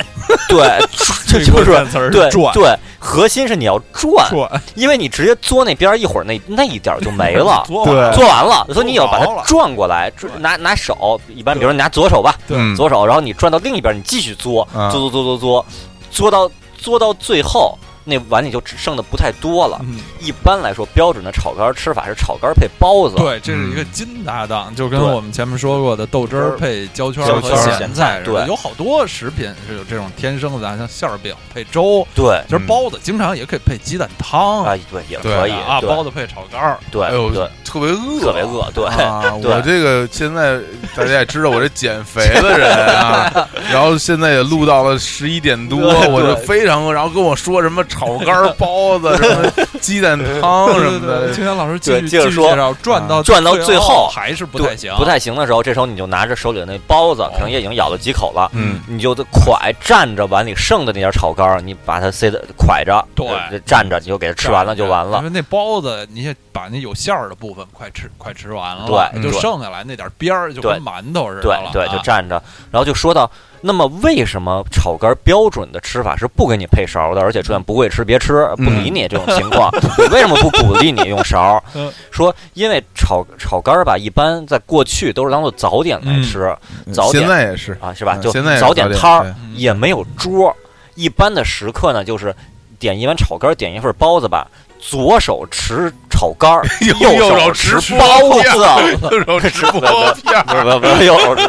Speaker 3: 对，这
Speaker 1: 这
Speaker 3: 就
Speaker 1: 个
Speaker 3: 是。
Speaker 1: 词儿
Speaker 3: 对
Speaker 1: 转
Speaker 3: 对，核心是你要转，
Speaker 1: 转，，
Speaker 3: 因为你直接嘬那边儿，一会儿那那一点儿就没了
Speaker 1: [laughs] 左碗
Speaker 3: 嘬完了，所以你要把
Speaker 1: 着了
Speaker 3: 它转过来，转拿拿手，一般比如说你拿左手吧，
Speaker 2: 嗯
Speaker 3: 左手，然后你转到另一边，你继续嘬，
Speaker 2: 啊
Speaker 3: 嘬嘬嘬嘬嘬，嘬到嘬到最后，那碗里就只剩的不太多了。
Speaker 1: 嗯
Speaker 3: 一般来说，标准的炒肝吃法是炒肝配包子，
Speaker 1: 对，这是一个金搭档，就跟
Speaker 3: 嗯对
Speaker 1: 我们前面说过的豆汁儿配焦圈儿
Speaker 3: 焦
Speaker 1: 和
Speaker 3: 圈儿
Speaker 1: 咸菜似的，
Speaker 3: 对
Speaker 1: 有好多食品是有这种天生的，啊像馅儿饼配粥，
Speaker 3: 对，
Speaker 1: 其实
Speaker 2: 嗯
Speaker 1: 包子经常也可以配鸡蛋汤
Speaker 3: 啊，对也
Speaker 2: 对
Speaker 3: 可以
Speaker 1: 啊，
Speaker 3: 对
Speaker 1: 包子配炒肝儿，
Speaker 3: 对
Speaker 2: 哎呦
Speaker 3: 对，，
Speaker 2: 特别饿，
Speaker 3: 特别饿，对
Speaker 2: 啊，
Speaker 3: [laughs] 对
Speaker 2: 我这个现在大家也知道，我这减肥的人
Speaker 3: [laughs]
Speaker 2: 啊，然后现在也录到了十一点多，
Speaker 3: 对
Speaker 2: 我就非常饿，然后跟我说什么炒肝
Speaker 3: [laughs]
Speaker 2: 儿、包子、什么鸡蛋汤什么
Speaker 1: 对，嗯
Speaker 2: 的
Speaker 1: 青，年老师继
Speaker 3: 对
Speaker 1: 续
Speaker 3: 接着
Speaker 1: 继续
Speaker 3: 说
Speaker 1: 介绍，转到
Speaker 3: 转到
Speaker 1: 最
Speaker 3: 最后
Speaker 1: 还是不
Speaker 3: 对
Speaker 1: 太行，
Speaker 3: 不太行的时候，这时候你就拿着手里的那包子，可能也已经咬了几口了。
Speaker 2: 嗯
Speaker 3: 你就得蒯蘸着碗里剩的那点炒肝儿，你把它塞的蒯着，
Speaker 1: 对
Speaker 3: 呃蘸着你就给它吃完了就完
Speaker 1: 因
Speaker 3: 了。
Speaker 1: 为那包子，你也把那有馅儿的部分快吃快吃完了，
Speaker 3: 对
Speaker 1: 就
Speaker 3: 对
Speaker 1: 剩下来那点边儿就跟
Speaker 3: 对
Speaker 1: 馒头似的
Speaker 3: 对
Speaker 1: 了啊，
Speaker 3: 对，就蘸着。然后就说到，那么为什么炒肝标准的吃法是不给你配勺的，而且出
Speaker 1: 嗯
Speaker 3: 现不会吃别吃、不理你这种情
Speaker 1: [laughs]
Speaker 3: 况？你为什么不鼓励你用勺
Speaker 1: 嗯？
Speaker 3: 说因为炒炒肝儿吧，一般在过去都是当做早点
Speaker 1: 嗯
Speaker 3: 来吃、嗯早点
Speaker 2: 现在也是，
Speaker 3: 啊，是吧？
Speaker 2: 嗯
Speaker 3: 就
Speaker 2: 现在也是
Speaker 3: 早
Speaker 2: 点
Speaker 3: 点摊儿，
Speaker 2: 对，
Speaker 1: 嗯
Speaker 3: 也没有桌儿。一般的食客呢，就是点一碗炒肝儿，点一份包子吧，左手持炒
Speaker 1: [laughs]
Speaker 3: 肝儿
Speaker 2: 右
Speaker 3: 右
Speaker 2: 手
Speaker 3: 持
Speaker 2: 吃
Speaker 3: 包
Speaker 2: 包子
Speaker 1: 哎
Speaker 3: 子。
Speaker 2: 这种
Speaker 3: [laughs]
Speaker 2: 直播片儿
Speaker 3: 不是不是不是，右手持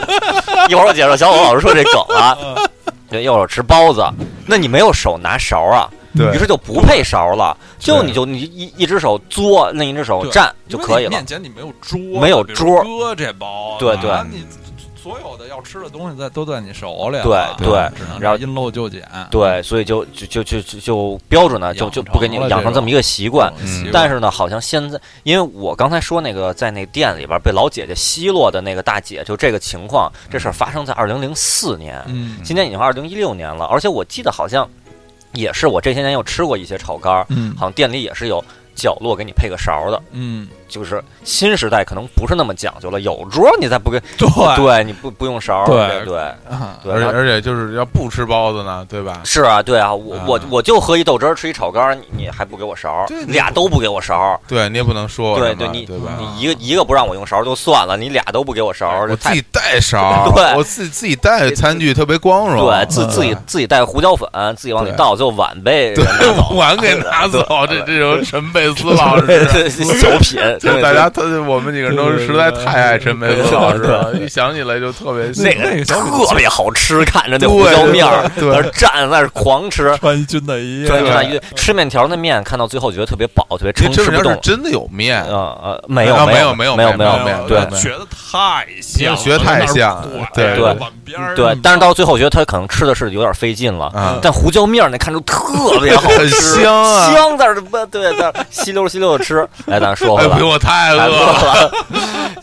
Speaker 3: 一会儿我解释小伙老师说这梗啊，
Speaker 1: 嗯
Speaker 3: 对，右手持包子，那你没有手拿勺啊，于
Speaker 2: 对，
Speaker 3: 是就不配勺了，就
Speaker 2: 对
Speaker 3: 你就你一一只手嘬，另一只手
Speaker 1: 对
Speaker 3: 蘸
Speaker 1: 因
Speaker 3: 就
Speaker 1: 为
Speaker 3: 可
Speaker 1: 你
Speaker 3: 以了
Speaker 1: 面。前你没有桌，
Speaker 3: 没有
Speaker 1: 比如
Speaker 3: 桌
Speaker 1: 搁这包啊，
Speaker 3: 对对
Speaker 1: 啊你所有的要吃的东西在都在你手里了，啊
Speaker 3: 对
Speaker 2: 对
Speaker 1: 只能
Speaker 3: 然后
Speaker 1: 是因陋就简，嗯
Speaker 3: 对，所以就就就就就就标准的就
Speaker 1: 养
Speaker 3: 就不给你
Speaker 1: 成了
Speaker 3: 养
Speaker 1: 这
Speaker 3: 成这么一个习惯，
Speaker 1: 这种习惯，
Speaker 3: 但是呢，好像现在，因为我刚才说那个在那店里边被老姐姐奚落的那个大姐，就这个情况，这事儿发生在二零零四年，
Speaker 1: 嗯
Speaker 3: 今年已经二零一六年了，而且我记得好像也是我这些年又吃过一些炒肝儿，
Speaker 1: 嗯
Speaker 3: 好像店里也是有角落给你配个勺的，
Speaker 1: 嗯，
Speaker 3: 就是新时代可能不是那么讲究了，有桌你再
Speaker 2: [laughs]
Speaker 3: 不跟，
Speaker 1: 对
Speaker 3: 对，你不不用勺，
Speaker 1: 对
Speaker 3: 对对
Speaker 1: 啊
Speaker 3: 对
Speaker 2: 而且
Speaker 3: 然后
Speaker 2: 而且就是要不吃包子呢，对吧？
Speaker 3: 是啊，对啊，我
Speaker 2: 啊
Speaker 3: 我我就喝一豆汁儿，吃一炒肝儿，你你还不给我勺儿
Speaker 2: 对，你
Speaker 3: 俩都不给我勺儿，
Speaker 2: 对你也不能说我
Speaker 3: 对
Speaker 2: 什么
Speaker 3: 对你
Speaker 2: 对吧？
Speaker 3: 你一个一个不让我用勺儿就算了，你俩都不给我勺儿，
Speaker 2: 啊我
Speaker 3: 这
Speaker 2: 自
Speaker 3: 太
Speaker 2: 己带勺，
Speaker 3: 对
Speaker 2: 我自己自己带餐具特别光荣，
Speaker 3: 对自自己
Speaker 2: 嗯
Speaker 3: 自己带胡椒粉，自己往里
Speaker 2: 对
Speaker 3: 倒，就碗被 [laughs] 人拿走
Speaker 2: 对， [laughs] 碗给拿走，这这种陈佩斯老
Speaker 3: 对
Speaker 2: 师。
Speaker 3: 对小品，
Speaker 2: 就
Speaker 3: 对
Speaker 2: 大家，他我们几个人都实在太爱陈佩斯老师了，
Speaker 3: 对
Speaker 2: 一想起来就特别
Speaker 3: 那
Speaker 1: 那
Speaker 3: 个
Speaker 1: 个小品
Speaker 3: 特别好吃，看着那胡椒面儿，
Speaker 2: 对对对
Speaker 3: 在那蘸，在那狂吃。
Speaker 1: 穿一军大衣，
Speaker 3: 对
Speaker 2: 对
Speaker 3: 对对，吃面条那面看到最后觉得特别饱，特别
Speaker 2: 这
Speaker 3: 撑，吃不
Speaker 2: 面是
Speaker 3: 动。
Speaker 2: 真的有面，
Speaker 3: 呃呃，没有
Speaker 2: 啊
Speaker 3: 有
Speaker 2: 没
Speaker 3: 没
Speaker 2: 有没
Speaker 3: 没
Speaker 2: 有
Speaker 3: 没
Speaker 2: 没有
Speaker 3: 有，对
Speaker 2: 没有
Speaker 1: 学的太像了，
Speaker 2: 学太像了
Speaker 1: 在那儿
Speaker 2: 对
Speaker 1: 躲
Speaker 3: 对
Speaker 1: 碗边儿
Speaker 2: 嗯
Speaker 3: 对。但是到最后觉得他可能吃的是有点费劲了。
Speaker 2: 啊，
Speaker 3: [laughs] 但胡椒面儿那看着特嗯别好
Speaker 2: 很
Speaker 3: 吃，
Speaker 2: 香 [laughs] 啊
Speaker 3: 香在这儿对，在这儿吸溜吸溜的吃。哎，咱说
Speaker 2: 哎
Speaker 3: 回来
Speaker 2: 呦，，我太饿
Speaker 3: 咱说
Speaker 2: 了。
Speaker 3: 了，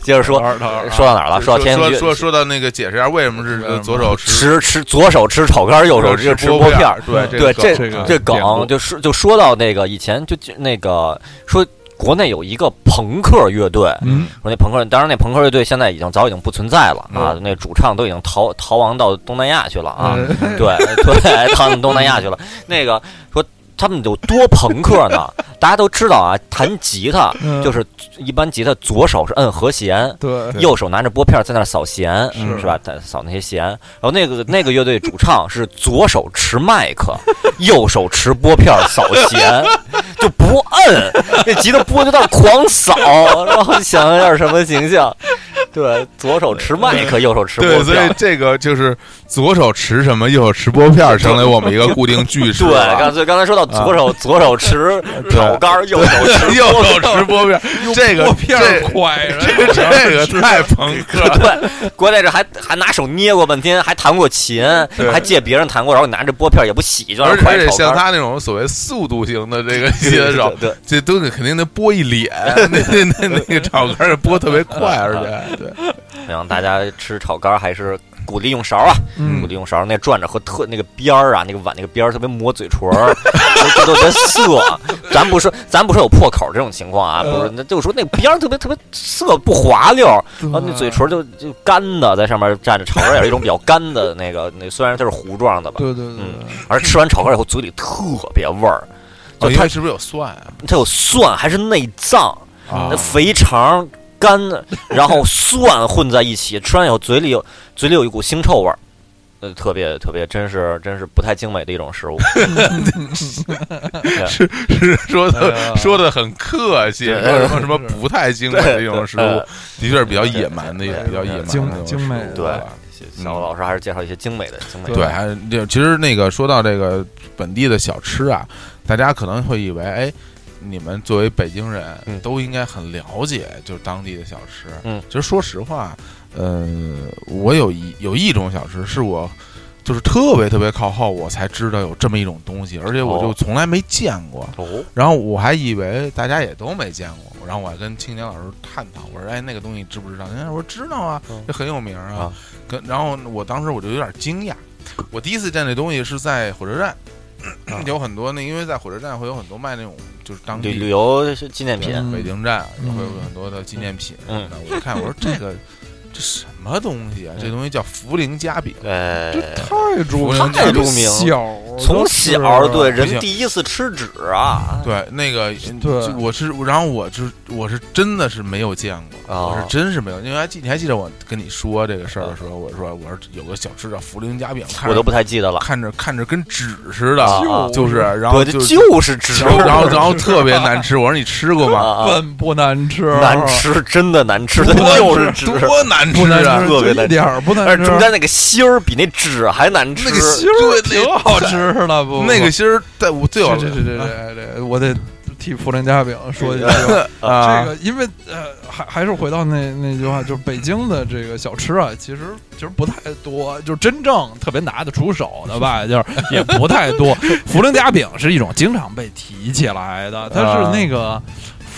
Speaker 3: [laughs] 接着说
Speaker 1: 哪，儿哪儿
Speaker 3: 说到哪儿了？
Speaker 2: 说
Speaker 3: 到天
Speaker 2: 说
Speaker 3: 津
Speaker 2: 说说到那个解释一下为什么是左手吃
Speaker 3: 吃吃左手吃炒肝儿，右手吃
Speaker 2: 吃
Speaker 3: 吃锅片儿嗯
Speaker 2: 儿，。对
Speaker 3: 对，
Speaker 2: 这
Speaker 1: 这个
Speaker 3: 这
Speaker 1: 典故
Speaker 3: 梗就说就说到那个以前就就那个说国内有一个朋克乐队，
Speaker 1: 嗯，
Speaker 3: 说那朋克，当然那朋克乐队现在已经早已经不存在了啊，那主唱都已经逃逃亡到东南亚去了啊，
Speaker 1: 嗯
Speaker 3: 对 [laughs] 对，逃到东南亚去了。那个说他们有多朋克呢？大家都知道啊，弹吉他
Speaker 1: 嗯
Speaker 3: 就是一般吉他左手是摁和弦。
Speaker 1: 对，
Speaker 2: 对
Speaker 3: 右手拿着拨片在那儿扫弦，
Speaker 1: 是
Speaker 3: 是吧？在扫那些弦。然后那个那个乐队主唱是左手持麦
Speaker 2: [laughs]
Speaker 3: 克，右手持拨片儿扫弦，就不
Speaker 2: [laughs]
Speaker 3: 摁，那吉他拨就在那儿狂扫。然后想一下什么形象？对，左手持麦克，右手持
Speaker 2: 对，
Speaker 3: 拨
Speaker 2: 所以
Speaker 3: 片。
Speaker 2: 这个就是左手吃什么，右手吃拨片儿，成为我们一个固定句式
Speaker 3: [laughs] 对，刚
Speaker 2: 了。
Speaker 3: 才刚才说到左
Speaker 2: 啊
Speaker 3: 手左手持炒杆儿，右
Speaker 2: [laughs]
Speaker 3: 手持
Speaker 2: 右
Speaker 3: 拨
Speaker 2: 手
Speaker 3: 片儿
Speaker 2: 吃拨片儿，这个
Speaker 1: 锅片
Speaker 2: 这
Speaker 1: 儿快，
Speaker 2: 这这个太朋克了。
Speaker 3: 对，国内这还还拿手捏过半天，还弹过琴，
Speaker 2: 对
Speaker 3: 还借别人弹过，然后拿着拨片儿也不洗，就
Speaker 2: 而
Speaker 3: 让
Speaker 2: 且而
Speaker 3: 快
Speaker 2: 且
Speaker 3: 炒
Speaker 2: 像
Speaker 3: 杆儿。
Speaker 2: 他那种所谓速度型的
Speaker 3: [laughs]
Speaker 2: 这个吉他手，
Speaker 3: 对，
Speaker 2: 这都得肯定得拨一
Speaker 3: [laughs]
Speaker 2: 脸，那那那那个炒杆儿拨特别快，而且对，
Speaker 3: 嗯让大家吃炒肝儿还是鼓励用勺啊，鼓
Speaker 1: 嗯，
Speaker 3: 励用勺，那转着和特那个边儿啊，那个碗那个边儿特别磨嘴唇儿， [laughs] 这都特别涩。咱不说，咱不说有破口这种情况啊，不是，
Speaker 2: 嗯
Speaker 3: 那就说那个边儿特别特别涩，不滑溜儿，然后那嘴唇儿就就干的，在上面蘸着炒肝儿也是一种比较干的那个，那虽然它是糊状的吧，
Speaker 1: 对对对
Speaker 3: 嗯，而吃完炒肝儿以后嘴里特别味儿，就
Speaker 2: 哦，因
Speaker 3: 它
Speaker 2: 为是不是有蒜啊？
Speaker 3: 它有蒜，还是内脏，
Speaker 2: 啊
Speaker 3: 那肥肠、
Speaker 2: [laughs]
Speaker 3: 肝，然后蒜混在一起，吃完以后嘴里有嘴里有一股腥臭味儿，呃，特别特别，真是真是不太精美的一种食物。
Speaker 2: 是是说
Speaker 3: 嗯
Speaker 1: 哎
Speaker 2: 的
Speaker 1: 呀
Speaker 2: [laughs] 说的很客气，
Speaker 3: 对
Speaker 2: 说什么什么不太精美的一种食物，
Speaker 3: 呃
Speaker 2: 的确是比较野蛮的，
Speaker 3: 对
Speaker 2: 也比较野蛮的
Speaker 1: 精
Speaker 2: 那种
Speaker 1: 精美
Speaker 2: 食物
Speaker 3: 对
Speaker 2: 吧
Speaker 3: 嗯小老师还是介绍一些精美的精美的。
Speaker 2: 对，还是就其实那个说到这个本地的小吃啊，大家可能会以为，哎，你们作为北京人
Speaker 3: 嗯
Speaker 2: 都应该很了解，就是当地的小吃。
Speaker 3: 嗯，
Speaker 2: 其实说实话，呃，我有一有一种小吃是我。就是特别特别靠后，我才知道有这么一种东西，而且我
Speaker 3: 哦
Speaker 2: 就从来没见过。
Speaker 3: 哦，
Speaker 2: 然后我还以为大家也都没见过，然后我还跟青年老师探讨，我说：“哎，那个东西知不知道？”人家说：“知道啊
Speaker 3: 嗯，
Speaker 2: 这很有名啊
Speaker 3: 啊。”
Speaker 2: 跟然后我当时我就有点惊讶，我第一次见这东西是在火车站，
Speaker 3: 啊
Speaker 2: [clears throat] 有很多那因为在火车站会有很多卖那种就是当
Speaker 3: 旅旅
Speaker 2: 地
Speaker 3: 游是纪念
Speaker 2: 对
Speaker 3: 品，
Speaker 1: 嗯
Speaker 2: 北京站
Speaker 1: 嗯
Speaker 2: 会有很多的纪念品。
Speaker 3: 嗯，
Speaker 2: 我看我说这个这什么东西啊？这东西叫茯苓夹饼。
Speaker 3: 呃
Speaker 1: 这，太著名，
Speaker 2: 太
Speaker 3: 著名
Speaker 1: 小
Speaker 3: 从小对
Speaker 2: 不
Speaker 3: 人
Speaker 2: 行
Speaker 3: 第一次吃纸
Speaker 2: [laughs]
Speaker 3: 啊，
Speaker 2: 对，那个嗯
Speaker 1: 对
Speaker 2: 我是，然后我是我是真的是没有见过，
Speaker 3: 哦
Speaker 2: 我是真是没有，因为还记你还记得我跟你说这个事儿的时候，我说我说有个小吃叫茯苓夹饼，看着
Speaker 3: 我都不太记得了。
Speaker 2: 看着看着跟纸似的，
Speaker 3: 啊
Speaker 2: 就是然后
Speaker 3: 对，
Speaker 2: 就
Speaker 3: 这就是纸，
Speaker 2: 然后然后然后特别难吃，我说你吃过
Speaker 3: 啊
Speaker 2: 吗？
Speaker 3: 啊
Speaker 1: 本不难吃，
Speaker 3: 难，吃，真的难吃，它
Speaker 2: 多难
Speaker 3: 就是
Speaker 2: 吃
Speaker 3: 纸。
Speaker 2: 啊多难
Speaker 1: 不
Speaker 2: 吃
Speaker 1: 难
Speaker 2: 啊！
Speaker 1: 吃，
Speaker 3: 特别难吃
Speaker 1: 一点儿不难
Speaker 3: 而
Speaker 1: 吃，
Speaker 3: 中间那个芯儿比那纸还难吃，
Speaker 2: 那个芯
Speaker 1: 其
Speaker 2: 对
Speaker 1: 实
Speaker 2: 那
Speaker 1: 挺好吃的，不
Speaker 2: 那个芯儿，在我最好
Speaker 1: 这
Speaker 2: 吃
Speaker 1: 这这这这，我得替茯苓夹饼说一句。
Speaker 2: 啊
Speaker 1: 这，个，因为呃，还还是回到那那句话，就是北京的这个小吃啊，其实其实不太多，就是真正特别拿得出手的
Speaker 2: [laughs]
Speaker 1: 吧，就是也不太多。茯苓夹饼是一种经常被提起来的，它
Speaker 2: 啊
Speaker 1: 是那个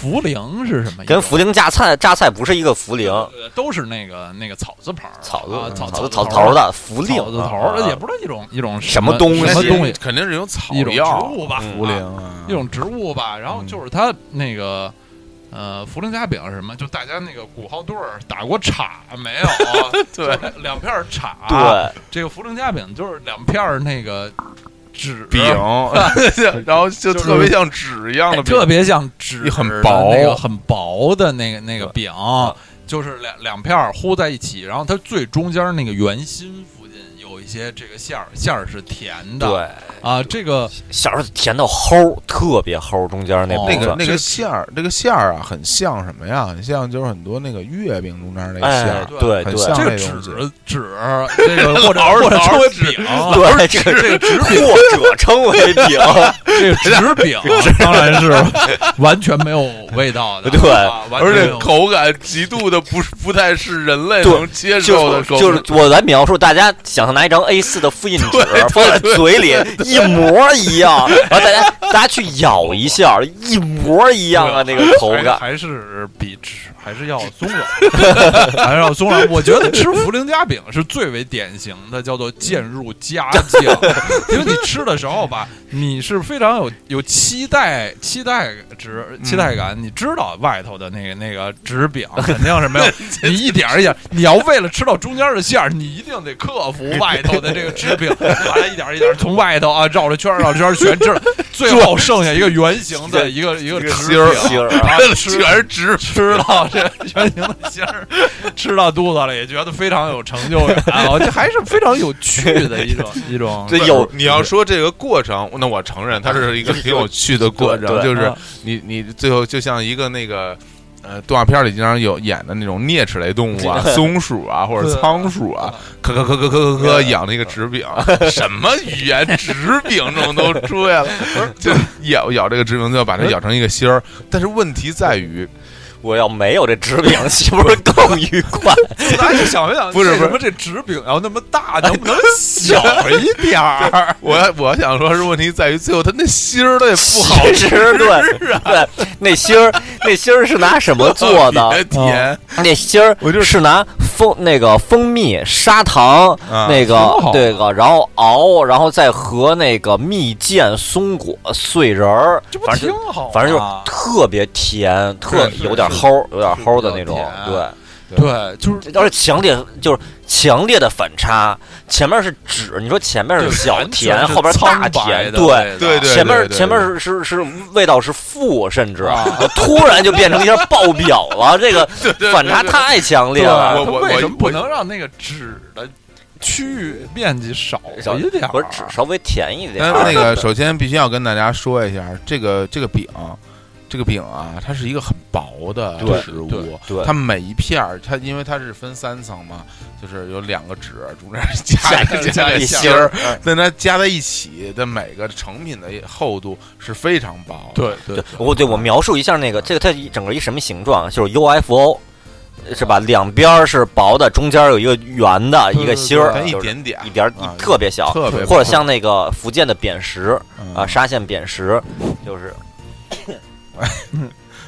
Speaker 1: 茯苓是什么意思？
Speaker 3: 跟茯苓榨菜榨菜不是一个茯苓，
Speaker 1: 呃都是那个那个草字旁儿，
Speaker 3: 草
Speaker 1: 啊
Speaker 3: 字
Speaker 1: 草
Speaker 3: 草字
Speaker 1: 草
Speaker 3: 草头儿，的茯苓啊
Speaker 1: 草字头儿，也不知道一种一种
Speaker 3: 什么东西
Speaker 1: 什么东西，
Speaker 2: 肯定是有草
Speaker 1: 一种植
Speaker 2: 药
Speaker 1: 物吧，
Speaker 3: 嗯
Speaker 2: 茯苓啊
Speaker 1: 一，种植物吧，然后
Speaker 2: 嗯
Speaker 1: 就是它那个。呃，伏特加饼是什么？就大家那个鼓号队儿打过岔没有？啊
Speaker 2: [laughs] 对，
Speaker 1: 两片儿岔。
Speaker 3: 对，
Speaker 1: 这个伏特加饼就是两片儿那个纸
Speaker 2: 饼， [laughs] 然后就
Speaker 1: 就是哎
Speaker 2: 特别像纸一样的饼，
Speaker 1: 特别像纸，
Speaker 2: 很薄
Speaker 1: 那个很薄的那个那个饼，就是两两片儿糊在一起，然后它最中间那个圆心附近有一些这个馅儿，馅儿是甜的，
Speaker 3: 对，
Speaker 1: 啊，这个
Speaker 3: 小时候甜到齁，特别齁，中间那
Speaker 1: 哦
Speaker 3: 部
Speaker 2: 那
Speaker 3: 分。
Speaker 2: 个那
Speaker 1: 这
Speaker 2: 个
Speaker 1: 个
Speaker 2: 馅儿，这个馅儿啊，很像什么呀？很像就是很多那个月饼中间那个馅
Speaker 3: 哎
Speaker 2: 儿，，
Speaker 3: 对
Speaker 2: 很
Speaker 3: 对
Speaker 2: 像
Speaker 1: 这
Speaker 2: 那
Speaker 1: 个
Speaker 2: 东西
Speaker 1: 纸纸这个或者
Speaker 2: [laughs] 老是
Speaker 1: 或者
Speaker 2: 老是
Speaker 1: 称为
Speaker 2: 纸
Speaker 1: 饼， [laughs]
Speaker 3: 对，这个
Speaker 1: 啊这个纸饼
Speaker 3: 或者称为饼，
Speaker 1: [laughs] 这个纸饼当然是 [laughs] 完全没有味道的，
Speaker 3: 对
Speaker 1: 啊完全
Speaker 2: 而
Speaker 1: 没
Speaker 2: 且
Speaker 1: 有
Speaker 2: 口感极度的不是不太是人类
Speaker 3: 对
Speaker 2: 能接受
Speaker 3: 就
Speaker 2: 的
Speaker 3: 是
Speaker 2: 口感，
Speaker 3: 就是我来描述，大家想象拿一张 A 4的复印纸放在嘴里，一模一样，然后大家大家去咬一下，一模一样啊，那个口
Speaker 1: 还 [laughs]
Speaker 3: 感。
Speaker 1: 还是比纸还是要松软， [laughs] 还是要松软。我觉得吃茯苓夹饼是最为典型的，叫做渐入佳境， [laughs] 因为你吃的时候吧，你是非常有有期待、期待值、期待感。你知道外头的那个那个纸饼肯定是没有，你一点儿一点儿，你要为了吃到中间的馅儿，你一定得克服外头的这个纸饼，把它一点儿一点儿从外头啊绕着圈儿绕着圈儿全吃了，最后剩下一个圆形的一个一个
Speaker 2: 一
Speaker 1: 纸
Speaker 2: 个芯儿
Speaker 1: 饼。啊吃
Speaker 3: 芯儿
Speaker 2: 全是纸，
Speaker 1: 吃到这圆形的馅儿， [laughs] 吃到肚子里，觉得非常有成就感，啊我觉得还是非常有趣的一种一种。
Speaker 3: 这有
Speaker 2: 你要说这个过程，那我承认它是一个挺有趣的过程，
Speaker 3: [laughs] 对嗯
Speaker 2: 就是
Speaker 1: 啊
Speaker 2: 你你最后就像一个那个呃动画片里经常有演的那种啮齿类动
Speaker 3: [laughs]
Speaker 2: 物啊，松鼠啊或者
Speaker 1: 对
Speaker 2: 仓鼠啊，
Speaker 3: 嗯
Speaker 2: 咳咳咳咳咳咳咳养了一个纸饼，什么语言纸饼这种都出来了，就咬咬这个纸饼，就要
Speaker 3: 嗯
Speaker 2: 把它咬成一个芯儿。但是问题在于，
Speaker 3: 我要没有这纸饼，是不是更愉快？
Speaker 1: 大家就想一想，
Speaker 2: 不是
Speaker 1: 为
Speaker 2: 不是
Speaker 1: 什么这纸饼要那么大，能
Speaker 3: 嗯
Speaker 1: 不能小一点儿？
Speaker 3: [laughs]
Speaker 2: 我我想说是问题在于最后它那芯儿它也不好
Speaker 3: 其实对对，那芯儿那芯儿是拿什么做
Speaker 2: [laughs]
Speaker 3: 的？
Speaker 1: [laughs]
Speaker 2: 别甜，
Speaker 3: 那芯儿
Speaker 2: 我就是
Speaker 3: 拿蜂那个蜂蜜、砂糖
Speaker 2: 啊
Speaker 3: 那
Speaker 1: 挺
Speaker 3: 个
Speaker 1: 好
Speaker 3: 对个，然后熬，然后再和那个蜜饯、松果、碎仁儿
Speaker 1: 这，不
Speaker 3: 反正
Speaker 1: 挺
Speaker 3: 就
Speaker 1: 好吗？啊
Speaker 3: 反正就是特别甜，特
Speaker 1: 是
Speaker 3: 有点
Speaker 1: 哦是
Speaker 3: 齁，有点齁的
Speaker 1: 是
Speaker 3: 那
Speaker 1: 比较
Speaker 3: 种
Speaker 1: 甜，
Speaker 3: 对，
Speaker 1: 对，就是
Speaker 3: 而且强烈就是强烈的反差，前面是纸，你说前面是小甜，后边大甜，对。
Speaker 1: 对
Speaker 2: 对对
Speaker 3: 前面
Speaker 2: 对对
Speaker 3: 前面是是是味道是负，甚至
Speaker 1: 啊
Speaker 3: [laughs] 突然就变成一下爆表了，这个
Speaker 2: 对对对
Speaker 3: 反差太强烈
Speaker 1: 对
Speaker 3: 了。
Speaker 1: 它
Speaker 2: 我我
Speaker 1: 为什
Speaker 2: 我
Speaker 1: 么不能让那个纸的区域面积少啊
Speaker 3: 小
Speaker 1: 一点儿？
Speaker 3: 不是只稍微甜一点
Speaker 2: 但
Speaker 3: 儿。
Speaker 2: 是那个，首先必须要跟大家说一下，这个这个饼，这个饼啊，它是一个很薄的
Speaker 3: 对
Speaker 2: 食
Speaker 1: 对
Speaker 2: 物，
Speaker 3: 对
Speaker 2: 它每一片儿，它因为它是分三层嘛，就是有两个纸中间加
Speaker 1: 加
Speaker 2: 加
Speaker 1: 加
Speaker 2: 一
Speaker 1: 一
Speaker 2: 个芯
Speaker 1: 芯
Speaker 3: [laughs]
Speaker 2: 儿，但它加在一起的每个成品的厚度是非常薄的。
Speaker 1: 对对
Speaker 3: 对，我对我描述一下那个，这个它一整个一什么形状？啊就是 UFO，是吧？两边儿是薄的，中间儿有一个圆的，
Speaker 1: 对
Speaker 3: 一个芯儿，
Speaker 2: 它一
Speaker 3: 就是
Speaker 2: 点点
Speaker 3: 一点儿
Speaker 2: 啊
Speaker 3: 一特别小，
Speaker 2: 特别
Speaker 3: 或者像那个福建的扁食
Speaker 2: 嗯
Speaker 3: 啊，沙县扁食，就是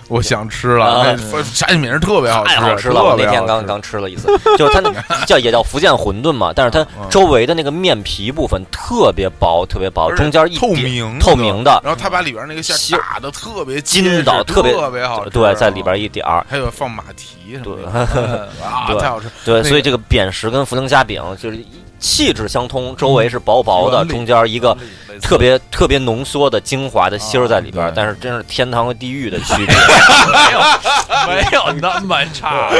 Speaker 2: 我想吃了，哎
Speaker 3: 啊
Speaker 2: 那沙县饼是特别好吃，
Speaker 3: 太啊好吃了。
Speaker 2: 特
Speaker 3: 我
Speaker 2: 别
Speaker 3: 那天
Speaker 2: 好
Speaker 3: 刚
Speaker 2: 吃
Speaker 3: 刚吃了一次，就是它
Speaker 2: [laughs]
Speaker 3: 那叫也叫福建馄饨嘛，但是它
Speaker 2: 嗯
Speaker 3: 周围的那个面皮部分特别薄，特别薄，
Speaker 2: 而且
Speaker 3: 中间一
Speaker 2: 透
Speaker 3: 点
Speaker 2: 明
Speaker 3: 透明的，
Speaker 2: 然后他把里边那个馅
Speaker 3: 芯
Speaker 2: 儿
Speaker 3: 儿
Speaker 2: 打的特别
Speaker 3: 筋
Speaker 2: 结实
Speaker 3: 道
Speaker 2: 特
Speaker 3: 特别
Speaker 2: 特别好吃，啊
Speaker 3: 对，在里边一点儿。
Speaker 2: 还有放马蹄什么
Speaker 3: 对
Speaker 2: 的，啊，
Speaker 3: 对
Speaker 2: 太好吃！
Speaker 3: 对，
Speaker 2: 那个
Speaker 3: 所以这个扁食跟福腾虾饼就是一气质相通，周围是薄薄
Speaker 2: 嗯
Speaker 3: 的，
Speaker 1: 原理
Speaker 3: 中间一个
Speaker 1: 类似
Speaker 3: 特别特别浓缩的精华的芯儿在里边
Speaker 2: 啊
Speaker 3: 儿，但是真是天堂和地狱的
Speaker 2: [laughs]
Speaker 3: 区别。
Speaker 1: 没有没有那么差。啊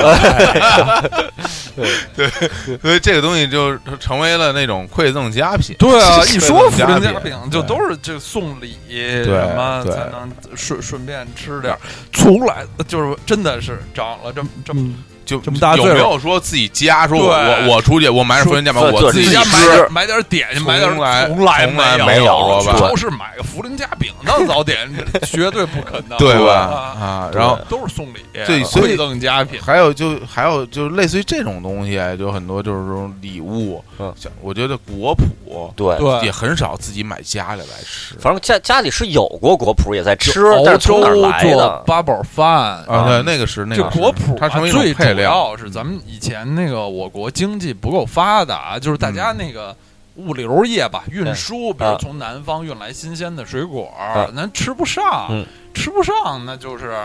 Speaker 2: 所以这个东西就成为了那种馈赠佳品。
Speaker 1: 对
Speaker 2: [laughs]
Speaker 1: 啊，
Speaker 2: 是
Speaker 1: 一说福
Speaker 2: 赠
Speaker 1: 临
Speaker 2: 佳
Speaker 1: 夹饼就都是这送礼
Speaker 2: 对
Speaker 1: 什么
Speaker 2: 对
Speaker 1: 才能顺顺便吃点儿，从来就是真的是长了这么这么
Speaker 2: 就
Speaker 1: 这么大
Speaker 2: 有
Speaker 1: 岁数
Speaker 2: 没有说自己家说我
Speaker 1: 对
Speaker 2: 我我出去我买点福临夹饼
Speaker 3: 说
Speaker 2: 我
Speaker 3: 做
Speaker 2: 自
Speaker 3: 己
Speaker 1: 家
Speaker 2: 吃
Speaker 1: 买点儿买点儿点心，
Speaker 2: 从
Speaker 1: 买点儿
Speaker 2: 来
Speaker 1: 从来
Speaker 2: 从来
Speaker 1: 没
Speaker 2: 没有过吧
Speaker 1: 超市买个福临夹饼当早点绝对不可能，
Speaker 2: 对吧？
Speaker 1: 啊
Speaker 2: 啊，然后
Speaker 1: 都是送礼，啊
Speaker 2: 对所以
Speaker 1: 馈赠佳品。
Speaker 2: 还有就还有就类似于这种东西，啊就很多就是这种礼物
Speaker 3: 嗯，
Speaker 2: 像我觉得果脯
Speaker 3: 对，
Speaker 2: 也
Speaker 1: 对，啊
Speaker 2: 很少自己买家里来吃
Speaker 3: 反正家家里是有过果脯，也在吃，但
Speaker 1: 熬
Speaker 3: 是从哪儿
Speaker 1: 粥
Speaker 3: 来
Speaker 1: 做
Speaker 3: 的？
Speaker 1: 八宝饭
Speaker 2: 啊。对，那个是那
Speaker 1: 这
Speaker 2: 个是
Speaker 1: 果脯
Speaker 2: 它
Speaker 1: 啊
Speaker 2: 成为一
Speaker 1: 最
Speaker 2: 种配
Speaker 1: 主
Speaker 2: 料
Speaker 1: 要是咱们以前那个我国经济不够发达，就是大
Speaker 2: 嗯
Speaker 1: 家那个物流业吧，运输，
Speaker 2: 啊
Speaker 1: 比如从南方运来新鲜的水果
Speaker 3: 啊，
Speaker 1: 咱吃不上
Speaker 3: 嗯，
Speaker 1: 吃不上，那就是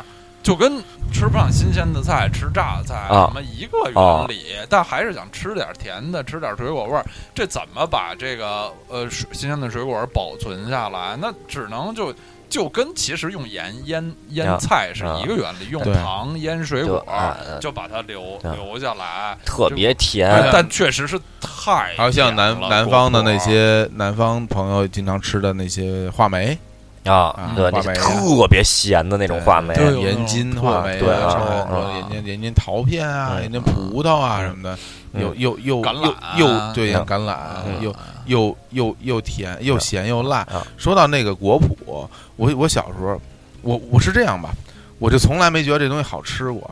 Speaker 1: 就跟吃不上新鲜的菜，吃榨菜
Speaker 3: 啊
Speaker 1: 什么一个
Speaker 3: 啊
Speaker 1: 原理，但还是想吃点甜的，吃点水果味儿。这怎么把这个呃水新鲜的水果保存下来？那只能就就跟其实用盐腌
Speaker 3: 啊
Speaker 1: 腌菜是
Speaker 3: 啊
Speaker 1: 一个原理，用
Speaker 2: 对
Speaker 1: 糖腌水
Speaker 3: 就
Speaker 1: 果
Speaker 3: 啊啊
Speaker 1: 就把它留
Speaker 3: 啊
Speaker 1: 留下来。
Speaker 3: 特别甜，
Speaker 1: 哎
Speaker 2: 哎
Speaker 1: 但确实是太
Speaker 2: 还有像南
Speaker 3: 哎
Speaker 1: 甜了
Speaker 2: 南方的那。
Speaker 3: 啊
Speaker 1: 果果
Speaker 2: 些南方朋友经常吃的那些话梅，
Speaker 3: 啊，
Speaker 2: 嗯
Speaker 3: 对，
Speaker 2: 话
Speaker 3: 那是
Speaker 2: 梅
Speaker 3: 特别咸的那种话梅
Speaker 1: 对，对
Speaker 2: 盐津话梅
Speaker 3: 对
Speaker 2: 啊，
Speaker 3: 啊
Speaker 2: 上海
Speaker 3: 对啊
Speaker 2: 说盐津盐津桃片啊，
Speaker 3: 嗯
Speaker 2: 盐津葡萄啊什么的，
Speaker 3: 嗯
Speaker 2: 又又又
Speaker 1: 橄榄啊
Speaker 2: 又又对，
Speaker 3: 嗯
Speaker 2: 橄榄
Speaker 3: 嗯
Speaker 2: 又又又又甜又咸又辣
Speaker 3: 啊。
Speaker 2: 说到那个果脯，我我小时候，我我是这样吧，我就从来没觉得这东西好吃过。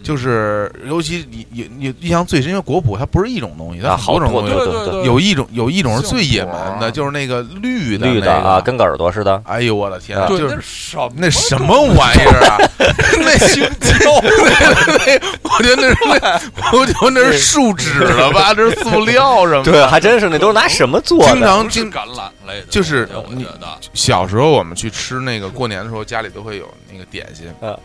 Speaker 2: 就是，尤其你你你印象最深，因为果脯它不是一种东西，它
Speaker 3: 啊，
Speaker 2: 很多
Speaker 3: 好
Speaker 2: 种
Speaker 3: 多
Speaker 2: 东西
Speaker 1: 对。
Speaker 3: 对
Speaker 1: 对
Speaker 3: 对，
Speaker 1: 对
Speaker 2: 有一种有一种是最野蛮
Speaker 1: 杏
Speaker 2: 的，
Speaker 1: 核
Speaker 2: 就是那个绿的
Speaker 3: 绿
Speaker 2: 那
Speaker 3: 的
Speaker 2: 个
Speaker 3: 啊，。跟个耳朵似的，
Speaker 2: 哎呦我的天，
Speaker 3: 啊
Speaker 1: 对，
Speaker 2: 就
Speaker 1: 那
Speaker 2: 是
Speaker 1: 是什么
Speaker 2: 那什么玩意儿啊！ [laughs] 那
Speaker 1: 青椒？
Speaker 2: 我觉得那是 [laughs] 那，我觉得那是树脂了吧？这是塑料什么的？
Speaker 3: 对，还真是那都是拿什么做
Speaker 2: 啊经
Speaker 3: 的？
Speaker 2: 常
Speaker 1: 不是
Speaker 2: 经
Speaker 1: 橄榄类的，
Speaker 2: 就是
Speaker 1: 我觉
Speaker 2: 你
Speaker 1: 得
Speaker 2: 小时候我们去吃那个过年的时候，家里都会有那个点心
Speaker 3: 嗯。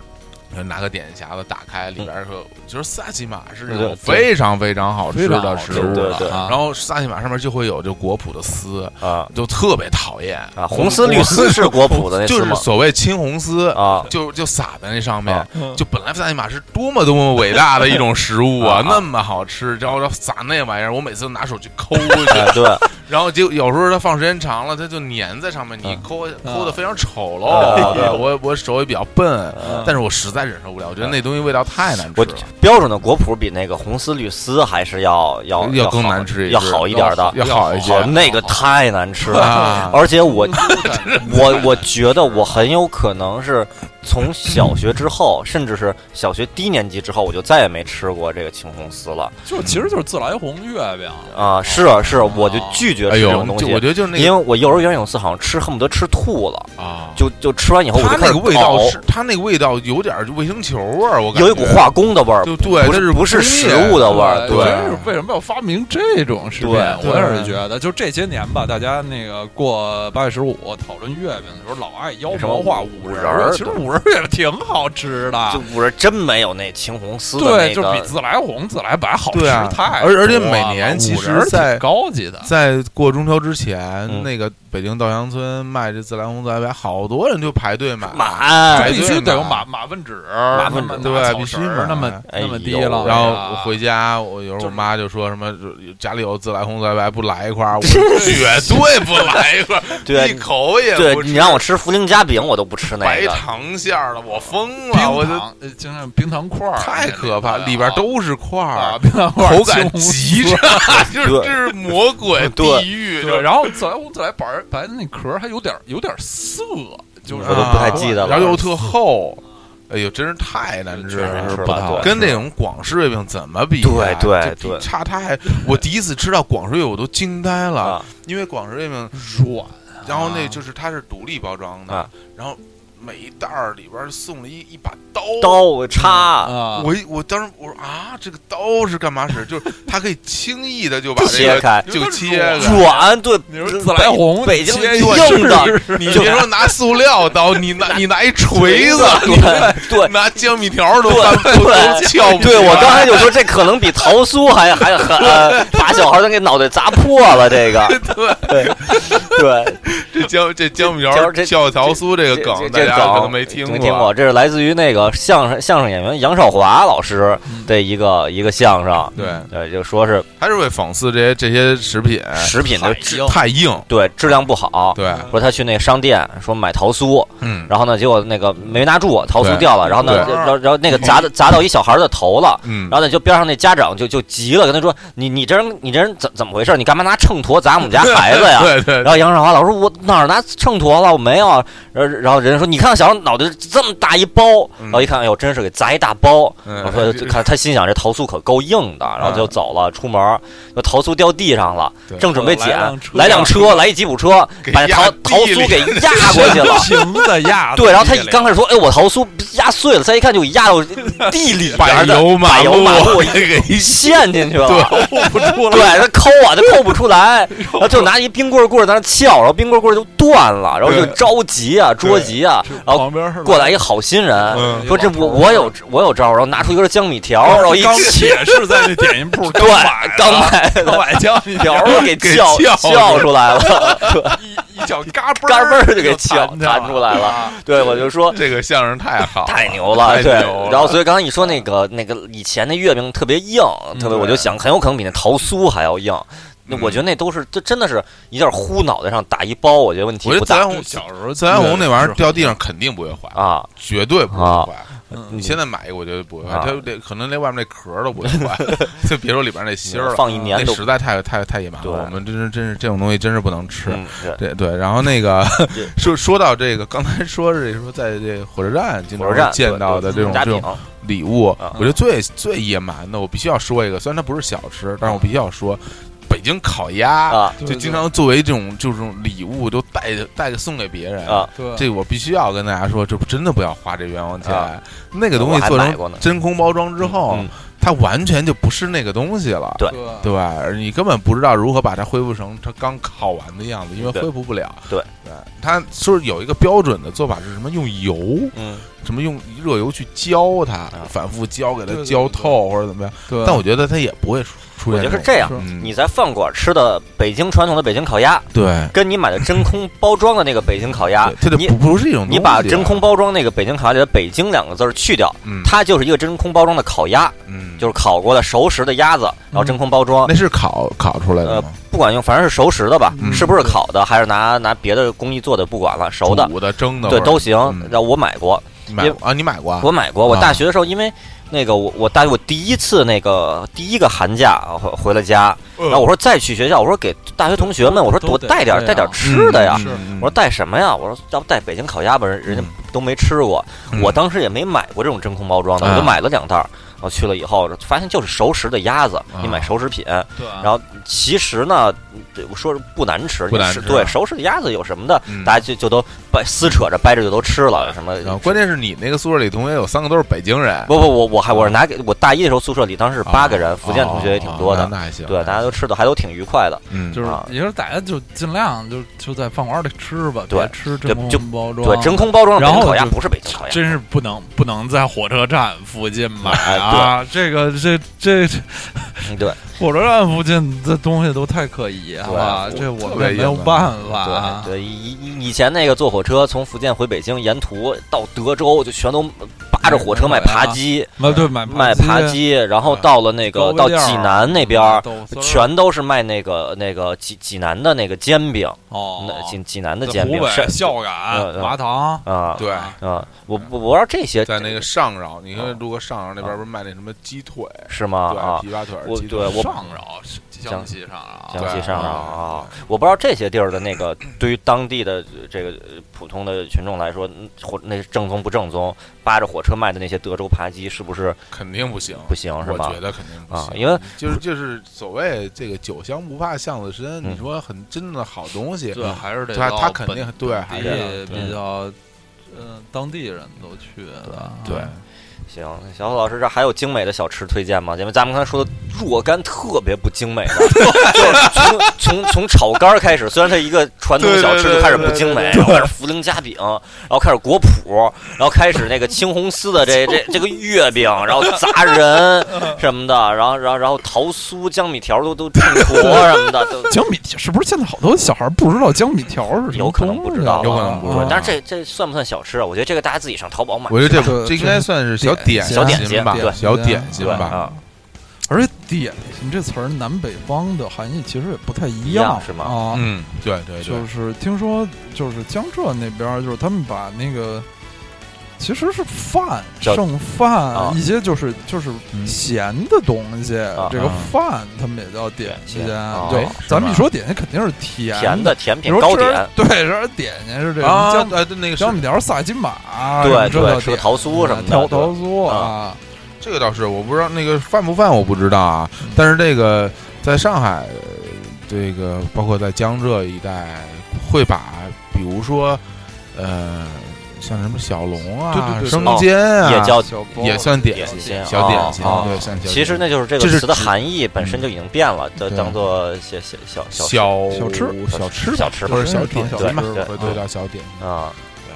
Speaker 2: 拿个点心匣子打开，里边儿有就是萨其马是那
Speaker 3: 对
Speaker 2: 种
Speaker 3: 对
Speaker 2: 非常非常好吃的食物
Speaker 3: 对对对
Speaker 2: 了，
Speaker 1: 啊
Speaker 2: 然后萨其马上面就会有这果脯的丝，
Speaker 3: 啊
Speaker 2: 就特别讨厌
Speaker 3: 啊，红丝绿丝是果脯的那
Speaker 2: 就
Speaker 3: 丝
Speaker 2: 是
Speaker 3: 吗？
Speaker 2: 所谓青红丝
Speaker 3: 啊
Speaker 2: 就就撒在那上面
Speaker 3: 啊。
Speaker 2: 就本来萨琪玛是多么多么伟大的一种食物啊
Speaker 3: 啊，
Speaker 2: 那么好吃，然后要撒那玩意儿，我每次都拿手去
Speaker 3: [laughs]
Speaker 2: 抠去， [laughs]
Speaker 3: 啊，对，
Speaker 2: 然后结果有时候它放时间长了，它就粘在上面，你
Speaker 3: 啊
Speaker 2: 抠
Speaker 1: 啊
Speaker 2: 抠的非常丑
Speaker 3: 啊嗯
Speaker 2: 陋。对 [laughs] 我我手也比较笨，
Speaker 1: 啊
Speaker 2: 但是我实在忍受不了，我觉得那东西味道太难吃
Speaker 3: 我
Speaker 2: 了，
Speaker 3: 标准的果脯比那个红丝绿丝还是要要
Speaker 2: 要
Speaker 3: 好
Speaker 2: 更难吃一
Speaker 3: 要
Speaker 2: 些
Speaker 3: 好一点的，
Speaker 2: 要好一些
Speaker 3: 好那个太难
Speaker 2: [laughs]
Speaker 3: 吃了。
Speaker 2: 啊。
Speaker 3: 而且我
Speaker 1: 对
Speaker 3: 我我觉得我很有可能是从小学之后，甚至是小学低年级之后，我就再也没吃过这个青红丝了
Speaker 1: 就其实就是自来红月饼
Speaker 3: 啊！是啊是啊，我就
Speaker 1: 哦
Speaker 3: 拒绝
Speaker 2: 哎
Speaker 3: 吃这
Speaker 2: 呦，
Speaker 3: 种东
Speaker 2: 就
Speaker 3: 西
Speaker 2: 我，觉得就是那
Speaker 3: 因为
Speaker 2: 个
Speaker 3: 我幼儿园有一次好像吃恨不得吃吐了，
Speaker 2: 啊，
Speaker 3: 就就吃完以后我
Speaker 2: 它
Speaker 3: 就
Speaker 2: 那
Speaker 3: 开始
Speaker 2: 个味道
Speaker 3: 呕
Speaker 2: 是，它那个味道有点儿卫生球味儿，我感觉
Speaker 3: 有一股化工的味儿，
Speaker 2: 就对，
Speaker 3: 不
Speaker 2: 它
Speaker 3: 是不是
Speaker 2: 工业
Speaker 3: 食物的味儿，
Speaker 1: 我觉
Speaker 3: 对
Speaker 1: 得是为什么要发明这种食品？
Speaker 3: 对
Speaker 1: 我也是觉得，就这些年吧，大家那个过八月十五讨论月饼的时候，老爱妖魔化五仁
Speaker 3: 什么五仁
Speaker 1: 儿。其实五
Speaker 3: 儿
Speaker 1: 仁儿也挺好吃
Speaker 3: 就
Speaker 1: 的，
Speaker 2: 啊
Speaker 3: 五仁真没有那青红丝的
Speaker 1: 对，
Speaker 3: 那
Speaker 1: 就比
Speaker 3: 个
Speaker 1: 自来红、自来白好吃
Speaker 2: 对啊
Speaker 1: 太多
Speaker 2: 而
Speaker 1: 了。
Speaker 2: 而且每年其实
Speaker 1: 五仁儿挺
Speaker 2: 在
Speaker 1: 高级的，
Speaker 2: 在过中秋之前，
Speaker 3: 嗯
Speaker 2: 那个北京稻香村卖这自来红自来白，好多人就排队买。
Speaker 3: 满
Speaker 2: 哎
Speaker 1: 必须得有
Speaker 2: 对
Speaker 1: 马马粪纸，
Speaker 3: 马
Speaker 1: 马
Speaker 3: 粪纸
Speaker 2: 对啊
Speaker 1: 必
Speaker 2: 必
Speaker 1: 须
Speaker 2: 须
Speaker 1: 那么
Speaker 2: 嘛
Speaker 1: 那么低
Speaker 3: 哎呦
Speaker 1: 了。
Speaker 2: 然后我
Speaker 1: 啊
Speaker 2: 回家，我有时候
Speaker 1: 就
Speaker 2: 我妈就说什么家里有自来红自来白不来一块
Speaker 3: [laughs]
Speaker 2: 儿，我绝对不来一块儿，
Speaker 3: 对
Speaker 2: 一口也
Speaker 3: 对
Speaker 2: 不吃
Speaker 3: 你让我吃茯苓夹饼，我都不吃那
Speaker 2: 白
Speaker 3: 个。
Speaker 2: 糖馅儿的，我疯
Speaker 1: 冰
Speaker 2: 了，我就
Speaker 1: 糖，呃就像冰糖块儿，
Speaker 2: 太可怕，
Speaker 1: 那
Speaker 2: 里边都是块
Speaker 1: 啊，
Speaker 2: 儿，
Speaker 1: 冰糖块儿
Speaker 2: 口
Speaker 1: 青
Speaker 2: 感极
Speaker 1: 红丝。
Speaker 2: 差， [laughs] 就是
Speaker 3: 对
Speaker 2: 这是魔鬼
Speaker 3: 对
Speaker 2: 地狱，就
Speaker 1: 对，
Speaker 2: 是
Speaker 1: 然后自来红自来白白的那壳儿还有点有点涩，就是
Speaker 3: 我都不太记得了
Speaker 2: 然后又特厚，哎呦，真是太难吃
Speaker 3: 确实
Speaker 2: 了
Speaker 3: 是，
Speaker 2: 不
Speaker 3: 吧
Speaker 2: 好
Speaker 3: 对
Speaker 2: 跟那种广式月饼怎么比
Speaker 3: 对
Speaker 2: 啊？
Speaker 3: 对
Speaker 2: 这
Speaker 3: 对
Speaker 2: 差太！我第一次吃到广式月饼，我都惊呆了，
Speaker 3: 啊
Speaker 2: 因为广式月饼，
Speaker 1: 软。
Speaker 2: 然后那就是它是独立包装的
Speaker 3: 啊，
Speaker 2: 然后每一袋儿里边儿送了一一把刀。
Speaker 3: 刀叉
Speaker 1: 啊，
Speaker 2: 我一我当时我说啊，这个刀是干嘛使？就是它可以轻易的就把这
Speaker 3: 切
Speaker 2: 个
Speaker 3: 开
Speaker 2: 就切
Speaker 1: 有
Speaker 2: 开
Speaker 1: 点。
Speaker 3: 软，对，
Speaker 1: 你说自来红，
Speaker 3: 北京
Speaker 1: 切
Speaker 3: 硬的，
Speaker 1: [laughs]
Speaker 2: 你别说拿塑料刀，你拿你拿一锤子，
Speaker 3: 对对
Speaker 2: 拿江米条都
Speaker 3: 对
Speaker 2: 翻都都
Speaker 3: 对
Speaker 2: 撬不啊
Speaker 3: 对，
Speaker 2: 开
Speaker 3: 我刚才就说这可能比桃酥还还狠，把小孩儿都给脑袋砸破了。这个
Speaker 2: [laughs]
Speaker 3: 对对，
Speaker 2: 这江这江米
Speaker 3: 江
Speaker 2: 条
Speaker 3: 这
Speaker 2: 跳槽酥这个
Speaker 3: 这
Speaker 2: 梗，大
Speaker 3: 这这
Speaker 2: 家
Speaker 3: 梗
Speaker 2: 可能没听
Speaker 3: 没听过，这是来自于那个相声相声演员杨少华老师
Speaker 2: 嗯
Speaker 3: 的一个一个相声。
Speaker 2: 对，
Speaker 3: 对，就说是
Speaker 2: 他是为讽刺这些这些食品
Speaker 3: 食品的
Speaker 1: 太
Speaker 3: 质
Speaker 1: 硬
Speaker 2: 太硬。
Speaker 3: 对质量不好，
Speaker 2: 对，
Speaker 3: 说他去那个商店说买桃酥，
Speaker 2: 嗯
Speaker 3: 然后呢，结果那个没拿住，桃酥
Speaker 2: 对
Speaker 3: 掉了，然后呢，
Speaker 2: 对
Speaker 3: 然后然后那个
Speaker 2: [laughs]
Speaker 3: 砸的砸到一小孩的头了。
Speaker 2: 嗯
Speaker 3: 然后呢，就边上那家长就就急了，跟他说：“你你这人你这人怎怎么回事？你干嘛拿秤砣砸我们家孩子呀？”
Speaker 2: [laughs] 对对
Speaker 3: 然后杨少华老师说：“我哪儿拿秤砣了？我没有。”然后然后人家说：“你看小孩脑袋这么大一包。”
Speaker 2: 嗯
Speaker 3: 然后一看，哎呦，真是给砸一大包。
Speaker 2: 嗯
Speaker 3: 我说就看他心想这桃酥可够硬的，然后就走了，出门儿就桃酥掉地上了
Speaker 2: 对，
Speaker 3: 正准备捡
Speaker 1: 来辆，车
Speaker 3: 来辆车，来一吉普车
Speaker 2: 给，
Speaker 3: 把
Speaker 2: 压
Speaker 3: 桃桃
Speaker 2: 地里
Speaker 3: 酥给压过去了。
Speaker 1: 平的压。
Speaker 3: 对，然后他一刚开始说，哎，我桃酥压碎了，再一看就压到地
Speaker 2: [laughs]
Speaker 3: 里边
Speaker 2: 柏
Speaker 3: 儿的
Speaker 2: 油马
Speaker 3: 柏油马路
Speaker 2: 这个一
Speaker 3: 陷进去了。
Speaker 1: [laughs]
Speaker 2: [laughs] 对
Speaker 1: 不出
Speaker 3: [laughs] 对，他抠啊，他抠不出来，然后就拿一冰棍棍儿在那撬，然后冰棍棍儿就断了，然后就着急啊，着急啊，
Speaker 1: 就
Speaker 3: 然后
Speaker 1: 旁边
Speaker 3: 过来一好心人，
Speaker 2: 嗯
Speaker 3: 说这我我有我有招儿，然后拿出一根江米条儿，然后一
Speaker 1: 刚
Speaker 3: 起
Speaker 1: 也是在那点心铺
Speaker 3: [laughs] 对
Speaker 1: 买的，
Speaker 3: 刚
Speaker 1: 刚
Speaker 3: 买的
Speaker 1: 刚买酱
Speaker 3: [laughs]
Speaker 1: 一
Speaker 3: 条
Speaker 1: 条，
Speaker 3: 儿给
Speaker 1: 给
Speaker 3: 撬
Speaker 1: 撬
Speaker 3: 撬出来了，
Speaker 1: 一一脚嘎嘣
Speaker 3: 嘎嘣儿
Speaker 1: 就
Speaker 3: 就给 [laughs] 撬
Speaker 1: 弹
Speaker 3: 弹出来了。
Speaker 1: 啊
Speaker 3: 对，我就说
Speaker 2: 这个相声太好，
Speaker 3: 太牛了，
Speaker 2: 太
Speaker 3: 对
Speaker 2: 牛。
Speaker 3: 然后
Speaker 2: 了
Speaker 3: 所以刚才你说那个那个以前那月饼特别硬，特别我就想很有可能比那桃酥还要硬。
Speaker 2: 嗯
Speaker 3: 那我觉得那都是，这真的是一下呼脑袋上打一包，我觉得问题
Speaker 2: 我觉
Speaker 3: 不
Speaker 2: 得自
Speaker 3: 大
Speaker 2: 然红
Speaker 1: 小时候
Speaker 2: 自然红那玩意儿
Speaker 1: 掉
Speaker 2: 掉地上肯定不会坏，
Speaker 3: 啊。
Speaker 2: 绝对不会坏。你
Speaker 3: 嗯
Speaker 2: 现在买一个，我觉得不会坏，
Speaker 3: 啊
Speaker 2: 它连可能连外面那壳儿都不会
Speaker 3: [laughs]
Speaker 2: 坏，就别说里边那芯儿了。
Speaker 3: 放一年
Speaker 2: 那
Speaker 3: 都
Speaker 2: 实在太太太野蛮了，
Speaker 3: 对
Speaker 2: 我们真是真是这种东西真是不能吃。
Speaker 3: 嗯
Speaker 2: 对
Speaker 3: 对
Speaker 2: 对，然后那个
Speaker 3: 对
Speaker 2: [laughs] 说说到这个，刚才说是说在这火车站经
Speaker 3: 火车
Speaker 2: 常
Speaker 3: 站
Speaker 2: 见到的这种
Speaker 3: 家
Speaker 2: 这
Speaker 3: 庭
Speaker 2: 种礼物，
Speaker 3: 啊
Speaker 2: 我觉得最最野蛮的，我必须要说一个，虽然它不是小吃，但是我必须要说，北京烤鸭，
Speaker 3: 啊
Speaker 2: 就经常作为这种就是这种礼物，都带着带着送给别人。
Speaker 3: 啊，
Speaker 1: 对
Speaker 2: 这我必须要跟大家说，这不真的不要花这冤枉钱。
Speaker 3: 啊
Speaker 2: 那个东西做
Speaker 3: 我还买过呢
Speaker 2: 成真空包装之后，
Speaker 3: 嗯
Speaker 2: 它完全就不是那个东西了。
Speaker 3: 对
Speaker 2: 对吧？而你根本不知道如何把它恢复成它刚烤完的样子，因为
Speaker 3: 对
Speaker 2: 恢复不了。
Speaker 3: 对
Speaker 2: 它说有一个标准的做法是什么？用油，
Speaker 3: 嗯，
Speaker 2: 什么用热油去浇它，
Speaker 3: 啊
Speaker 2: 反复浇给
Speaker 1: 对
Speaker 2: 它
Speaker 1: 对
Speaker 2: 浇
Speaker 1: 对对
Speaker 2: 透或者怎么样。
Speaker 1: 对，
Speaker 2: 但我觉得它也不会出出
Speaker 3: 我
Speaker 2: 现这
Speaker 3: 觉得
Speaker 2: 种。
Speaker 3: 是这样。
Speaker 2: 嗯，
Speaker 3: 你在饭馆吃的北京传统的北京烤鸭，
Speaker 2: 对，
Speaker 3: 跟你买的真空包装的那个北京烤鸭
Speaker 2: 对，它就
Speaker 3: 你
Speaker 2: 不不是一种东西啊
Speaker 3: 你把真空，包装那个北京烤鸭里的“北京”两个字儿去掉，
Speaker 2: 嗯
Speaker 3: 它就是一个真空包装的烤鸭，
Speaker 2: 嗯，
Speaker 3: 就是烤过的熟食的鸭子，然后真空包装
Speaker 2: 那。是烤烤出来的
Speaker 3: 呃
Speaker 2: 吗？
Speaker 3: 不管用，反正是熟食的吧，
Speaker 2: 嗯
Speaker 3: 是不是烤的，还是拿拿别的工艺做的，不管了，熟的，
Speaker 2: 煮的、蒸的，
Speaker 3: 对都行。
Speaker 2: 嗯
Speaker 3: 然后我买过，
Speaker 2: 你买
Speaker 3: 因
Speaker 2: 啊？你买过啊？
Speaker 3: 我买过。我
Speaker 2: 啊
Speaker 3: 大学的时候，因为那个我我大我第一次那个第一个寒假啊回回了家，
Speaker 2: 呃
Speaker 3: 然后我说再去学校，我说给大学同学们，我说
Speaker 1: 都
Speaker 3: 我
Speaker 1: 得
Speaker 3: 带点
Speaker 1: 这样
Speaker 3: 带点吃的呀。
Speaker 1: 是
Speaker 2: 啊嗯
Speaker 3: 我说带什么呀？我说要不带北京烤鸭吧，人人家都没吃过，
Speaker 2: 嗯
Speaker 3: 我当时也没买过这种真空包装的，
Speaker 2: 啊
Speaker 3: 我就买了两袋儿。然后去了以后，发现就是熟食的鸭子，
Speaker 2: 啊
Speaker 3: 你买熟食品，
Speaker 1: 对
Speaker 3: 然后其实呢，对我说是不难吃，
Speaker 2: 不难吃
Speaker 1: 啊
Speaker 3: 是对，熟食的鸭子有什么的，
Speaker 2: 嗯
Speaker 3: 大家就就都掰撕扯着掰着就都吃
Speaker 1: 嗯
Speaker 3: 了，什么。
Speaker 2: 然后关键是你那个宿舍里同学有三个都是北京人，
Speaker 3: 不不，我我还
Speaker 1: 啊
Speaker 3: 我是拿给我大一的时候宿舍里当时是八个人，
Speaker 2: 哦
Speaker 3: 福建同学也挺多
Speaker 2: 哦
Speaker 3: 的，
Speaker 2: 那那还行，
Speaker 3: 对，大家都吃的还都挺愉快的，
Speaker 2: 嗯，
Speaker 1: 就是
Speaker 3: 啊
Speaker 1: 也就是大家就尽量就就在饭馆里吃吧，
Speaker 3: 对
Speaker 1: 别吃真
Speaker 3: 就
Speaker 1: 空包装，
Speaker 3: 对，真空包装的
Speaker 1: 然
Speaker 3: 北
Speaker 1: 后
Speaker 3: 京烤鸭
Speaker 1: 就
Speaker 3: 不是北京烤鸭，
Speaker 1: 真是不能不能在火车站附近买
Speaker 3: 哎
Speaker 1: 啊！这个这这这
Speaker 3: 嗯对
Speaker 1: 火车站附近的东西都太可疑了，
Speaker 3: 对
Speaker 1: 这我
Speaker 2: 特
Speaker 1: 们
Speaker 2: 别
Speaker 1: 也没有
Speaker 2: 严
Speaker 1: 办法
Speaker 3: 对
Speaker 1: 啊。
Speaker 3: 对，以以以前那个坐火车从福建回北京，沿途到德州就全都扒着火车卖扒鸡，
Speaker 1: 啊，对，买
Speaker 3: 卖扒鸡，然后到了那个到
Speaker 1: 高碑
Speaker 3: 济
Speaker 1: 店儿啊
Speaker 3: 南那边儿。
Speaker 1: 豆丝儿
Speaker 3: 全都是卖那个那个济济南的那个煎饼，
Speaker 1: 哦
Speaker 3: 那，济济南的
Speaker 1: 在
Speaker 3: 煎饼
Speaker 1: 湖，
Speaker 3: 是
Speaker 1: 北孝
Speaker 3: 嗯
Speaker 1: 感
Speaker 3: 嗯
Speaker 1: 麻糖，
Speaker 3: 啊
Speaker 2: 对。
Speaker 3: 啊，我我我要这些
Speaker 2: 在那个上饶，你看
Speaker 3: 啊
Speaker 2: 路过上饶那边不是卖那什么鸡腿，
Speaker 3: 是吗？啊
Speaker 2: 对，，琵琶腿儿
Speaker 3: 我
Speaker 2: 鸡
Speaker 3: 对
Speaker 2: 腿，
Speaker 3: 我
Speaker 1: 上饶江西上饶，
Speaker 3: 江西
Speaker 2: 对
Speaker 3: 上饶
Speaker 2: 啊
Speaker 3: 啊，我不知道这些地儿的那个对于当地的这个呃普通的群众来说，嗯火那正宗不正宗，扒着火车卖的那些德州扒鸡是不是
Speaker 2: 肯定不行，
Speaker 3: 不行是
Speaker 2: 我
Speaker 3: 吗
Speaker 2: 觉？得肯定不
Speaker 3: 啊
Speaker 2: 行，
Speaker 3: 因为
Speaker 2: 就是就是所谓这个酒香不怕巷子深，
Speaker 3: 嗯
Speaker 2: 你说很真的好东西，嗯
Speaker 1: 对，还是得
Speaker 2: 他
Speaker 1: 到
Speaker 2: 他肯定
Speaker 1: 本
Speaker 2: 对还
Speaker 1: 地
Speaker 2: 是得
Speaker 1: 比较，嗯，当地人都去的，啊
Speaker 2: 对
Speaker 3: 行，小虎老师这还有精美的小吃推荐吗？因为咱们刚才说的若干特别不精美的， [laughs] 就是从从从炒肝儿开始，虽然它一个传统小
Speaker 2: 对对
Speaker 3: 吃
Speaker 2: 对
Speaker 3: 就开始不精
Speaker 2: 对对
Speaker 3: 美，
Speaker 2: 对
Speaker 3: 然后开始茯苓夹饼，然后开始果脯，然后开始那个青红丝的这这这个月饼，然后砸
Speaker 2: [laughs]
Speaker 3: 人什么的，然后然后然后桃酥、江米条都都出坨什么的，都
Speaker 1: 江米条是不是现在好多小孩不知道江米条是什么
Speaker 3: 有可能
Speaker 1: 东西
Speaker 3: 不知道
Speaker 1: 啊
Speaker 2: 有可能不知道
Speaker 1: 啊
Speaker 3: 但是这这算不算小吃啊？我觉得这个大家自己上淘宝买
Speaker 2: 我觉得
Speaker 1: 这
Speaker 2: 这这应该算是小点
Speaker 3: 小点
Speaker 2: 心吧
Speaker 3: 心，对
Speaker 2: 小点心
Speaker 3: 对
Speaker 2: 吧。
Speaker 3: 啊，
Speaker 1: 而且“点心”这词儿南北方的含义其实也不太一
Speaker 3: 一样
Speaker 1: 样，
Speaker 3: 是吗
Speaker 1: 啊，
Speaker 2: 嗯，对对对
Speaker 1: 就，是听说就是江浙那边儿，就是他们把那个其实是饭
Speaker 3: 叫
Speaker 1: 剩饭、
Speaker 3: 啊
Speaker 1: 一些就是就是
Speaker 2: 嗯
Speaker 1: 咸的东西，这个
Speaker 2: 啊
Speaker 1: 饭他们也叫点
Speaker 3: 点
Speaker 1: 心
Speaker 3: 心啊。
Speaker 1: 就
Speaker 2: 哎
Speaker 1: 咱们一
Speaker 2: 是吧
Speaker 1: 说点心，肯定是甜
Speaker 3: 甜的甜
Speaker 1: 你
Speaker 3: 品
Speaker 1: 说
Speaker 3: 糕
Speaker 1: 吃
Speaker 3: 点，
Speaker 1: 对，说点心是这个
Speaker 2: 啊，
Speaker 1: 江
Speaker 2: 呃，对那个是
Speaker 1: 江米条、萨金
Speaker 2: 啊
Speaker 1: 马，
Speaker 3: 对
Speaker 1: 什么这
Speaker 3: 对，吃个
Speaker 1: 个
Speaker 3: 桃酥什么的，
Speaker 1: 条
Speaker 3: 对
Speaker 1: 桃酥啊，
Speaker 2: 这个倒是，我不知道那个犯不犯，我不知道啊
Speaker 1: 嗯。
Speaker 2: 但是这个在上海，呃这个包括在江浙一带，会把比如说，呃，像什么小龙啊、
Speaker 1: 对对对
Speaker 2: 生煎啊，
Speaker 3: 哦也叫
Speaker 1: 小包
Speaker 2: 也算点
Speaker 3: 点心
Speaker 2: 小点心，
Speaker 3: 哦哦
Speaker 2: 对，算小点心
Speaker 3: 其实那就是这
Speaker 2: 这
Speaker 3: 个
Speaker 2: 是
Speaker 3: 词的
Speaker 2: 指嗯
Speaker 3: 含义本身就已经变了，就
Speaker 2: 对
Speaker 3: 当做小小小小
Speaker 2: 小
Speaker 1: 小吃
Speaker 2: 小吃吧
Speaker 1: 吧
Speaker 2: 或
Speaker 3: 小吃小吃
Speaker 2: 者小
Speaker 1: 小
Speaker 2: 点
Speaker 1: 吃
Speaker 2: 心嘛，
Speaker 3: 对对
Speaker 1: 嗯
Speaker 2: 会对到小点心。
Speaker 3: 啊。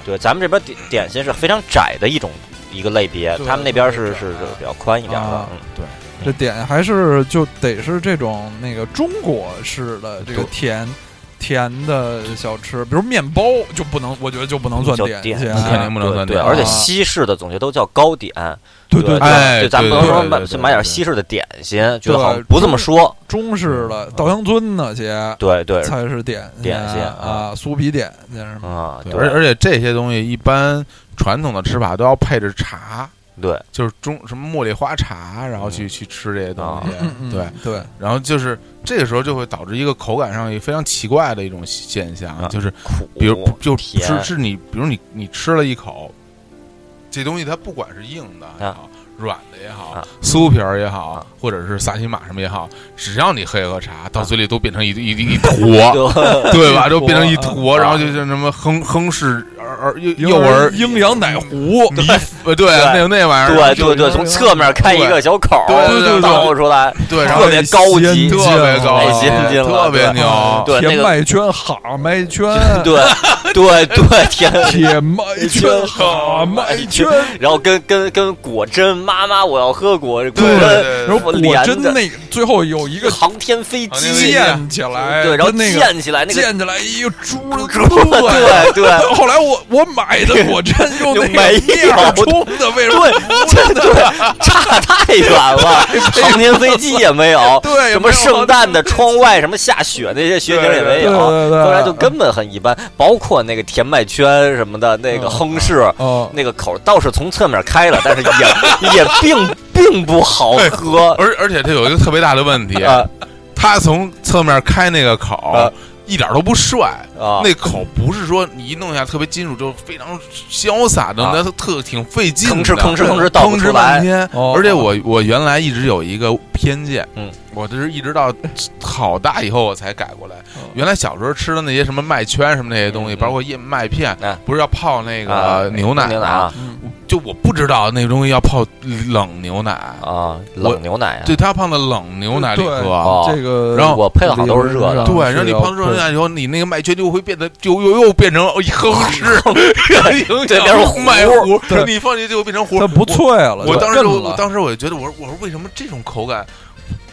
Speaker 3: 对，咱们这边点点心是非常窄的一种一个类别，
Speaker 2: 对
Speaker 3: 他们那边是是是比较宽一点的
Speaker 1: 啊。
Speaker 3: 嗯，
Speaker 1: 这点还是就得是这种那个中国式的这个
Speaker 3: 对
Speaker 1: 甜甜的小吃，比如面包就不能，我觉得就不能算
Speaker 3: 叫
Speaker 1: 点
Speaker 3: 点
Speaker 1: 心
Speaker 3: 心
Speaker 2: 肯定不能算
Speaker 3: 对，
Speaker 2: 点
Speaker 3: 而且
Speaker 1: 啊
Speaker 3: 西式的总觉得都叫糕点，
Speaker 1: 对
Speaker 3: 对
Speaker 1: 对，
Speaker 2: 哎
Speaker 3: 就咱
Speaker 2: 对
Speaker 3: 不能
Speaker 1: 对
Speaker 3: 说
Speaker 2: 对
Speaker 3: 买
Speaker 2: 对
Speaker 3: 去
Speaker 2: 对
Speaker 3: 买点
Speaker 2: 对
Speaker 3: 西式的点心，觉得
Speaker 1: 对
Speaker 3: 好像不这么说，
Speaker 1: 中式的稻香村那些
Speaker 3: 对嗯对，
Speaker 1: 才是点
Speaker 3: 点心
Speaker 1: 啊，酥皮点心什么
Speaker 3: 啊对
Speaker 2: 而而且这些东西一般传统的吃法都要配着茶，
Speaker 3: 对
Speaker 2: 就是中什么茉莉花茶，然后去、
Speaker 3: 嗯
Speaker 2: 去吃这些东
Speaker 3: 哦
Speaker 2: 西。
Speaker 1: 嗯嗯
Speaker 2: 对，
Speaker 1: 对，
Speaker 2: 然后就是这个时候就会导致一个口感上也非常奇怪的一种现象，
Speaker 3: 啊
Speaker 2: 就是
Speaker 3: 苦，
Speaker 2: 比如就
Speaker 3: 甜
Speaker 2: 是是你，比如你你吃了一口，这东西它不管是硬的也好，软的也好，
Speaker 3: 啊
Speaker 2: 酥皮儿也好，
Speaker 3: 啊
Speaker 2: 或者是萨琪玛什么也好，只要你喝一喝茶，到嘴里都变成一一一一坨。
Speaker 3: [laughs] 对
Speaker 2: 对吧？
Speaker 1: 一坨
Speaker 2: 就变成一坨，
Speaker 3: 啊
Speaker 2: 然后就像什么亨亨氏儿儿幼
Speaker 1: 婴
Speaker 2: 幼
Speaker 1: 儿
Speaker 2: 儿
Speaker 1: 阴阳奶壶，
Speaker 3: 嗯
Speaker 2: 泥，呃对，那那玩意
Speaker 3: 对
Speaker 2: 儿，
Speaker 3: 对对，从侧面开一个小口儿，
Speaker 2: 对对对对
Speaker 3: 倒出来，
Speaker 2: 对，然后
Speaker 3: 特别高级
Speaker 1: 仙境
Speaker 2: 特别高
Speaker 3: 太先进了，
Speaker 2: 特别牛
Speaker 3: 对那
Speaker 1: 甜
Speaker 3: 个，
Speaker 1: 麦圈、蛤麦圈，
Speaker 3: 对对 [laughs] 对，天。
Speaker 1: [laughs] 铁
Speaker 3: [laughs]
Speaker 1: 麦圈、蛤麦圈，
Speaker 3: 然后跟跟跟果真妈妈，我要喝果果
Speaker 2: 对对
Speaker 3: 真，
Speaker 2: 对
Speaker 1: 然后果
Speaker 3: 连
Speaker 1: 真
Speaker 3: 着
Speaker 1: 那最后有一个
Speaker 3: 航天飞
Speaker 2: 航天飞
Speaker 3: 机
Speaker 2: 机，
Speaker 1: 溅起来，
Speaker 3: 对，然后
Speaker 1: 跟那个
Speaker 3: 溅起来那 [laughs] 个，
Speaker 1: 溅起来一个珠珠
Speaker 3: 珠对对
Speaker 1: 后来我我买的果真用那
Speaker 3: 就没
Speaker 1: 个
Speaker 3: 有
Speaker 1: 面儿冲的， [laughs] 为什么？
Speaker 3: 对对，差太远
Speaker 1: [laughs]
Speaker 3: 了，航天飞机也没有，
Speaker 1: 哎对，
Speaker 3: 什么圣诞的窗外，什么下雪那些雪景也
Speaker 1: 对
Speaker 3: 没
Speaker 1: 对
Speaker 3: 有，
Speaker 1: 对对，
Speaker 3: 后来就根本很一般，包括那个甜麦圈什么的，那
Speaker 1: 嗯
Speaker 3: 个亨氏。
Speaker 1: 哦，
Speaker 3: 那个口儿倒是从侧面开了，但是
Speaker 1: [laughs]
Speaker 3: 也也并并不好喝
Speaker 2: [laughs] 而而且它有一个特别大的问题，
Speaker 3: [laughs] 啊
Speaker 2: 他从侧面开那个口，
Speaker 3: 啊
Speaker 2: 一点都不帅。
Speaker 3: 啊！
Speaker 2: 那口不是说你一弄下特别金属就非常潇洒的，
Speaker 3: 啊
Speaker 2: 那、特挺费劲的，
Speaker 3: 吭哧吭哧吭哧倒不
Speaker 2: 吭
Speaker 3: 出
Speaker 2: 哧
Speaker 3: 来
Speaker 2: 半天。
Speaker 1: 哦
Speaker 2: 而且我我原来一直有一个偏见，
Speaker 3: 嗯，
Speaker 2: 我这是一直到好大以后我才改过来
Speaker 1: 哦。
Speaker 2: 原来小时候吃的那些什么麦圈什么那些东西，
Speaker 3: 嗯嗯
Speaker 2: 包括燕麦片
Speaker 3: 啊，
Speaker 2: 不是要泡那
Speaker 3: 啊
Speaker 2: 个牛奶
Speaker 3: 牛奶
Speaker 2: 吗？
Speaker 3: 啊
Speaker 1: 嗯
Speaker 2: 就我不知道那东西要泡冷牛奶，
Speaker 3: 啊，
Speaker 2: 我
Speaker 3: 冷牛奶啊，
Speaker 2: 对，它放在冷牛奶里
Speaker 1: 对
Speaker 2: 喝。
Speaker 3: 哦
Speaker 1: 这个
Speaker 2: 然后
Speaker 3: 我配的好都是热的，
Speaker 2: 对，然后你
Speaker 1: 旁
Speaker 2: 碰热下以后，你那个麦圈就会变得就又又变成一哼哧，
Speaker 3: [laughs] 对
Speaker 2: 对
Speaker 3: 变成糊
Speaker 2: 麦 [laughs] 糊，
Speaker 1: 对
Speaker 2: 你放进去就变成糊
Speaker 1: 它。不脆了，
Speaker 2: 我，我
Speaker 1: 就
Speaker 2: 当时
Speaker 1: 韧
Speaker 2: 就
Speaker 1: 了
Speaker 2: 我当时我就觉得，我说我说为什么这种口感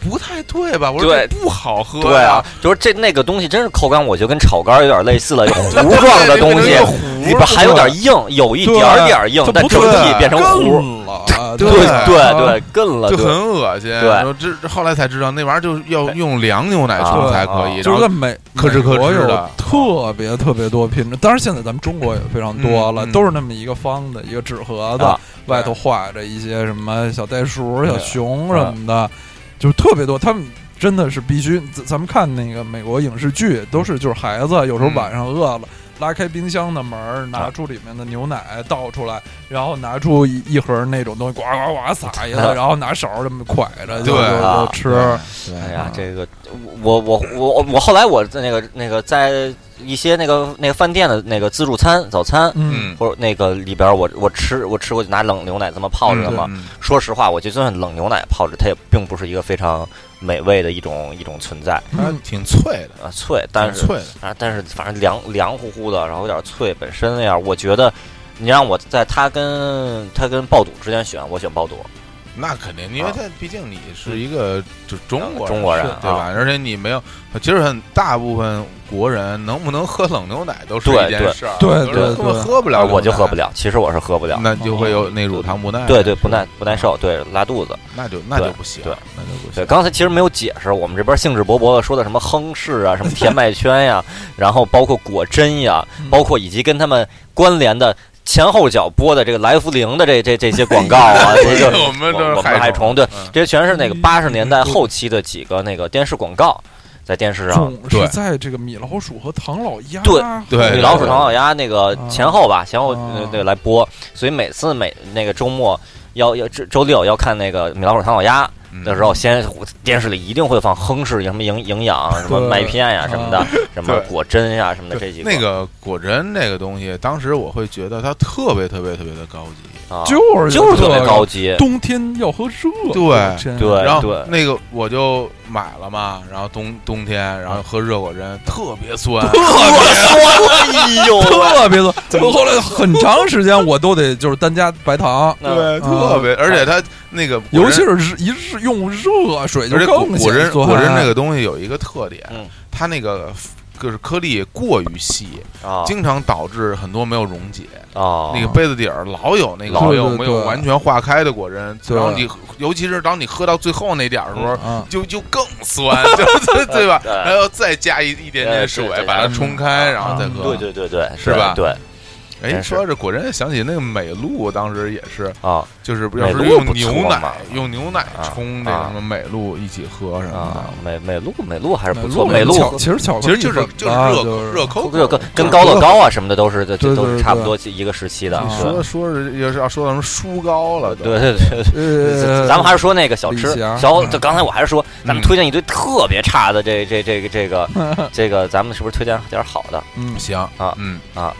Speaker 2: 不太对吧？我说
Speaker 3: 对
Speaker 2: 这不好喝
Speaker 3: 对
Speaker 2: 呀
Speaker 3: 啊，，就是这那个东西真是口感，我觉得跟炒肝有点类
Speaker 2: [laughs]
Speaker 3: 似了，有糊状的东西，
Speaker 2: 对
Speaker 3: 里边还有点硬，有一点儿点儿硬
Speaker 1: 它，
Speaker 3: 但
Speaker 1: 不
Speaker 3: 整
Speaker 1: 脆
Speaker 3: 体变成糊，
Speaker 1: 更了，
Speaker 3: 对
Speaker 2: 对
Speaker 3: 对
Speaker 1: 啊
Speaker 3: 对，更了，
Speaker 2: 就
Speaker 3: 对
Speaker 2: 很恶心。
Speaker 3: 对
Speaker 2: 然后这这后来才知道，那玩意儿就是要用凉牛
Speaker 3: 啊
Speaker 2: 奶冲
Speaker 1: 对
Speaker 2: 才可以。然
Speaker 1: 就
Speaker 2: 后
Speaker 1: 在美
Speaker 2: 吭哧
Speaker 1: 美
Speaker 2: 吭
Speaker 1: 国
Speaker 2: 哧
Speaker 1: 有
Speaker 2: 的啊
Speaker 1: 特别特别多品种，当然现在咱们中国也非常多了，
Speaker 2: 嗯嗯
Speaker 1: 都是那么一个方的一个纸盒子，
Speaker 3: 啊
Speaker 1: 外头画着一些什么小袋鼠、
Speaker 2: 对啊
Speaker 1: 小熊什么的，就是特别多。他们真的是必须，咱咱们看那个美国影视剧，都是就是孩子有时候
Speaker 2: 嗯啊
Speaker 1: 晚上饿了。拉开冰箱的门儿，拿出里面的牛奶倒出来，然后拿出一一盒那种东西，呱呱呱撒一下，
Speaker 3: 啊
Speaker 1: 然后拿勺这么蒯着就就
Speaker 2: 对
Speaker 3: 啊
Speaker 1: 就吃。嗯
Speaker 2: 对
Speaker 3: 哎呀，这个我我我我后来我在那个那个在一些那个那个饭店的那个自助餐早餐，
Speaker 1: 嗯，
Speaker 2: 嗯，
Speaker 3: 或者那个里边我我吃我吃过就拿冷牛奶这么泡着的
Speaker 2: 嗯
Speaker 3: 嘛。？
Speaker 2: 嗯
Speaker 3: 说实话，我觉得就算冷牛奶泡着，它也并不是一个非常美味的一种一种存在
Speaker 2: 它
Speaker 1: 嗯
Speaker 2: 挺脆的，
Speaker 3: 啊，脆，但
Speaker 2: 挺
Speaker 3: 是
Speaker 2: 脆的。
Speaker 3: 啊，但是反正凉凉乎乎的，然后有点脆，本身那样，我觉得。你让我在它跟它跟爆肚之间选，我选爆肚。
Speaker 2: 那肯定，因
Speaker 3: 啊嗯
Speaker 2: 为他毕竟你是一个就中国
Speaker 3: 中国人啊
Speaker 2: 是对吧？而且你没有，其实很大部分国人能不能喝冷牛奶都是
Speaker 3: 对
Speaker 2: 一件事儿，啊
Speaker 1: 对
Speaker 2: 有
Speaker 1: 对
Speaker 2: 人根本
Speaker 1: 对
Speaker 2: 喝不了
Speaker 3: 啊，
Speaker 2: 冷牛奶，
Speaker 3: 我就喝不了，其实我是喝不了。
Speaker 2: 那就会有那乳糖不耐，啊
Speaker 3: 对对，不耐不耐受，对拉肚子。
Speaker 2: 那就那就
Speaker 3: 对
Speaker 2: 不行，
Speaker 3: 对
Speaker 2: 那就不
Speaker 3: 对，
Speaker 2: 行。
Speaker 3: 刚才其实没有解释，我们这边兴致勃勃的说的什么亨氏啊，什么甜麦
Speaker 2: [laughs]
Speaker 3: 圈呀、然后包括果真呀、
Speaker 1: 嗯
Speaker 3: 包括以及跟他们关联的前后脚播的这个来福灵的这这这些广告啊，这个
Speaker 2: 哎我们这
Speaker 3: 我们海
Speaker 2: 虫
Speaker 3: 虫，对，
Speaker 2: 嗯
Speaker 3: 这些全是那个
Speaker 1: 嗯
Speaker 3: 八十年代后期的几个那个电视广告，在电视上。
Speaker 1: 总
Speaker 2: 对
Speaker 1: 是在这个米老鼠和唐老鸭
Speaker 3: 对
Speaker 2: 对
Speaker 3: 米
Speaker 1: 米
Speaker 3: 老鼠、唐老鸭那个
Speaker 2: 哦
Speaker 1: 啊
Speaker 3: 前后吧，前后
Speaker 1: 啊
Speaker 3: 呃对来播，所以每次每那个周末要要周周六要看那个米老鼠唐老鸭，
Speaker 2: 嗯
Speaker 3: 的时候，先电视里一定会放亨氏什么营营养啊什么
Speaker 1: 对
Speaker 3: 麦片呀什么的，什么
Speaker 2: 对
Speaker 3: 果珍呀什么的
Speaker 2: 对
Speaker 3: 这几
Speaker 2: 那个果仁那个东西，当时我会觉得它特别特别特别的高级，
Speaker 3: 啊
Speaker 1: 就是
Speaker 3: 就是
Speaker 1: 这
Speaker 3: 特别
Speaker 1: 个
Speaker 3: 高级，
Speaker 1: 冬天要喝热的
Speaker 2: 对
Speaker 1: 真
Speaker 3: 对
Speaker 2: 然后
Speaker 3: 对
Speaker 2: 那个我就买了嘛，然后冬冬天，然后喝热果针，特别酸，
Speaker 1: [laughs]
Speaker 3: 哎呦喂，
Speaker 1: 特别多。
Speaker 3: 怎么
Speaker 1: 我后来很长时间我都得就是单加白糖，
Speaker 3: 那
Speaker 2: 特别，而且它那个果
Speaker 1: 嗯尤
Speaker 2: 仁
Speaker 1: 其是日一日用热水就
Speaker 2: 而且果
Speaker 1: 更啊
Speaker 2: 果
Speaker 1: 显
Speaker 2: 仁
Speaker 1: 酸。
Speaker 2: 果仁那个东西有一个特点
Speaker 3: 嗯，
Speaker 2: 它那个就是颗粒过于细，
Speaker 3: 啊
Speaker 2: 经常导致很多没有溶解。
Speaker 3: 啊
Speaker 2: 那个杯子底儿老有那个
Speaker 1: 老
Speaker 2: 没
Speaker 1: 有
Speaker 2: 有没
Speaker 1: 对
Speaker 2: 有
Speaker 1: 对
Speaker 2: 完全化开的果仁，
Speaker 1: 对
Speaker 2: 然后你尤其是当你喝到最后那点儿的时候，
Speaker 1: 啊，
Speaker 2: 就就更酸， [laughs] 就对吧？
Speaker 3: 嗯对
Speaker 2: 然后再加一一点点
Speaker 3: 对
Speaker 2: 水
Speaker 3: 对对
Speaker 2: 把它冲开，
Speaker 3: 嗯
Speaker 2: 然后再喝。
Speaker 3: 对对对对，
Speaker 2: 是吧
Speaker 3: 对
Speaker 2: 哎，
Speaker 3: 真是
Speaker 2: 说到这果仁，想起那个美露，当时也是，
Speaker 3: 啊，
Speaker 2: 就是要是
Speaker 3: 美露
Speaker 2: 用
Speaker 3: 不错
Speaker 2: 牛奶
Speaker 3: 嘛
Speaker 2: 用牛奶
Speaker 3: 啊
Speaker 2: 冲那个什么美露一起喝什么
Speaker 3: 啊
Speaker 2: 的。，
Speaker 3: 美美露美露还是不错，
Speaker 1: 美
Speaker 3: 美
Speaker 1: 露
Speaker 3: 露
Speaker 1: 巧嗯其实巧
Speaker 2: 其
Speaker 1: 克
Speaker 2: 实
Speaker 1: 力
Speaker 2: 就是
Speaker 1: 粉
Speaker 2: 就是
Speaker 1: 啊
Speaker 2: 热
Speaker 1: 就是
Speaker 2: 热嗯可
Speaker 3: 这个
Speaker 2: 可
Speaker 3: 跟跟高乐高啊什么的都是这
Speaker 1: 对对
Speaker 3: 这
Speaker 1: 对
Speaker 3: 都是差不多一个时期的
Speaker 1: 啊，
Speaker 3: 是
Speaker 2: 说说是要是要说到什么疏高了，
Speaker 3: 对，对对对。
Speaker 1: 呃，
Speaker 3: 咱们还是说那个小吃
Speaker 1: 李嗯霞，
Speaker 3: 小就刚才我还是说，咱们
Speaker 2: 嗯
Speaker 3: 推荐一堆特别差的，这这这个
Speaker 1: [laughs]
Speaker 3: 这个这个，咱们是不是推荐点好的？
Speaker 1: 嗯
Speaker 2: 行
Speaker 3: 啊
Speaker 2: 嗯
Speaker 3: 啊。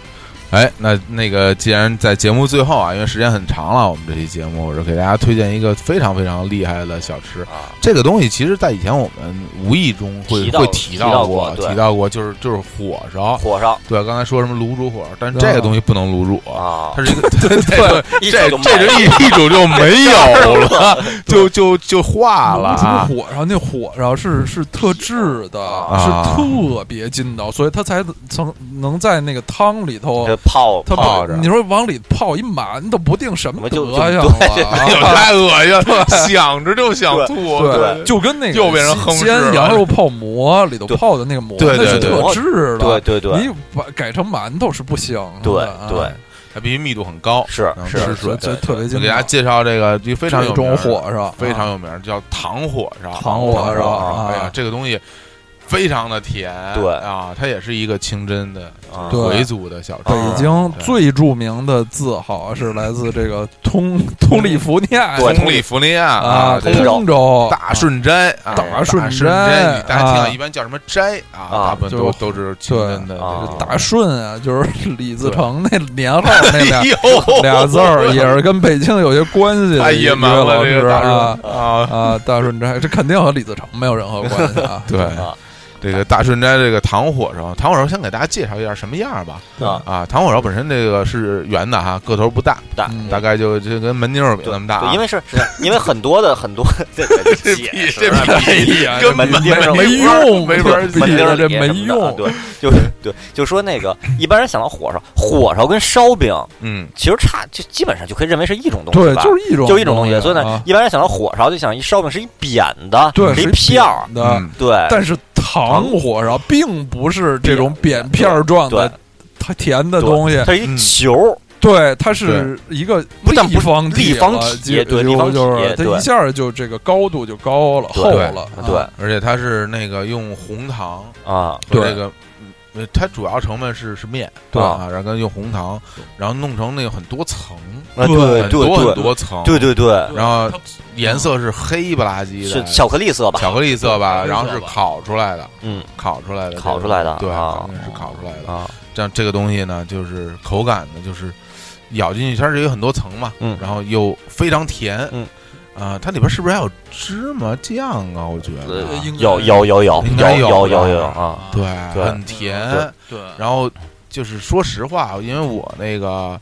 Speaker 2: 哎，那那个，既然在节目最后啊，因为时间很长了，我们这期节目我是给大家推荐一个非常非常厉害的小吃。
Speaker 3: 啊，
Speaker 2: 这个东西其实，在以前我们无意中会
Speaker 3: 提到
Speaker 2: 会提
Speaker 3: 提
Speaker 2: 过
Speaker 3: 到过，
Speaker 2: 提
Speaker 3: 对
Speaker 2: 到过，就是就是火烧。
Speaker 3: 火烧
Speaker 2: 对，刚才说什么卤煮火烧，但是
Speaker 1: 啊
Speaker 2: 这个东西不能卤煮啊，
Speaker 3: 啊
Speaker 2: 它，是一个对 [laughs] 对，
Speaker 3: 一手
Speaker 2: 这
Speaker 3: 就
Speaker 2: 这
Speaker 3: 卖
Speaker 2: 是一一种就没有
Speaker 3: [laughs]
Speaker 2: 了， [laughs] 就就就化了啊。
Speaker 1: 火烧那火烧是是特制的，
Speaker 2: 啊
Speaker 1: 是特别劲道，所以它才曾能在那个汤里头
Speaker 3: 这，泡
Speaker 1: 它
Speaker 3: 泡
Speaker 2: 泡
Speaker 1: 不
Speaker 2: 着
Speaker 1: 你说往里泡一馒头，不定什么德
Speaker 3: 就
Speaker 1: 行啊
Speaker 3: 就对
Speaker 2: 哎呦，
Speaker 1: 了。
Speaker 2: 太恶心了，想着就想吐。
Speaker 1: 对
Speaker 3: 对
Speaker 1: 就跟那个
Speaker 2: 又变成亨氏
Speaker 1: 煎
Speaker 2: 了
Speaker 1: 羊肉泡馍里头
Speaker 3: 对
Speaker 1: 泡的那个馍，
Speaker 2: 对对
Speaker 1: 那是
Speaker 2: 对
Speaker 1: 特制的
Speaker 3: 对，对对
Speaker 1: 你把改成馒头是不行的，
Speaker 3: 对
Speaker 1: 啊
Speaker 3: 对，
Speaker 2: 它必须密度很高。
Speaker 3: 是
Speaker 2: 能
Speaker 3: 是
Speaker 2: 吃
Speaker 1: 是
Speaker 2: 水
Speaker 1: 这特别
Speaker 2: 就
Speaker 1: 劲
Speaker 2: 给大
Speaker 1: 道
Speaker 2: 家。介绍这个一个非常有
Speaker 1: 这
Speaker 2: 名
Speaker 1: 种
Speaker 2: 儿
Speaker 1: 火烧
Speaker 2: 非常有名儿，叫糖火烧。
Speaker 1: 糖火
Speaker 2: 糖
Speaker 1: 烧
Speaker 2: 啊
Speaker 1: 啊
Speaker 2: 哎呀，这个东西非常的甜。
Speaker 3: 对
Speaker 2: 啊，它也是一个清真的
Speaker 3: 啊
Speaker 1: 对
Speaker 2: 回族的小吃。
Speaker 1: 北
Speaker 3: 啊
Speaker 1: 京
Speaker 2: 对
Speaker 1: 最著名的字号啊是来自这个通通利福尼亚
Speaker 3: 对
Speaker 2: 通利福尼亚
Speaker 1: 啊，
Speaker 2: 这
Speaker 3: 通
Speaker 2: 个
Speaker 3: 州
Speaker 1: 通州
Speaker 2: 大顺斋啊，
Speaker 1: 大
Speaker 2: 大
Speaker 1: 顺斋
Speaker 2: 顺斋，大家听
Speaker 1: 啊
Speaker 2: 啊，一般叫什么斋啊？
Speaker 3: 啊
Speaker 2: 大部分
Speaker 1: 就
Speaker 2: 都都是清真的
Speaker 3: 对啊
Speaker 2: 这种
Speaker 1: 大顺啊，就是李自成那年号那俩
Speaker 2: [laughs] 哎
Speaker 3: [laughs]
Speaker 2: 呦，
Speaker 1: 俩字儿，也是跟北京有些关系的。
Speaker 2: 太野蛮了，这
Speaker 1: 一位
Speaker 2: 个大
Speaker 1: 老师啊
Speaker 2: 顺啊，。
Speaker 1: 啊，大顺斋这肯定和李自成没有任何关系啊
Speaker 2: [laughs] 对。
Speaker 3: 啊
Speaker 2: 这个大顺斋这个糖火烧，糖火烧先给大家介绍一下什么样儿吧。
Speaker 3: 啊
Speaker 2: 啊，糖火烧本身这个是圆的哈，个头不大，
Speaker 3: 大
Speaker 1: 嗯
Speaker 2: 大概就就跟门钉儿饼那么大啊、
Speaker 3: 对，因为是是因为很多的很多这这解释啊
Speaker 2: 这屁
Speaker 3: 这
Speaker 2: 根本
Speaker 3: 门钉
Speaker 2: 没
Speaker 3: 儿
Speaker 1: 没
Speaker 3: 饼
Speaker 1: 用，
Speaker 2: 没法儿
Speaker 1: 比
Speaker 2: 没
Speaker 3: 钉
Speaker 1: 的
Speaker 3: 儿
Speaker 1: 这
Speaker 3: 饼
Speaker 1: 没
Speaker 3: 什么的啊
Speaker 1: 用。
Speaker 3: 对，就对，就说那个一般人想到火烧，火烧跟烧饼
Speaker 2: 嗯，
Speaker 3: 其实差，就基本上就可以认为是一种东西
Speaker 1: 对，
Speaker 3: 吧，
Speaker 1: 就是一种，
Speaker 3: 就一种东西。所以呢
Speaker 1: 啊，
Speaker 3: 一般人想到火烧就想一烧饼是一扁的，
Speaker 1: 对，
Speaker 3: 是
Speaker 1: 是
Speaker 3: 一片儿
Speaker 1: 扁，的。
Speaker 2: 嗯
Speaker 3: 对，
Speaker 1: 但是糖火烧并不是这种扁片儿状
Speaker 3: 对
Speaker 1: 的，它甜的东西，
Speaker 3: 它是一
Speaker 2: 嗯
Speaker 3: 球，
Speaker 1: 对，它是一个
Speaker 3: 不但
Speaker 1: 立
Speaker 3: 不是
Speaker 1: 方体了，
Speaker 3: 立方体
Speaker 1: 就就
Speaker 3: 对立方体
Speaker 1: 就是它
Speaker 3: 对
Speaker 1: 一下就这个高度就高了，
Speaker 3: 对
Speaker 1: 厚了，
Speaker 3: 对
Speaker 1: 啊
Speaker 2: 而且它是那个用红糖
Speaker 3: 啊，
Speaker 2: 和
Speaker 1: 对
Speaker 2: 这个。呃它主要成分是是面，
Speaker 3: 对
Speaker 2: 啊，然后跟用红糖，然后弄成那个很多层，
Speaker 3: 啊
Speaker 1: 对
Speaker 2: 很
Speaker 3: 对
Speaker 2: 多很
Speaker 3: 对
Speaker 2: 多层，
Speaker 3: 对，对对，
Speaker 2: 然后
Speaker 1: 它
Speaker 2: 颜色是黑不拉几
Speaker 3: 是
Speaker 2: 的，
Speaker 3: 巧克力色
Speaker 2: [laughs]
Speaker 3: 吧？
Speaker 2: 巧克力色吧，
Speaker 1: 对
Speaker 2: 然后是
Speaker 1: 黑色吧
Speaker 2: 烤出来的，
Speaker 3: 嗯，
Speaker 2: 烤出来的这个，
Speaker 3: 烤出来的
Speaker 2: 对，
Speaker 3: 啊
Speaker 2: 肯定是烤出来的。
Speaker 3: 啊，
Speaker 2: 这样这个东西呢，就是口感呢，就是咬进去，它是有很多层嘛，
Speaker 3: 嗯
Speaker 2: 然后又非常甜，
Speaker 3: 嗯，
Speaker 2: 啊，它里边是不是还有芝麻酱啊？我觉得
Speaker 3: 呃
Speaker 1: 应该
Speaker 3: 有有有有
Speaker 2: 应该有
Speaker 3: 有有
Speaker 2: 吧
Speaker 3: 有啊，
Speaker 2: 对，
Speaker 3: 对
Speaker 2: 很甜。
Speaker 1: 对，
Speaker 2: 然后就是说实话，因为我那个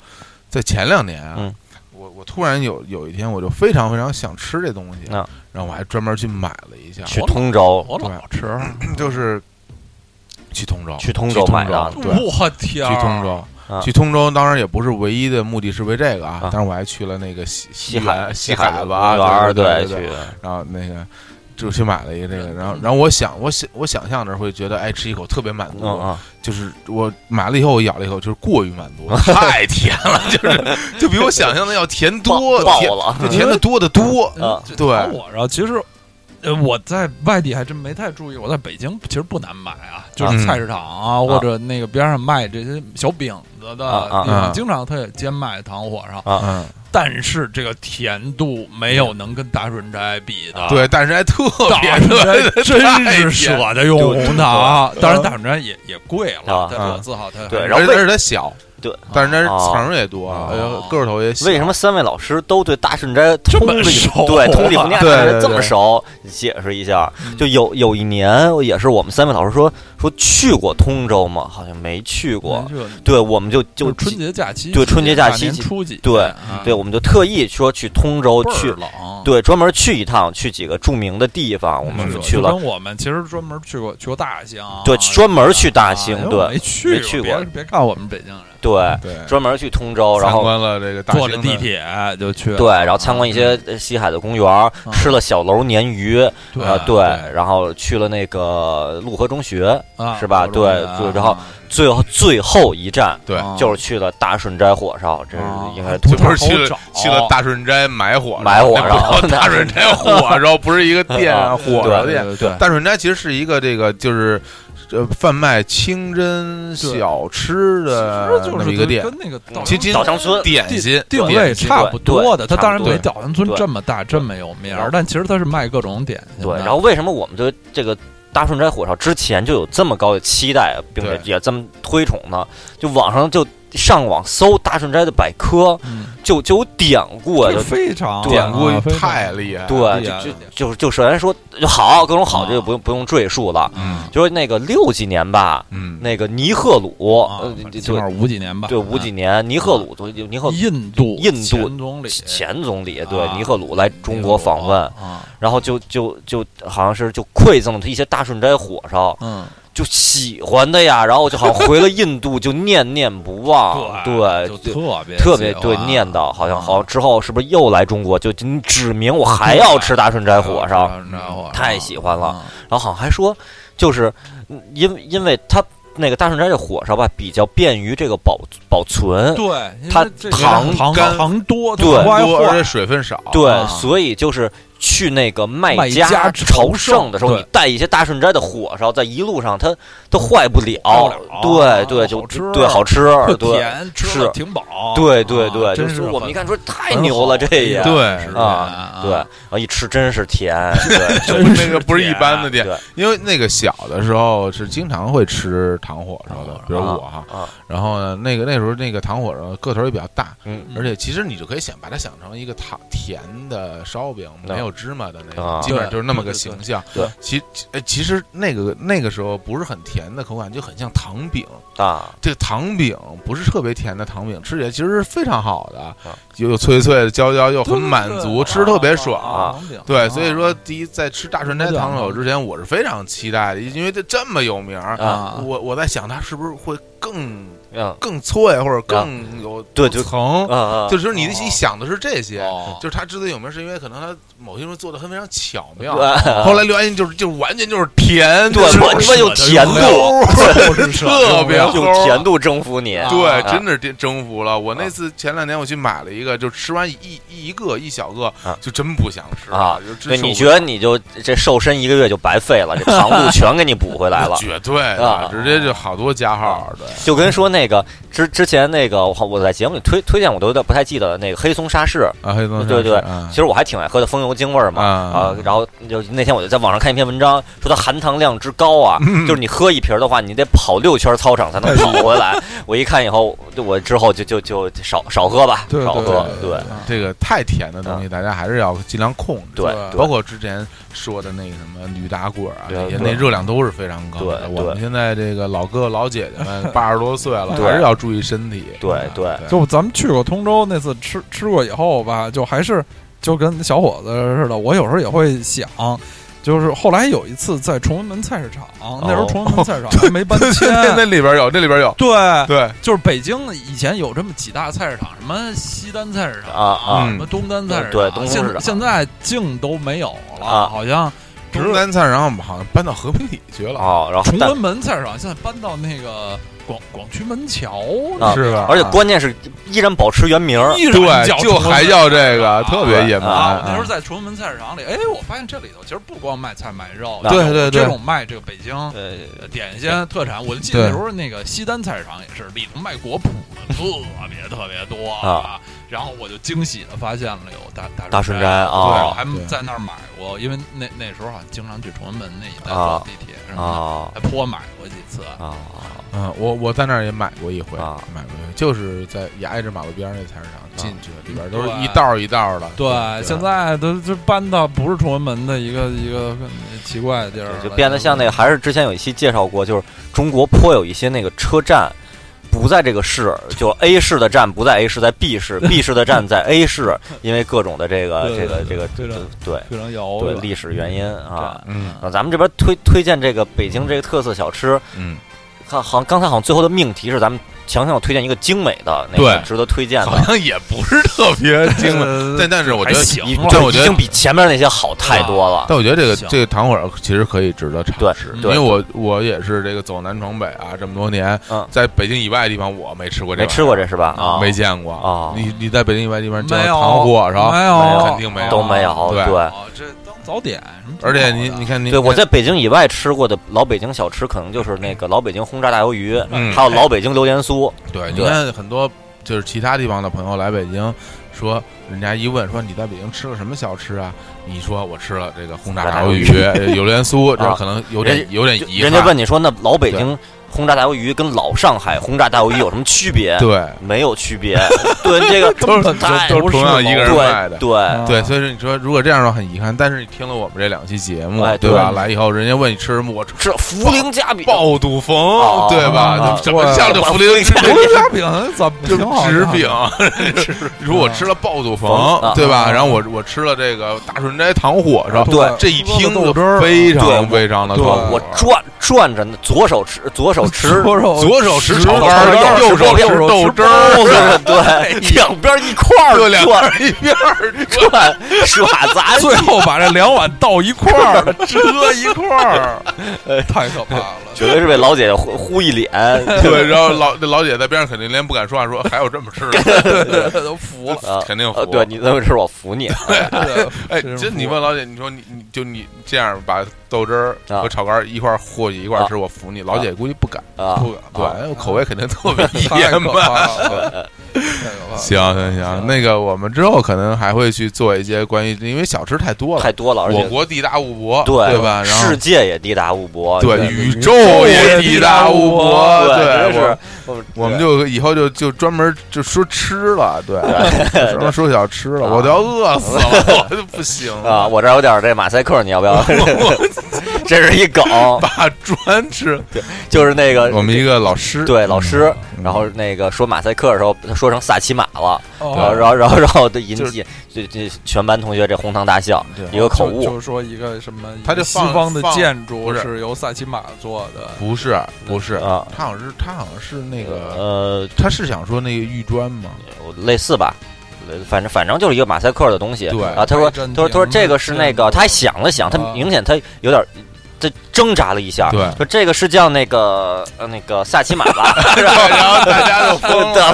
Speaker 2: 在前两年啊，
Speaker 3: 嗯
Speaker 2: 我我突然有有一天，我就非常非常想吃这东西，
Speaker 3: 啊
Speaker 2: 然后我还专门去买了一下，
Speaker 3: 去通
Speaker 2: 哦
Speaker 3: 州
Speaker 1: 我老吃，
Speaker 2: 就是去通州，
Speaker 3: 去通州买的
Speaker 2: 对，
Speaker 1: 我天儿，
Speaker 2: 去通州
Speaker 3: 啊。
Speaker 2: 去通州当然也不是唯一的目的，是为这个啊
Speaker 3: 啊。
Speaker 2: 但是我还去了那个西
Speaker 3: 西
Speaker 2: 海
Speaker 3: 海
Speaker 2: 西
Speaker 3: 海
Speaker 2: 吧，
Speaker 3: 公园儿
Speaker 2: 对对
Speaker 3: 去。
Speaker 2: 然后那个就去买了一个这个，然后然后我想我想我想象着会觉得，哎，吃一口特别满
Speaker 3: 嗯
Speaker 2: 足，
Speaker 3: 啊
Speaker 2: 就是我买了以后我咬了一口，就是过于满足，
Speaker 3: [laughs]
Speaker 2: 太甜了，就是就比我想象的要甜
Speaker 3: 爆
Speaker 2: 多，
Speaker 3: 爆
Speaker 2: 甜
Speaker 3: 了
Speaker 2: 就甜的多的多。
Speaker 3: 啊
Speaker 1: 这
Speaker 2: 对
Speaker 1: 糖火烧其实。呃，我在外地还真没太注意，我在北京其实不难买啊，就是
Speaker 2: 嗯
Speaker 1: 菜市场啊，或者那个边上卖这些小饼子的地
Speaker 3: 啊啊
Speaker 1: 方，
Speaker 2: 啊
Speaker 1: 经常它也兼卖糖火烧，
Speaker 3: 啊
Speaker 2: 嗯，
Speaker 1: 但是这个甜度没有能跟大顺斋比的。
Speaker 2: 对，但是还特
Speaker 1: 大
Speaker 2: 别
Speaker 1: 顺
Speaker 2: 特
Speaker 1: 斋
Speaker 2: 别
Speaker 1: 真
Speaker 2: 太
Speaker 1: 是
Speaker 2: 甜
Speaker 1: 舍得用红糖，
Speaker 2: 对
Speaker 1: 当然大顺斋也也贵
Speaker 3: 啊
Speaker 1: 了，但是我自豪它
Speaker 3: 对
Speaker 2: 而
Speaker 3: 然后
Speaker 2: 且
Speaker 3: 为
Speaker 2: 而且它小，
Speaker 3: 对，
Speaker 2: 但是那
Speaker 3: 哦
Speaker 2: 词儿也多，
Speaker 1: 哦
Speaker 2: 呃个头也小。
Speaker 3: [laughs] 为什么三位老师都对大顺斋通
Speaker 1: 这么
Speaker 3: 力
Speaker 1: 熟
Speaker 3: 对
Speaker 1: 啊
Speaker 3: 通力不亚
Speaker 2: 对对对
Speaker 3: 这么熟？解释一下，
Speaker 1: 嗯
Speaker 3: 就有有一年也是我们三位老师说说去过通州吗？好像没去过
Speaker 1: 没。去过
Speaker 3: 对，我们就
Speaker 1: 就
Speaker 3: 就是
Speaker 1: 春节假期，
Speaker 3: 对春节假期
Speaker 1: 大年初几，
Speaker 3: 对
Speaker 1: 啊
Speaker 3: 对，我们就特意说去通州
Speaker 1: 倍儿
Speaker 3: 去，
Speaker 1: 冷，
Speaker 3: 对，专门去一趟，去几个著名的地方，我
Speaker 1: 嗯是
Speaker 3: 们
Speaker 1: 的，
Speaker 3: 去
Speaker 1: 就
Speaker 3: 了，
Speaker 1: 跟我们其实专门去过去过大兴，
Speaker 3: 对专门去大
Speaker 1: 啊
Speaker 3: 兴
Speaker 1: 因为
Speaker 3: 对
Speaker 1: 我没去
Speaker 3: 没去过
Speaker 1: 别别看我们北京人，
Speaker 3: 对，
Speaker 2: 对，
Speaker 3: 专门去通州，哦然
Speaker 2: 参
Speaker 3: 后
Speaker 2: 观了这个大
Speaker 1: 坐
Speaker 2: 兴
Speaker 1: 着地
Speaker 2: 的
Speaker 1: 铁就去了，
Speaker 3: 对，然后参观一些呃西海的公园，吃了小楼鲶鱼，
Speaker 1: 嗯对
Speaker 3: 啊，对，
Speaker 1: 对
Speaker 3: 然后去了那个陆河中学，
Speaker 1: 啊
Speaker 3: 是吧
Speaker 1: 坐着
Speaker 3: 对
Speaker 1: 啊
Speaker 3: 就然后最后最后一站
Speaker 2: 对
Speaker 1: 啊
Speaker 3: 就是去了大顺斋火烧，这是
Speaker 1: 啊
Speaker 3: 应该
Speaker 2: 就不是去
Speaker 1: 好
Speaker 2: 了
Speaker 1: 找
Speaker 2: 去了大顺斋买火烧
Speaker 3: 买火
Speaker 2: 那不
Speaker 3: 烧
Speaker 2: 叫大顺斋
Speaker 3: [laughs]
Speaker 2: 火烧不是一个店啊，
Speaker 3: 啊
Speaker 2: 火
Speaker 3: [laughs] 对
Speaker 2: 烧
Speaker 1: 嗯对
Speaker 2: 店。
Speaker 1: 对对，
Speaker 2: 大顺斋其实是一个这个就是呃贩卖清真小吃的
Speaker 1: 其实就
Speaker 2: 那
Speaker 1: 是
Speaker 2: 么一个店，
Speaker 1: 跟那个
Speaker 3: 嗯
Speaker 1: 稻
Speaker 2: 其实
Speaker 3: 稻香村
Speaker 2: 点心
Speaker 1: 定
Speaker 2: 点
Speaker 1: 位
Speaker 2: 心
Speaker 1: 差不多的，它
Speaker 3: 对
Speaker 1: 当然没
Speaker 2: 对
Speaker 1: 稻香村
Speaker 3: 对
Speaker 1: 这么大这么有名儿
Speaker 3: 对，
Speaker 1: 但其实它是卖各种点心的。
Speaker 3: 对，然后为什么我们对这个大顺斋火烧之前就有这么高的期待，并且
Speaker 2: 对
Speaker 3: 也这么推崇呢？就网上就上网搜大顺斋的百科，
Speaker 1: 嗯，
Speaker 3: 就就有典故啊，
Speaker 1: 这
Speaker 3: 就
Speaker 1: 非常
Speaker 3: 对
Speaker 2: 典故
Speaker 1: 啊非常
Speaker 2: 太厉害，
Speaker 3: 对，
Speaker 1: 厉害
Speaker 3: 就
Speaker 1: 了解
Speaker 3: 就就就首先说就好，各种好就
Speaker 1: 啊
Speaker 3: 不用不用赘述了，
Speaker 1: 嗯
Speaker 3: 就是那个六几年吧，
Speaker 2: 嗯，
Speaker 3: 那个尼赫鲁，
Speaker 1: 啊
Speaker 3: 呃
Speaker 1: 反正
Speaker 3: 对
Speaker 1: 起码五几年吧，啊
Speaker 3: 对，五几年尼赫鲁，对尼赫鲁
Speaker 1: 印度
Speaker 3: 印度
Speaker 1: 前总理
Speaker 3: 前总理对
Speaker 1: 啊
Speaker 3: 尼赫鲁来中国访问，
Speaker 1: 啊，
Speaker 3: 然后就就就好像是就馈赠他一些大顺斋火烧，
Speaker 1: 嗯，
Speaker 3: 就喜欢的呀，然后就好像回了印度就念念
Speaker 1: [laughs]
Speaker 3: 不忘，啊对，
Speaker 1: 就
Speaker 3: 就
Speaker 1: 特别
Speaker 3: 特别
Speaker 1: 喜欢
Speaker 3: 对念叨，好像好
Speaker 1: 啊
Speaker 3: 像之后是不是又来中国就就你指明我还要吃大顺斋
Speaker 1: [laughs]
Speaker 3: 火烧，
Speaker 1: 大顺斋火烧
Speaker 3: 太喜欢了，
Speaker 1: 啊
Speaker 3: 然后好像还说就是嗯因因为他。那个大顺斋这火烧吧，比较便于这个保保存，
Speaker 1: 嗯对，因为
Speaker 3: 它
Speaker 1: 这
Speaker 3: 糖
Speaker 1: 糖
Speaker 2: 干
Speaker 1: 糖多，
Speaker 3: 对
Speaker 1: 它不爱
Speaker 2: 多
Speaker 1: 坏
Speaker 2: 而且水分少，
Speaker 1: 啊
Speaker 3: 对，所以就是去那个
Speaker 1: 卖
Speaker 3: 卖
Speaker 1: 家
Speaker 3: 家
Speaker 1: 朝
Speaker 3: 朝
Speaker 1: 圣
Speaker 3: 圣的时候，
Speaker 1: 对
Speaker 3: 你带一些大顺斋的火烧，在一路上它它坏不了
Speaker 1: 坏不了，
Speaker 3: 对对，
Speaker 1: 好
Speaker 3: 就
Speaker 1: 吃
Speaker 3: 对好吃，
Speaker 1: 特
Speaker 3: 对
Speaker 1: 甜，吃了
Speaker 3: 是
Speaker 1: 挺饱，
Speaker 3: 对对对，
Speaker 1: 啊
Speaker 3: 就
Speaker 1: 真
Speaker 3: 是
Speaker 1: 是
Speaker 3: 我们
Speaker 1: 很
Speaker 3: 一看说太牛了，
Speaker 1: 很好
Speaker 3: 这也
Speaker 1: 的
Speaker 2: 对
Speaker 1: 食品
Speaker 3: 啊对，然后一吃真是甜，
Speaker 2: 就
Speaker 3: 对
Speaker 2: 是
Speaker 1: [laughs]
Speaker 2: 那个不是一般的
Speaker 1: 啊
Speaker 2: 店
Speaker 3: 对，
Speaker 2: 因为那个小的时候是经常会吃糖火烧的
Speaker 1: 啊，
Speaker 2: 比如我哈，
Speaker 3: 啊
Speaker 2: 然后呢，那个那时候那个糖火烧个头也比较大，
Speaker 3: 嗯
Speaker 2: 而且其实你就可以想把它想成一个糖甜的烧饼，
Speaker 3: 啊
Speaker 2: 没有芝麻的那
Speaker 3: 啊
Speaker 2: 种，基本上就是那么个形象。
Speaker 3: 对对
Speaker 2: 其其呃其实那个那个时候不是很甜的口感，就很像糖饼。
Speaker 3: 啊
Speaker 2: 这个糖饼不是特别甜的糖饼，吃起来其实是非常好的
Speaker 3: 啊，
Speaker 2: 又又脆脆的、焦焦，又很满足，吃得特别爽。
Speaker 3: 啊嗯
Speaker 1: 糖饼
Speaker 2: 对，所以说第一在吃大顺斋糖手
Speaker 1: 啊
Speaker 2: 之前，我是非常期待的，因为这这么有名儿，
Speaker 1: 啊，
Speaker 2: 我我在想它是不是会更
Speaker 3: 嗯
Speaker 2: 更脆或者更有
Speaker 3: 啊对就
Speaker 2: 层，呃
Speaker 3: 啊啊，
Speaker 2: 就是你
Speaker 1: 哦
Speaker 2: 一想的是这些
Speaker 1: 哦，
Speaker 2: 就是它之所以有名，是因为可能它某些东西做的很非常巧妙。
Speaker 3: 对
Speaker 2: 后来刘安印就是就是完全就是甜，
Speaker 3: 对
Speaker 2: 就是
Speaker 3: 我他妈有甜度，
Speaker 2: [laughs] 特别
Speaker 3: [laughs] 用甜度啊征服你，
Speaker 2: 对，
Speaker 3: 啊
Speaker 2: 真的是征服了我。那次前两年我去买了一个，就吃完一一一个一小个
Speaker 3: 啊，
Speaker 2: 就真不想吃
Speaker 3: 啊
Speaker 2: 就真
Speaker 3: 对，
Speaker 2: 受
Speaker 3: 你
Speaker 2: 不
Speaker 3: 觉
Speaker 2: 了
Speaker 3: 得你就这瘦身一个月就白费了，这糖度全给你补
Speaker 2: [laughs]
Speaker 3: 回来了。
Speaker 2: 绝对的
Speaker 3: 啊，
Speaker 2: 直接就好多加号的。
Speaker 3: 就跟说那个之之前那个，我好我在节目里推推荐，我都有点不太记得了那个黑松沙士，
Speaker 2: 啊，黑松
Speaker 3: 对对对
Speaker 2: 啊
Speaker 3: 其实我还挺爱喝的风油精味儿嘛。
Speaker 2: 啊
Speaker 3: 啊，然后就那天我就在网上看一篇文章，说它含糖量之高啊，就是你喝一瓶儿的话，你得跑六圈操场才能跑回来。我一看以后，我之后就就就少少喝吧，
Speaker 1: 对
Speaker 3: 少
Speaker 1: 对
Speaker 3: 喝，
Speaker 1: 对
Speaker 3: 对嗯
Speaker 2: 这个太甜的东西，大家还是要尽量控制。
Speaker 3: 对
Speaker 1: 对
Speaker 2: 包括之前说的那个什么驴打滚啊，
Speaker 3: 对
Speaker 2: 那些
Speaker 3: 对
Speaker 2: 那热量都是非常高的。
Speaker 3: 对
Speaker 2: 我们
Speaker 3: 对
Speaker 2: 现在这个老哥老姐姐
Speaker 3: [laughs]
Speaker 2: 们八十多岁了，
Speaker 3: 对
Speaker 2: 还是要注意身体。
Speaker 3: 对
Speaker 2: 啊
Speaker 3: 对
Speaker 2: 对，
Speaker 1: 就咱们去过通州那次吃吃过以后吧，就还是就跟小伙子似的，我有时候也会想。就是后来有一次在崇文门菜市场，那
Speaker 2: 哦
Speaker 1: 时候崇文门
Speaker 2: [laughs]
Speaker 1: 菜市场还没搬迁，
Speaker 2: 那那里边有，那里边
Speaker 3: 啊
Speaker 2: 有。
Speaker 1: 对，
Speaker 2: 对，
Speaker 1: 就是北京以前有这么几大菜市场，什么西单菜市场
Speaker 3: 啊啊
Speaker 1: 什么东单菜市场，
Speaker 3: 对东东市
Speaker 1: 现
Speaker 3: 场
Speaker 1: 现在竟都没有了，
Speaker 3: 啊
Speaker 1: 好像
Speaker 2: 直南菜市场我们好像搬到和平里去了，
Speaker 3: 哦，然后
Speaker 1: 崇
Speaker 3: 但
Speaker 1: 文门菜市场现在搬到那个广广渠门桥
Speaker 3: 啊
Speaker 2: 是吧？
Speaker 3: 而且关键是依然保持原名儿，
Speaker 1: 依然叫
Speaker 2: 对，就
Speaker 1: 崇文门
Speaker 2: 还叫这个，
Speaker 1: 啊
Speaker 2: 特别野蛮。
Speaker 1: 啊！我那
Speaker 2: 啊
Speaker 1: 时候在崇文门菜市场里，哎，我发现这里头其实不光卖菜卖肉，
Speaker 3: 啊
Speaker 2: 对对对
Speaker 1: 这种卖这个北京
Speaker 3: 呃，
Speaker 1: 呃点心特产，我就记
Speaker 2: 对
Speaker 1: 得那时候那个西单菜市场也是里头卖果脯的特别特别多
Speaker 3: 啊。
Speaker 1: 然后我就惊喜的发现了有大大
Speaker 3: 大顺
Speaker 1: 顺
Speaker 3: 斋
Speaker 1: 斋对，我
Speaker 3: 啊
Speaker 1: 还
Speaker 2: 对
Speaker 1: 在那儿买过，因为那那时候好像经常去崇文门那一带
Speaker 3: 啊
Speaker 1: 坐地铁什么的，
Speaker 3: 啊
Speaker 1: 还颇买过几次。
Speaker 3: 啊，
Speaker 2: 嗯，我我在那儿也买过一回，
Speaker 3: 啊
Speaker 2: 买过一回，就是在也挨着马路边儿那菜市场进去，里边都是
Speaker 1: 对
Speaker 2: 一道儿一道儿的。
Speaker 1: 对，现在都就搬到不是崇文门的一个一个奇怪的地儿
Speaker 2: 嗯
Speaker 1: 了，
Speaker 3: 就变得像那个，还是之前有一期介绍过，就是中国颇有一些那个车站不在这个市，就 A 市的站不在 A 市，在 B 市，B 市的站在 A 市，因为各种的这个
Speaker 1: 对
Speaker 3: 这个
Speaker 1: 对
Speaker 3: 这个
Speaker 1: 对对
Speaker 3: 对
Speaker 1: 非常遥
Speaker 3: 对
Speaker 1: 远
Speaker 3: 历史原因啊。
Speaker 1: 对
Speaker 2: 嗯
Speaker 3: 啊，咱们这边推推荐这个北京这个特色小吃，
Speaker 2: 嗯，
Speaker 3: 看好像刚才好像最后的命题是咱们强强有推荐一个精美的，那个
Speaker 2: 对
Speaker 3: 值得推荐
Speaker 2: 好
Speaker 3: 的，
Speaker 2: 像也不是特别精美，
Speaker 1: 呃
Speaker 2: 嗯但但是我觉
Speaker 1: 还
Speaker 2: 得
Speaker 1: 行
Speaker 3: 已
Speaker 1: 了
Speaker 2: 但我
Speaker 3: 已
Speaker 2: 觉得
Speaker 3: 经比前面那些好太多了。
Speaker 2: 但我觉得这个
Speaker 1: 行
Speaker 2: 这个糖果其实可以值得尝试，
Speaker 3: 对
Speaker 2: 因
Speaker 3: 对
Speaker 2: 为我我也是这个走南闯北啊，这么多年，
Speaker 3: 嗯
Speaker 2: 在北京以外的地方我没吃过这，
Speaker 3: 没吃过，这是吧？啊，
Speaker 2: 没见过
Speaker 3: 啊
Speaker 2: 你你在北京以外地方见
Speaker 1: 没
Speaker 2: 过
Speaker 1: 有
Speaker 2: 糖果是吧？
Speaker 1: 没有，
Speaker 2: 肯定没有啊
Speaker 3: 都没有。
Speaker 2: 对
Speaker 3: 对，
Speaker 1: 哦，这当早点什么挺好的，
Speaker 2: 而且你你看你
Speaker 3: 对，我在北京以外吃过的老北京小吃，可能就是那个老北京轰炸大鱿鱼，
Speaker 2: 嗯
Speaker 3: 还有老北京榴莲酥。
Speaker 2: 对，你
Speaker 3: 对
Speaker 2: 看很多就是其他地方的朋友来北京，说人家一问说你在北京吃了什么小吃啊？你说我吃了这个轰炸大鱿
Speaker 3: [laughs]
Speaker 2: 鱼、榴莲酥，这
Speaker 3: 啊
Speaker 2: 可能有
Speaker 3: 人
Speaker 2: 点有点
Speaker 3: 就
Speaker 2: 遗憾。
Speaker 3: 人家问你说，那老北京轰炸大鱿鱼跟老上海轰炸大鱿鱼有什么区别？
Speaker 2: 对
Speaker 3: 没有区别。对，这个
Speaker 2: [laughs] 都是
Speaker 3: 太
Speaker 2: 都是同样一个人卖
Speaker 3: 对
Speaker 2: 的。
Speaker 3: 对。
Speaker 2: 对，所以说你说如果这样的话很遗憾，但是你听了我们这两期节目，
Speaker 3: 哎
Speaker 2: 对
Speaker 3: 对哦
Speaker 2: 吧？来以后人家问你吃什么，我吃
Speaker 3: 是涪陵夹饼，
Speaker 2: 爆肚冯，
Speaker 3: 哦
Speaker 2: 对吧
Speaker 1: 啊？
Speaker 2: 怎么像这
Speaker 3: 对
Speaker 2: 涪陵吃
Speaker 1: 不是虾饼怎么
Speaker 2: 就
Speaker 1: 挺好的
Speaker 2: 纸饼， [laughs] 如果我吃了爆肚
Speaker 3: 啊
Speaker 2: 冯，对吧？
Speaker 1: 啊
Speaker 2: 然后我我吃了这个大顺斋糖火烧，
Speaker 3: 对
Speaker 2: 这一听
Speaker 1: 豆
Speaker 2: 就
Speaker 1: 汁儿
Speaker 2: 非常
Speaker 3: 对
Speaker 2: 非常的
Speaker 1: 对
Speaker 2: 痛苦
Speaker 3: 我转转着呢，左手吃，左手吃，
Speaker 1: 左手
Speaker 2: 啊 [laughs] 左手吃炒
Speaker 3: 豆
Speaker 2: 肝
Speaker 3: 汁
Speaker 2: 儿，
Speaker 3: 儿
Speaker 2: 右手
Speaker 3: 手
Speaker 2: 吃
Speaker 1: 手吃
Speaker 2: 豆汁儿，
Speaker 3: 对，两边一块儿
Speaker 2: 就两边
Speaker 3: 转
Speaker 2: 儿一边儿
Speaker 3: 转耍杂技
Speaker 1: 最，后把这两碗倒一块 [laughs] 儿，折一块儿，太可怕了。
Speaker 3: 绝对是被老姐姐呼呼一脸，
Speaker 2: [laughs] [laughs] 对，然后老那老姐在边上肯定连不敢说话，说还有这么吃
Speaker 3: [laughs]
Speaker 2: 的，
Speaker 1: 对对对，都服了。
Speaker 3: 啊
Speaker 2: 肯定服
Speaker 3: 呃，。对你这么吃，我服你。
Speaker 1: 对
Speaker 2: 哎，
Speaker 1: 真
Speaker 2: 真
Speaker 1: 服
Speaker 2: 你问老姐，你说你你就你这样把豆汁儿
Speaker 3: 啊
Speaker 2: 和炒肝儿一块儿和一块儿吃，我服你。老姐估计不敢，
Speaker 3: 啊，
Speaker 1: 不敢
Speaker 2: 对，口味肯定特
Speaker 3: [laughs]
Speaker 2: 别
Speaker 1: 太可
Speaker 2: 严吧。
Speaker 1: 怕了，太可怕了。
Speaker 2: [laughs] 行行行，那个我们之后可能还会去做一些关于，因为小吃太多了
Speaker 3: 太，多了，而
Speaker 2: 我
Speaker 3: 且
Speaker 2: 国地大物博，
Speaker 3: 对
Speaker 2: 对吧？然后
Speaker 3: 世界也地大物博，
Speaker 2: 对
Speaker 1: 宇
Speaker 2: 宇宙
Speaker 1: 宙
Speaker 2: 也
Speaker 1: 也
Speaker 2: 地
Speaker 1: 地
Speaker 2: 大
Speaker 1: 大
Speaker 2: 物
Speaker 1: 物
Speaker 2: 博
Speaker 1: 博，
Speaker 2: 我
Speaker 3: 对，真是我们
Speaker 2: 我们就以后就就专门就说吃了，对，
Speaker 3: [laughs]
Speaker 2: 专门说小吃了，
Speaker 3: 啊
Speaker 2: 我都要饿死了，我就不行
Speaker 3: 对啊，，我这儿有点这马赛克，你要不要？ [laughs] 这是一梗，
Speaker 2: [laughs] 把砖吃。
Speaker 3: 就是那个
Speaker 2: 我们一个老师，
Speaker 3: 呃对老师，
Speaker 2: 嗯
Speaker 3: 然后那个说马赛克的时候，他说成萨琪玛了，然后
Speaker 1: [laughs] 哦
Speaker 3: 然后然后然后就引
Speaker 2: 就是
Speaker 3: 起这这全班同学这哄堂大笑，
Speaker 2: 对
Speaker 3: 一个口
Speaker 1: 就
Speaker 3: 误
Speaker 1: 就说一个什么，
Speaker 2: 他就
Speaker 1: 西
Speaker 2: 放
Speaker 1: 方的
Speaker 2: 放
Speaker 1: 建筑
Speaker 2: 不是
Speaker 1: 是由萨琪玛做的，
Speaker 2: 不是不是，
Speaker 3: 啊，
Speaker 2: 他好像是他好像是那个，
Speaker 3: 呃，
Speaker 2: 他是想说那个玉砖吗？
Speaker 3: 类似吧。呃反正反正就是一个马赛克的东西，
Speaker 2: 对
Speaker 3: 啊，他
Speaker 1: 拜
Speaker 3: 说
Speaker 1: 占庭
Speaker 3: 他说他说这个是那
Speaker 1: 建筑
Speaker 3: 个，他还想了想，他
Speaker 1: 啊
Speaker 3: 明显他有点他挣扎了一下，
Speaker 2: 对
Speaker 3: 说这个是叫那个呃那个萨琪玛
Speaker 2: [laughs]
Speaker 3: 吧，
Speaker 2: 对，然后大家就疯
Speaker 3: [laughs] 对
Speaker 2: 了，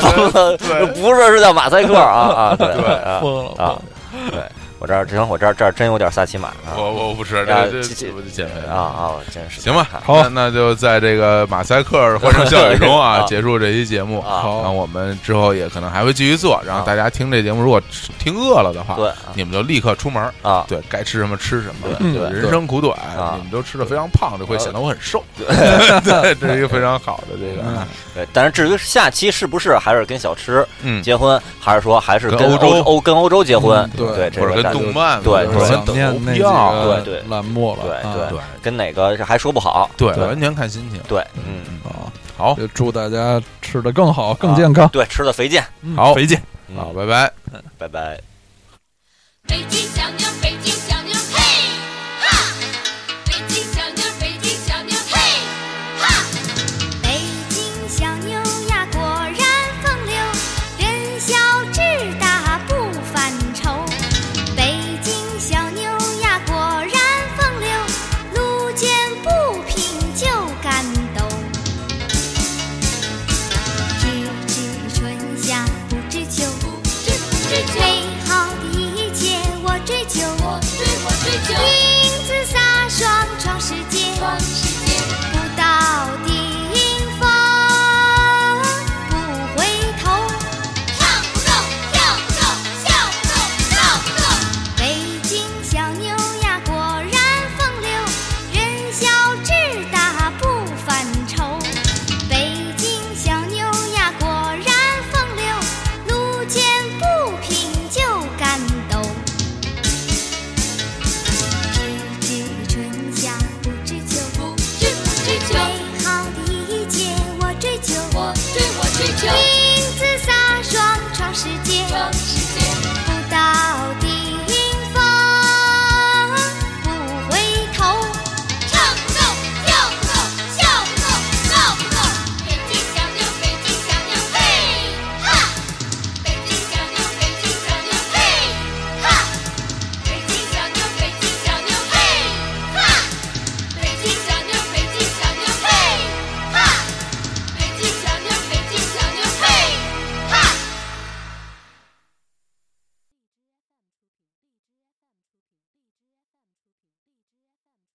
Speaker 3: 吧，
Speaker 2: 对
Speaker 3: 不是是叫马赛克啊啊，对
Speaker 2: 对
Speaker 3: 啊
Speaker 1: 疯了
Speaker 3: 啊，对我这儿行，我这儿这儿真有点萨琪玛啊
Speaker 2: 我我不吃，
Speaker 3: 啊
Speaker 2: 这
Speaker 3: 这
Speaker 2: 这我得减肥
Speaker 3: 啊！啊，我真是
Speaker 2: 行吧，
Speaker 1: 好
Speaker 2: 那那就在这个马赛克欢声笑语中啊，
Speaker 3: [laughs] 啊
Speaker 2: 结束这期节目。
Speaker 3: 啊
Speaker 2: 然后
Speaker 1: 好，
Speaker 2: 我们之后也可能还会继续做，然后
Speaker 3: 啊
Speaker 2: 大家听这节目，如果吃听饿了的话，
Speaker 3: 对啊
Speaker 2: 你们就立刻出门儿，
Speaker 3: 啊，
Speaker 2: 对该吃什么吃什么，
Speaker 3: 对
Speaker 2: 就
Speaker 3: 对
Speaker 2: 人生苦短，
Speaker 3: 啊
Speaker 2: 你们都吃的非常胖，就会显得我很
Speaker 3: [laughs]
Speaker 2: 瘦，对， [laughs] 这是一个非常好的这
Speaker 1: 嗯
Speaker 2: 个啊，
Speaker 3: 对，但是至于下期是不是还是跟小吃
Speaker 2: 嗯，
Speaker 3: 结婚，还是说还是
Speaker 2: 跟
Speaker 3: 跟
Speaker 2: 欧洲
Speaker 3: 欧跟欧洲结婚
Speaker 1: 嗯，对
Speaker 3: 对，这
Speaker 2: 或者
Speaker 3: 个
Speaker 2: 跟
Speaker 3: 咱就
Speaker 2: 动漫，
Speaker 3: 对
Speaker 1: 我
Speaker 2: 或者
Speaker 3: 对
Speaker 2: 跟
Speaker 1: 想
Speaker 2: 抖
Speaker 1: 念那
Speaker 2: 音
Speaker 1: 几
Speaker 2: 啊
Speaker 1: 个
Speaker 3: 对对
Speaker 1: 栏目了，
Speaker 3: 对
Speaker 1: 啊
Speaker 3: 对
Speaker 2: 对
Speaker 3: 跟哪个是还说不好，
Speaker 2: 对，
Speaker 1: 对
Speaker 2: 完全看心情。
Speaker 3: 对，嗯，
Speaker 1: 啊，
Speaker 2: 好，
Speaker 1: 就祝大家吃的更好，更
Speaker 3: 啊
Speaker 1: 健康，
Speaker 3: 对，吃的肥健，
Speaker 1: 嗯
Speaker 2: 好
Speaker 1: 肥健。
Speaker 3: 嗯
Speaker 2: 好，拜拜。
Speaker 3: 拜拜。
Speaker 4: 北极熊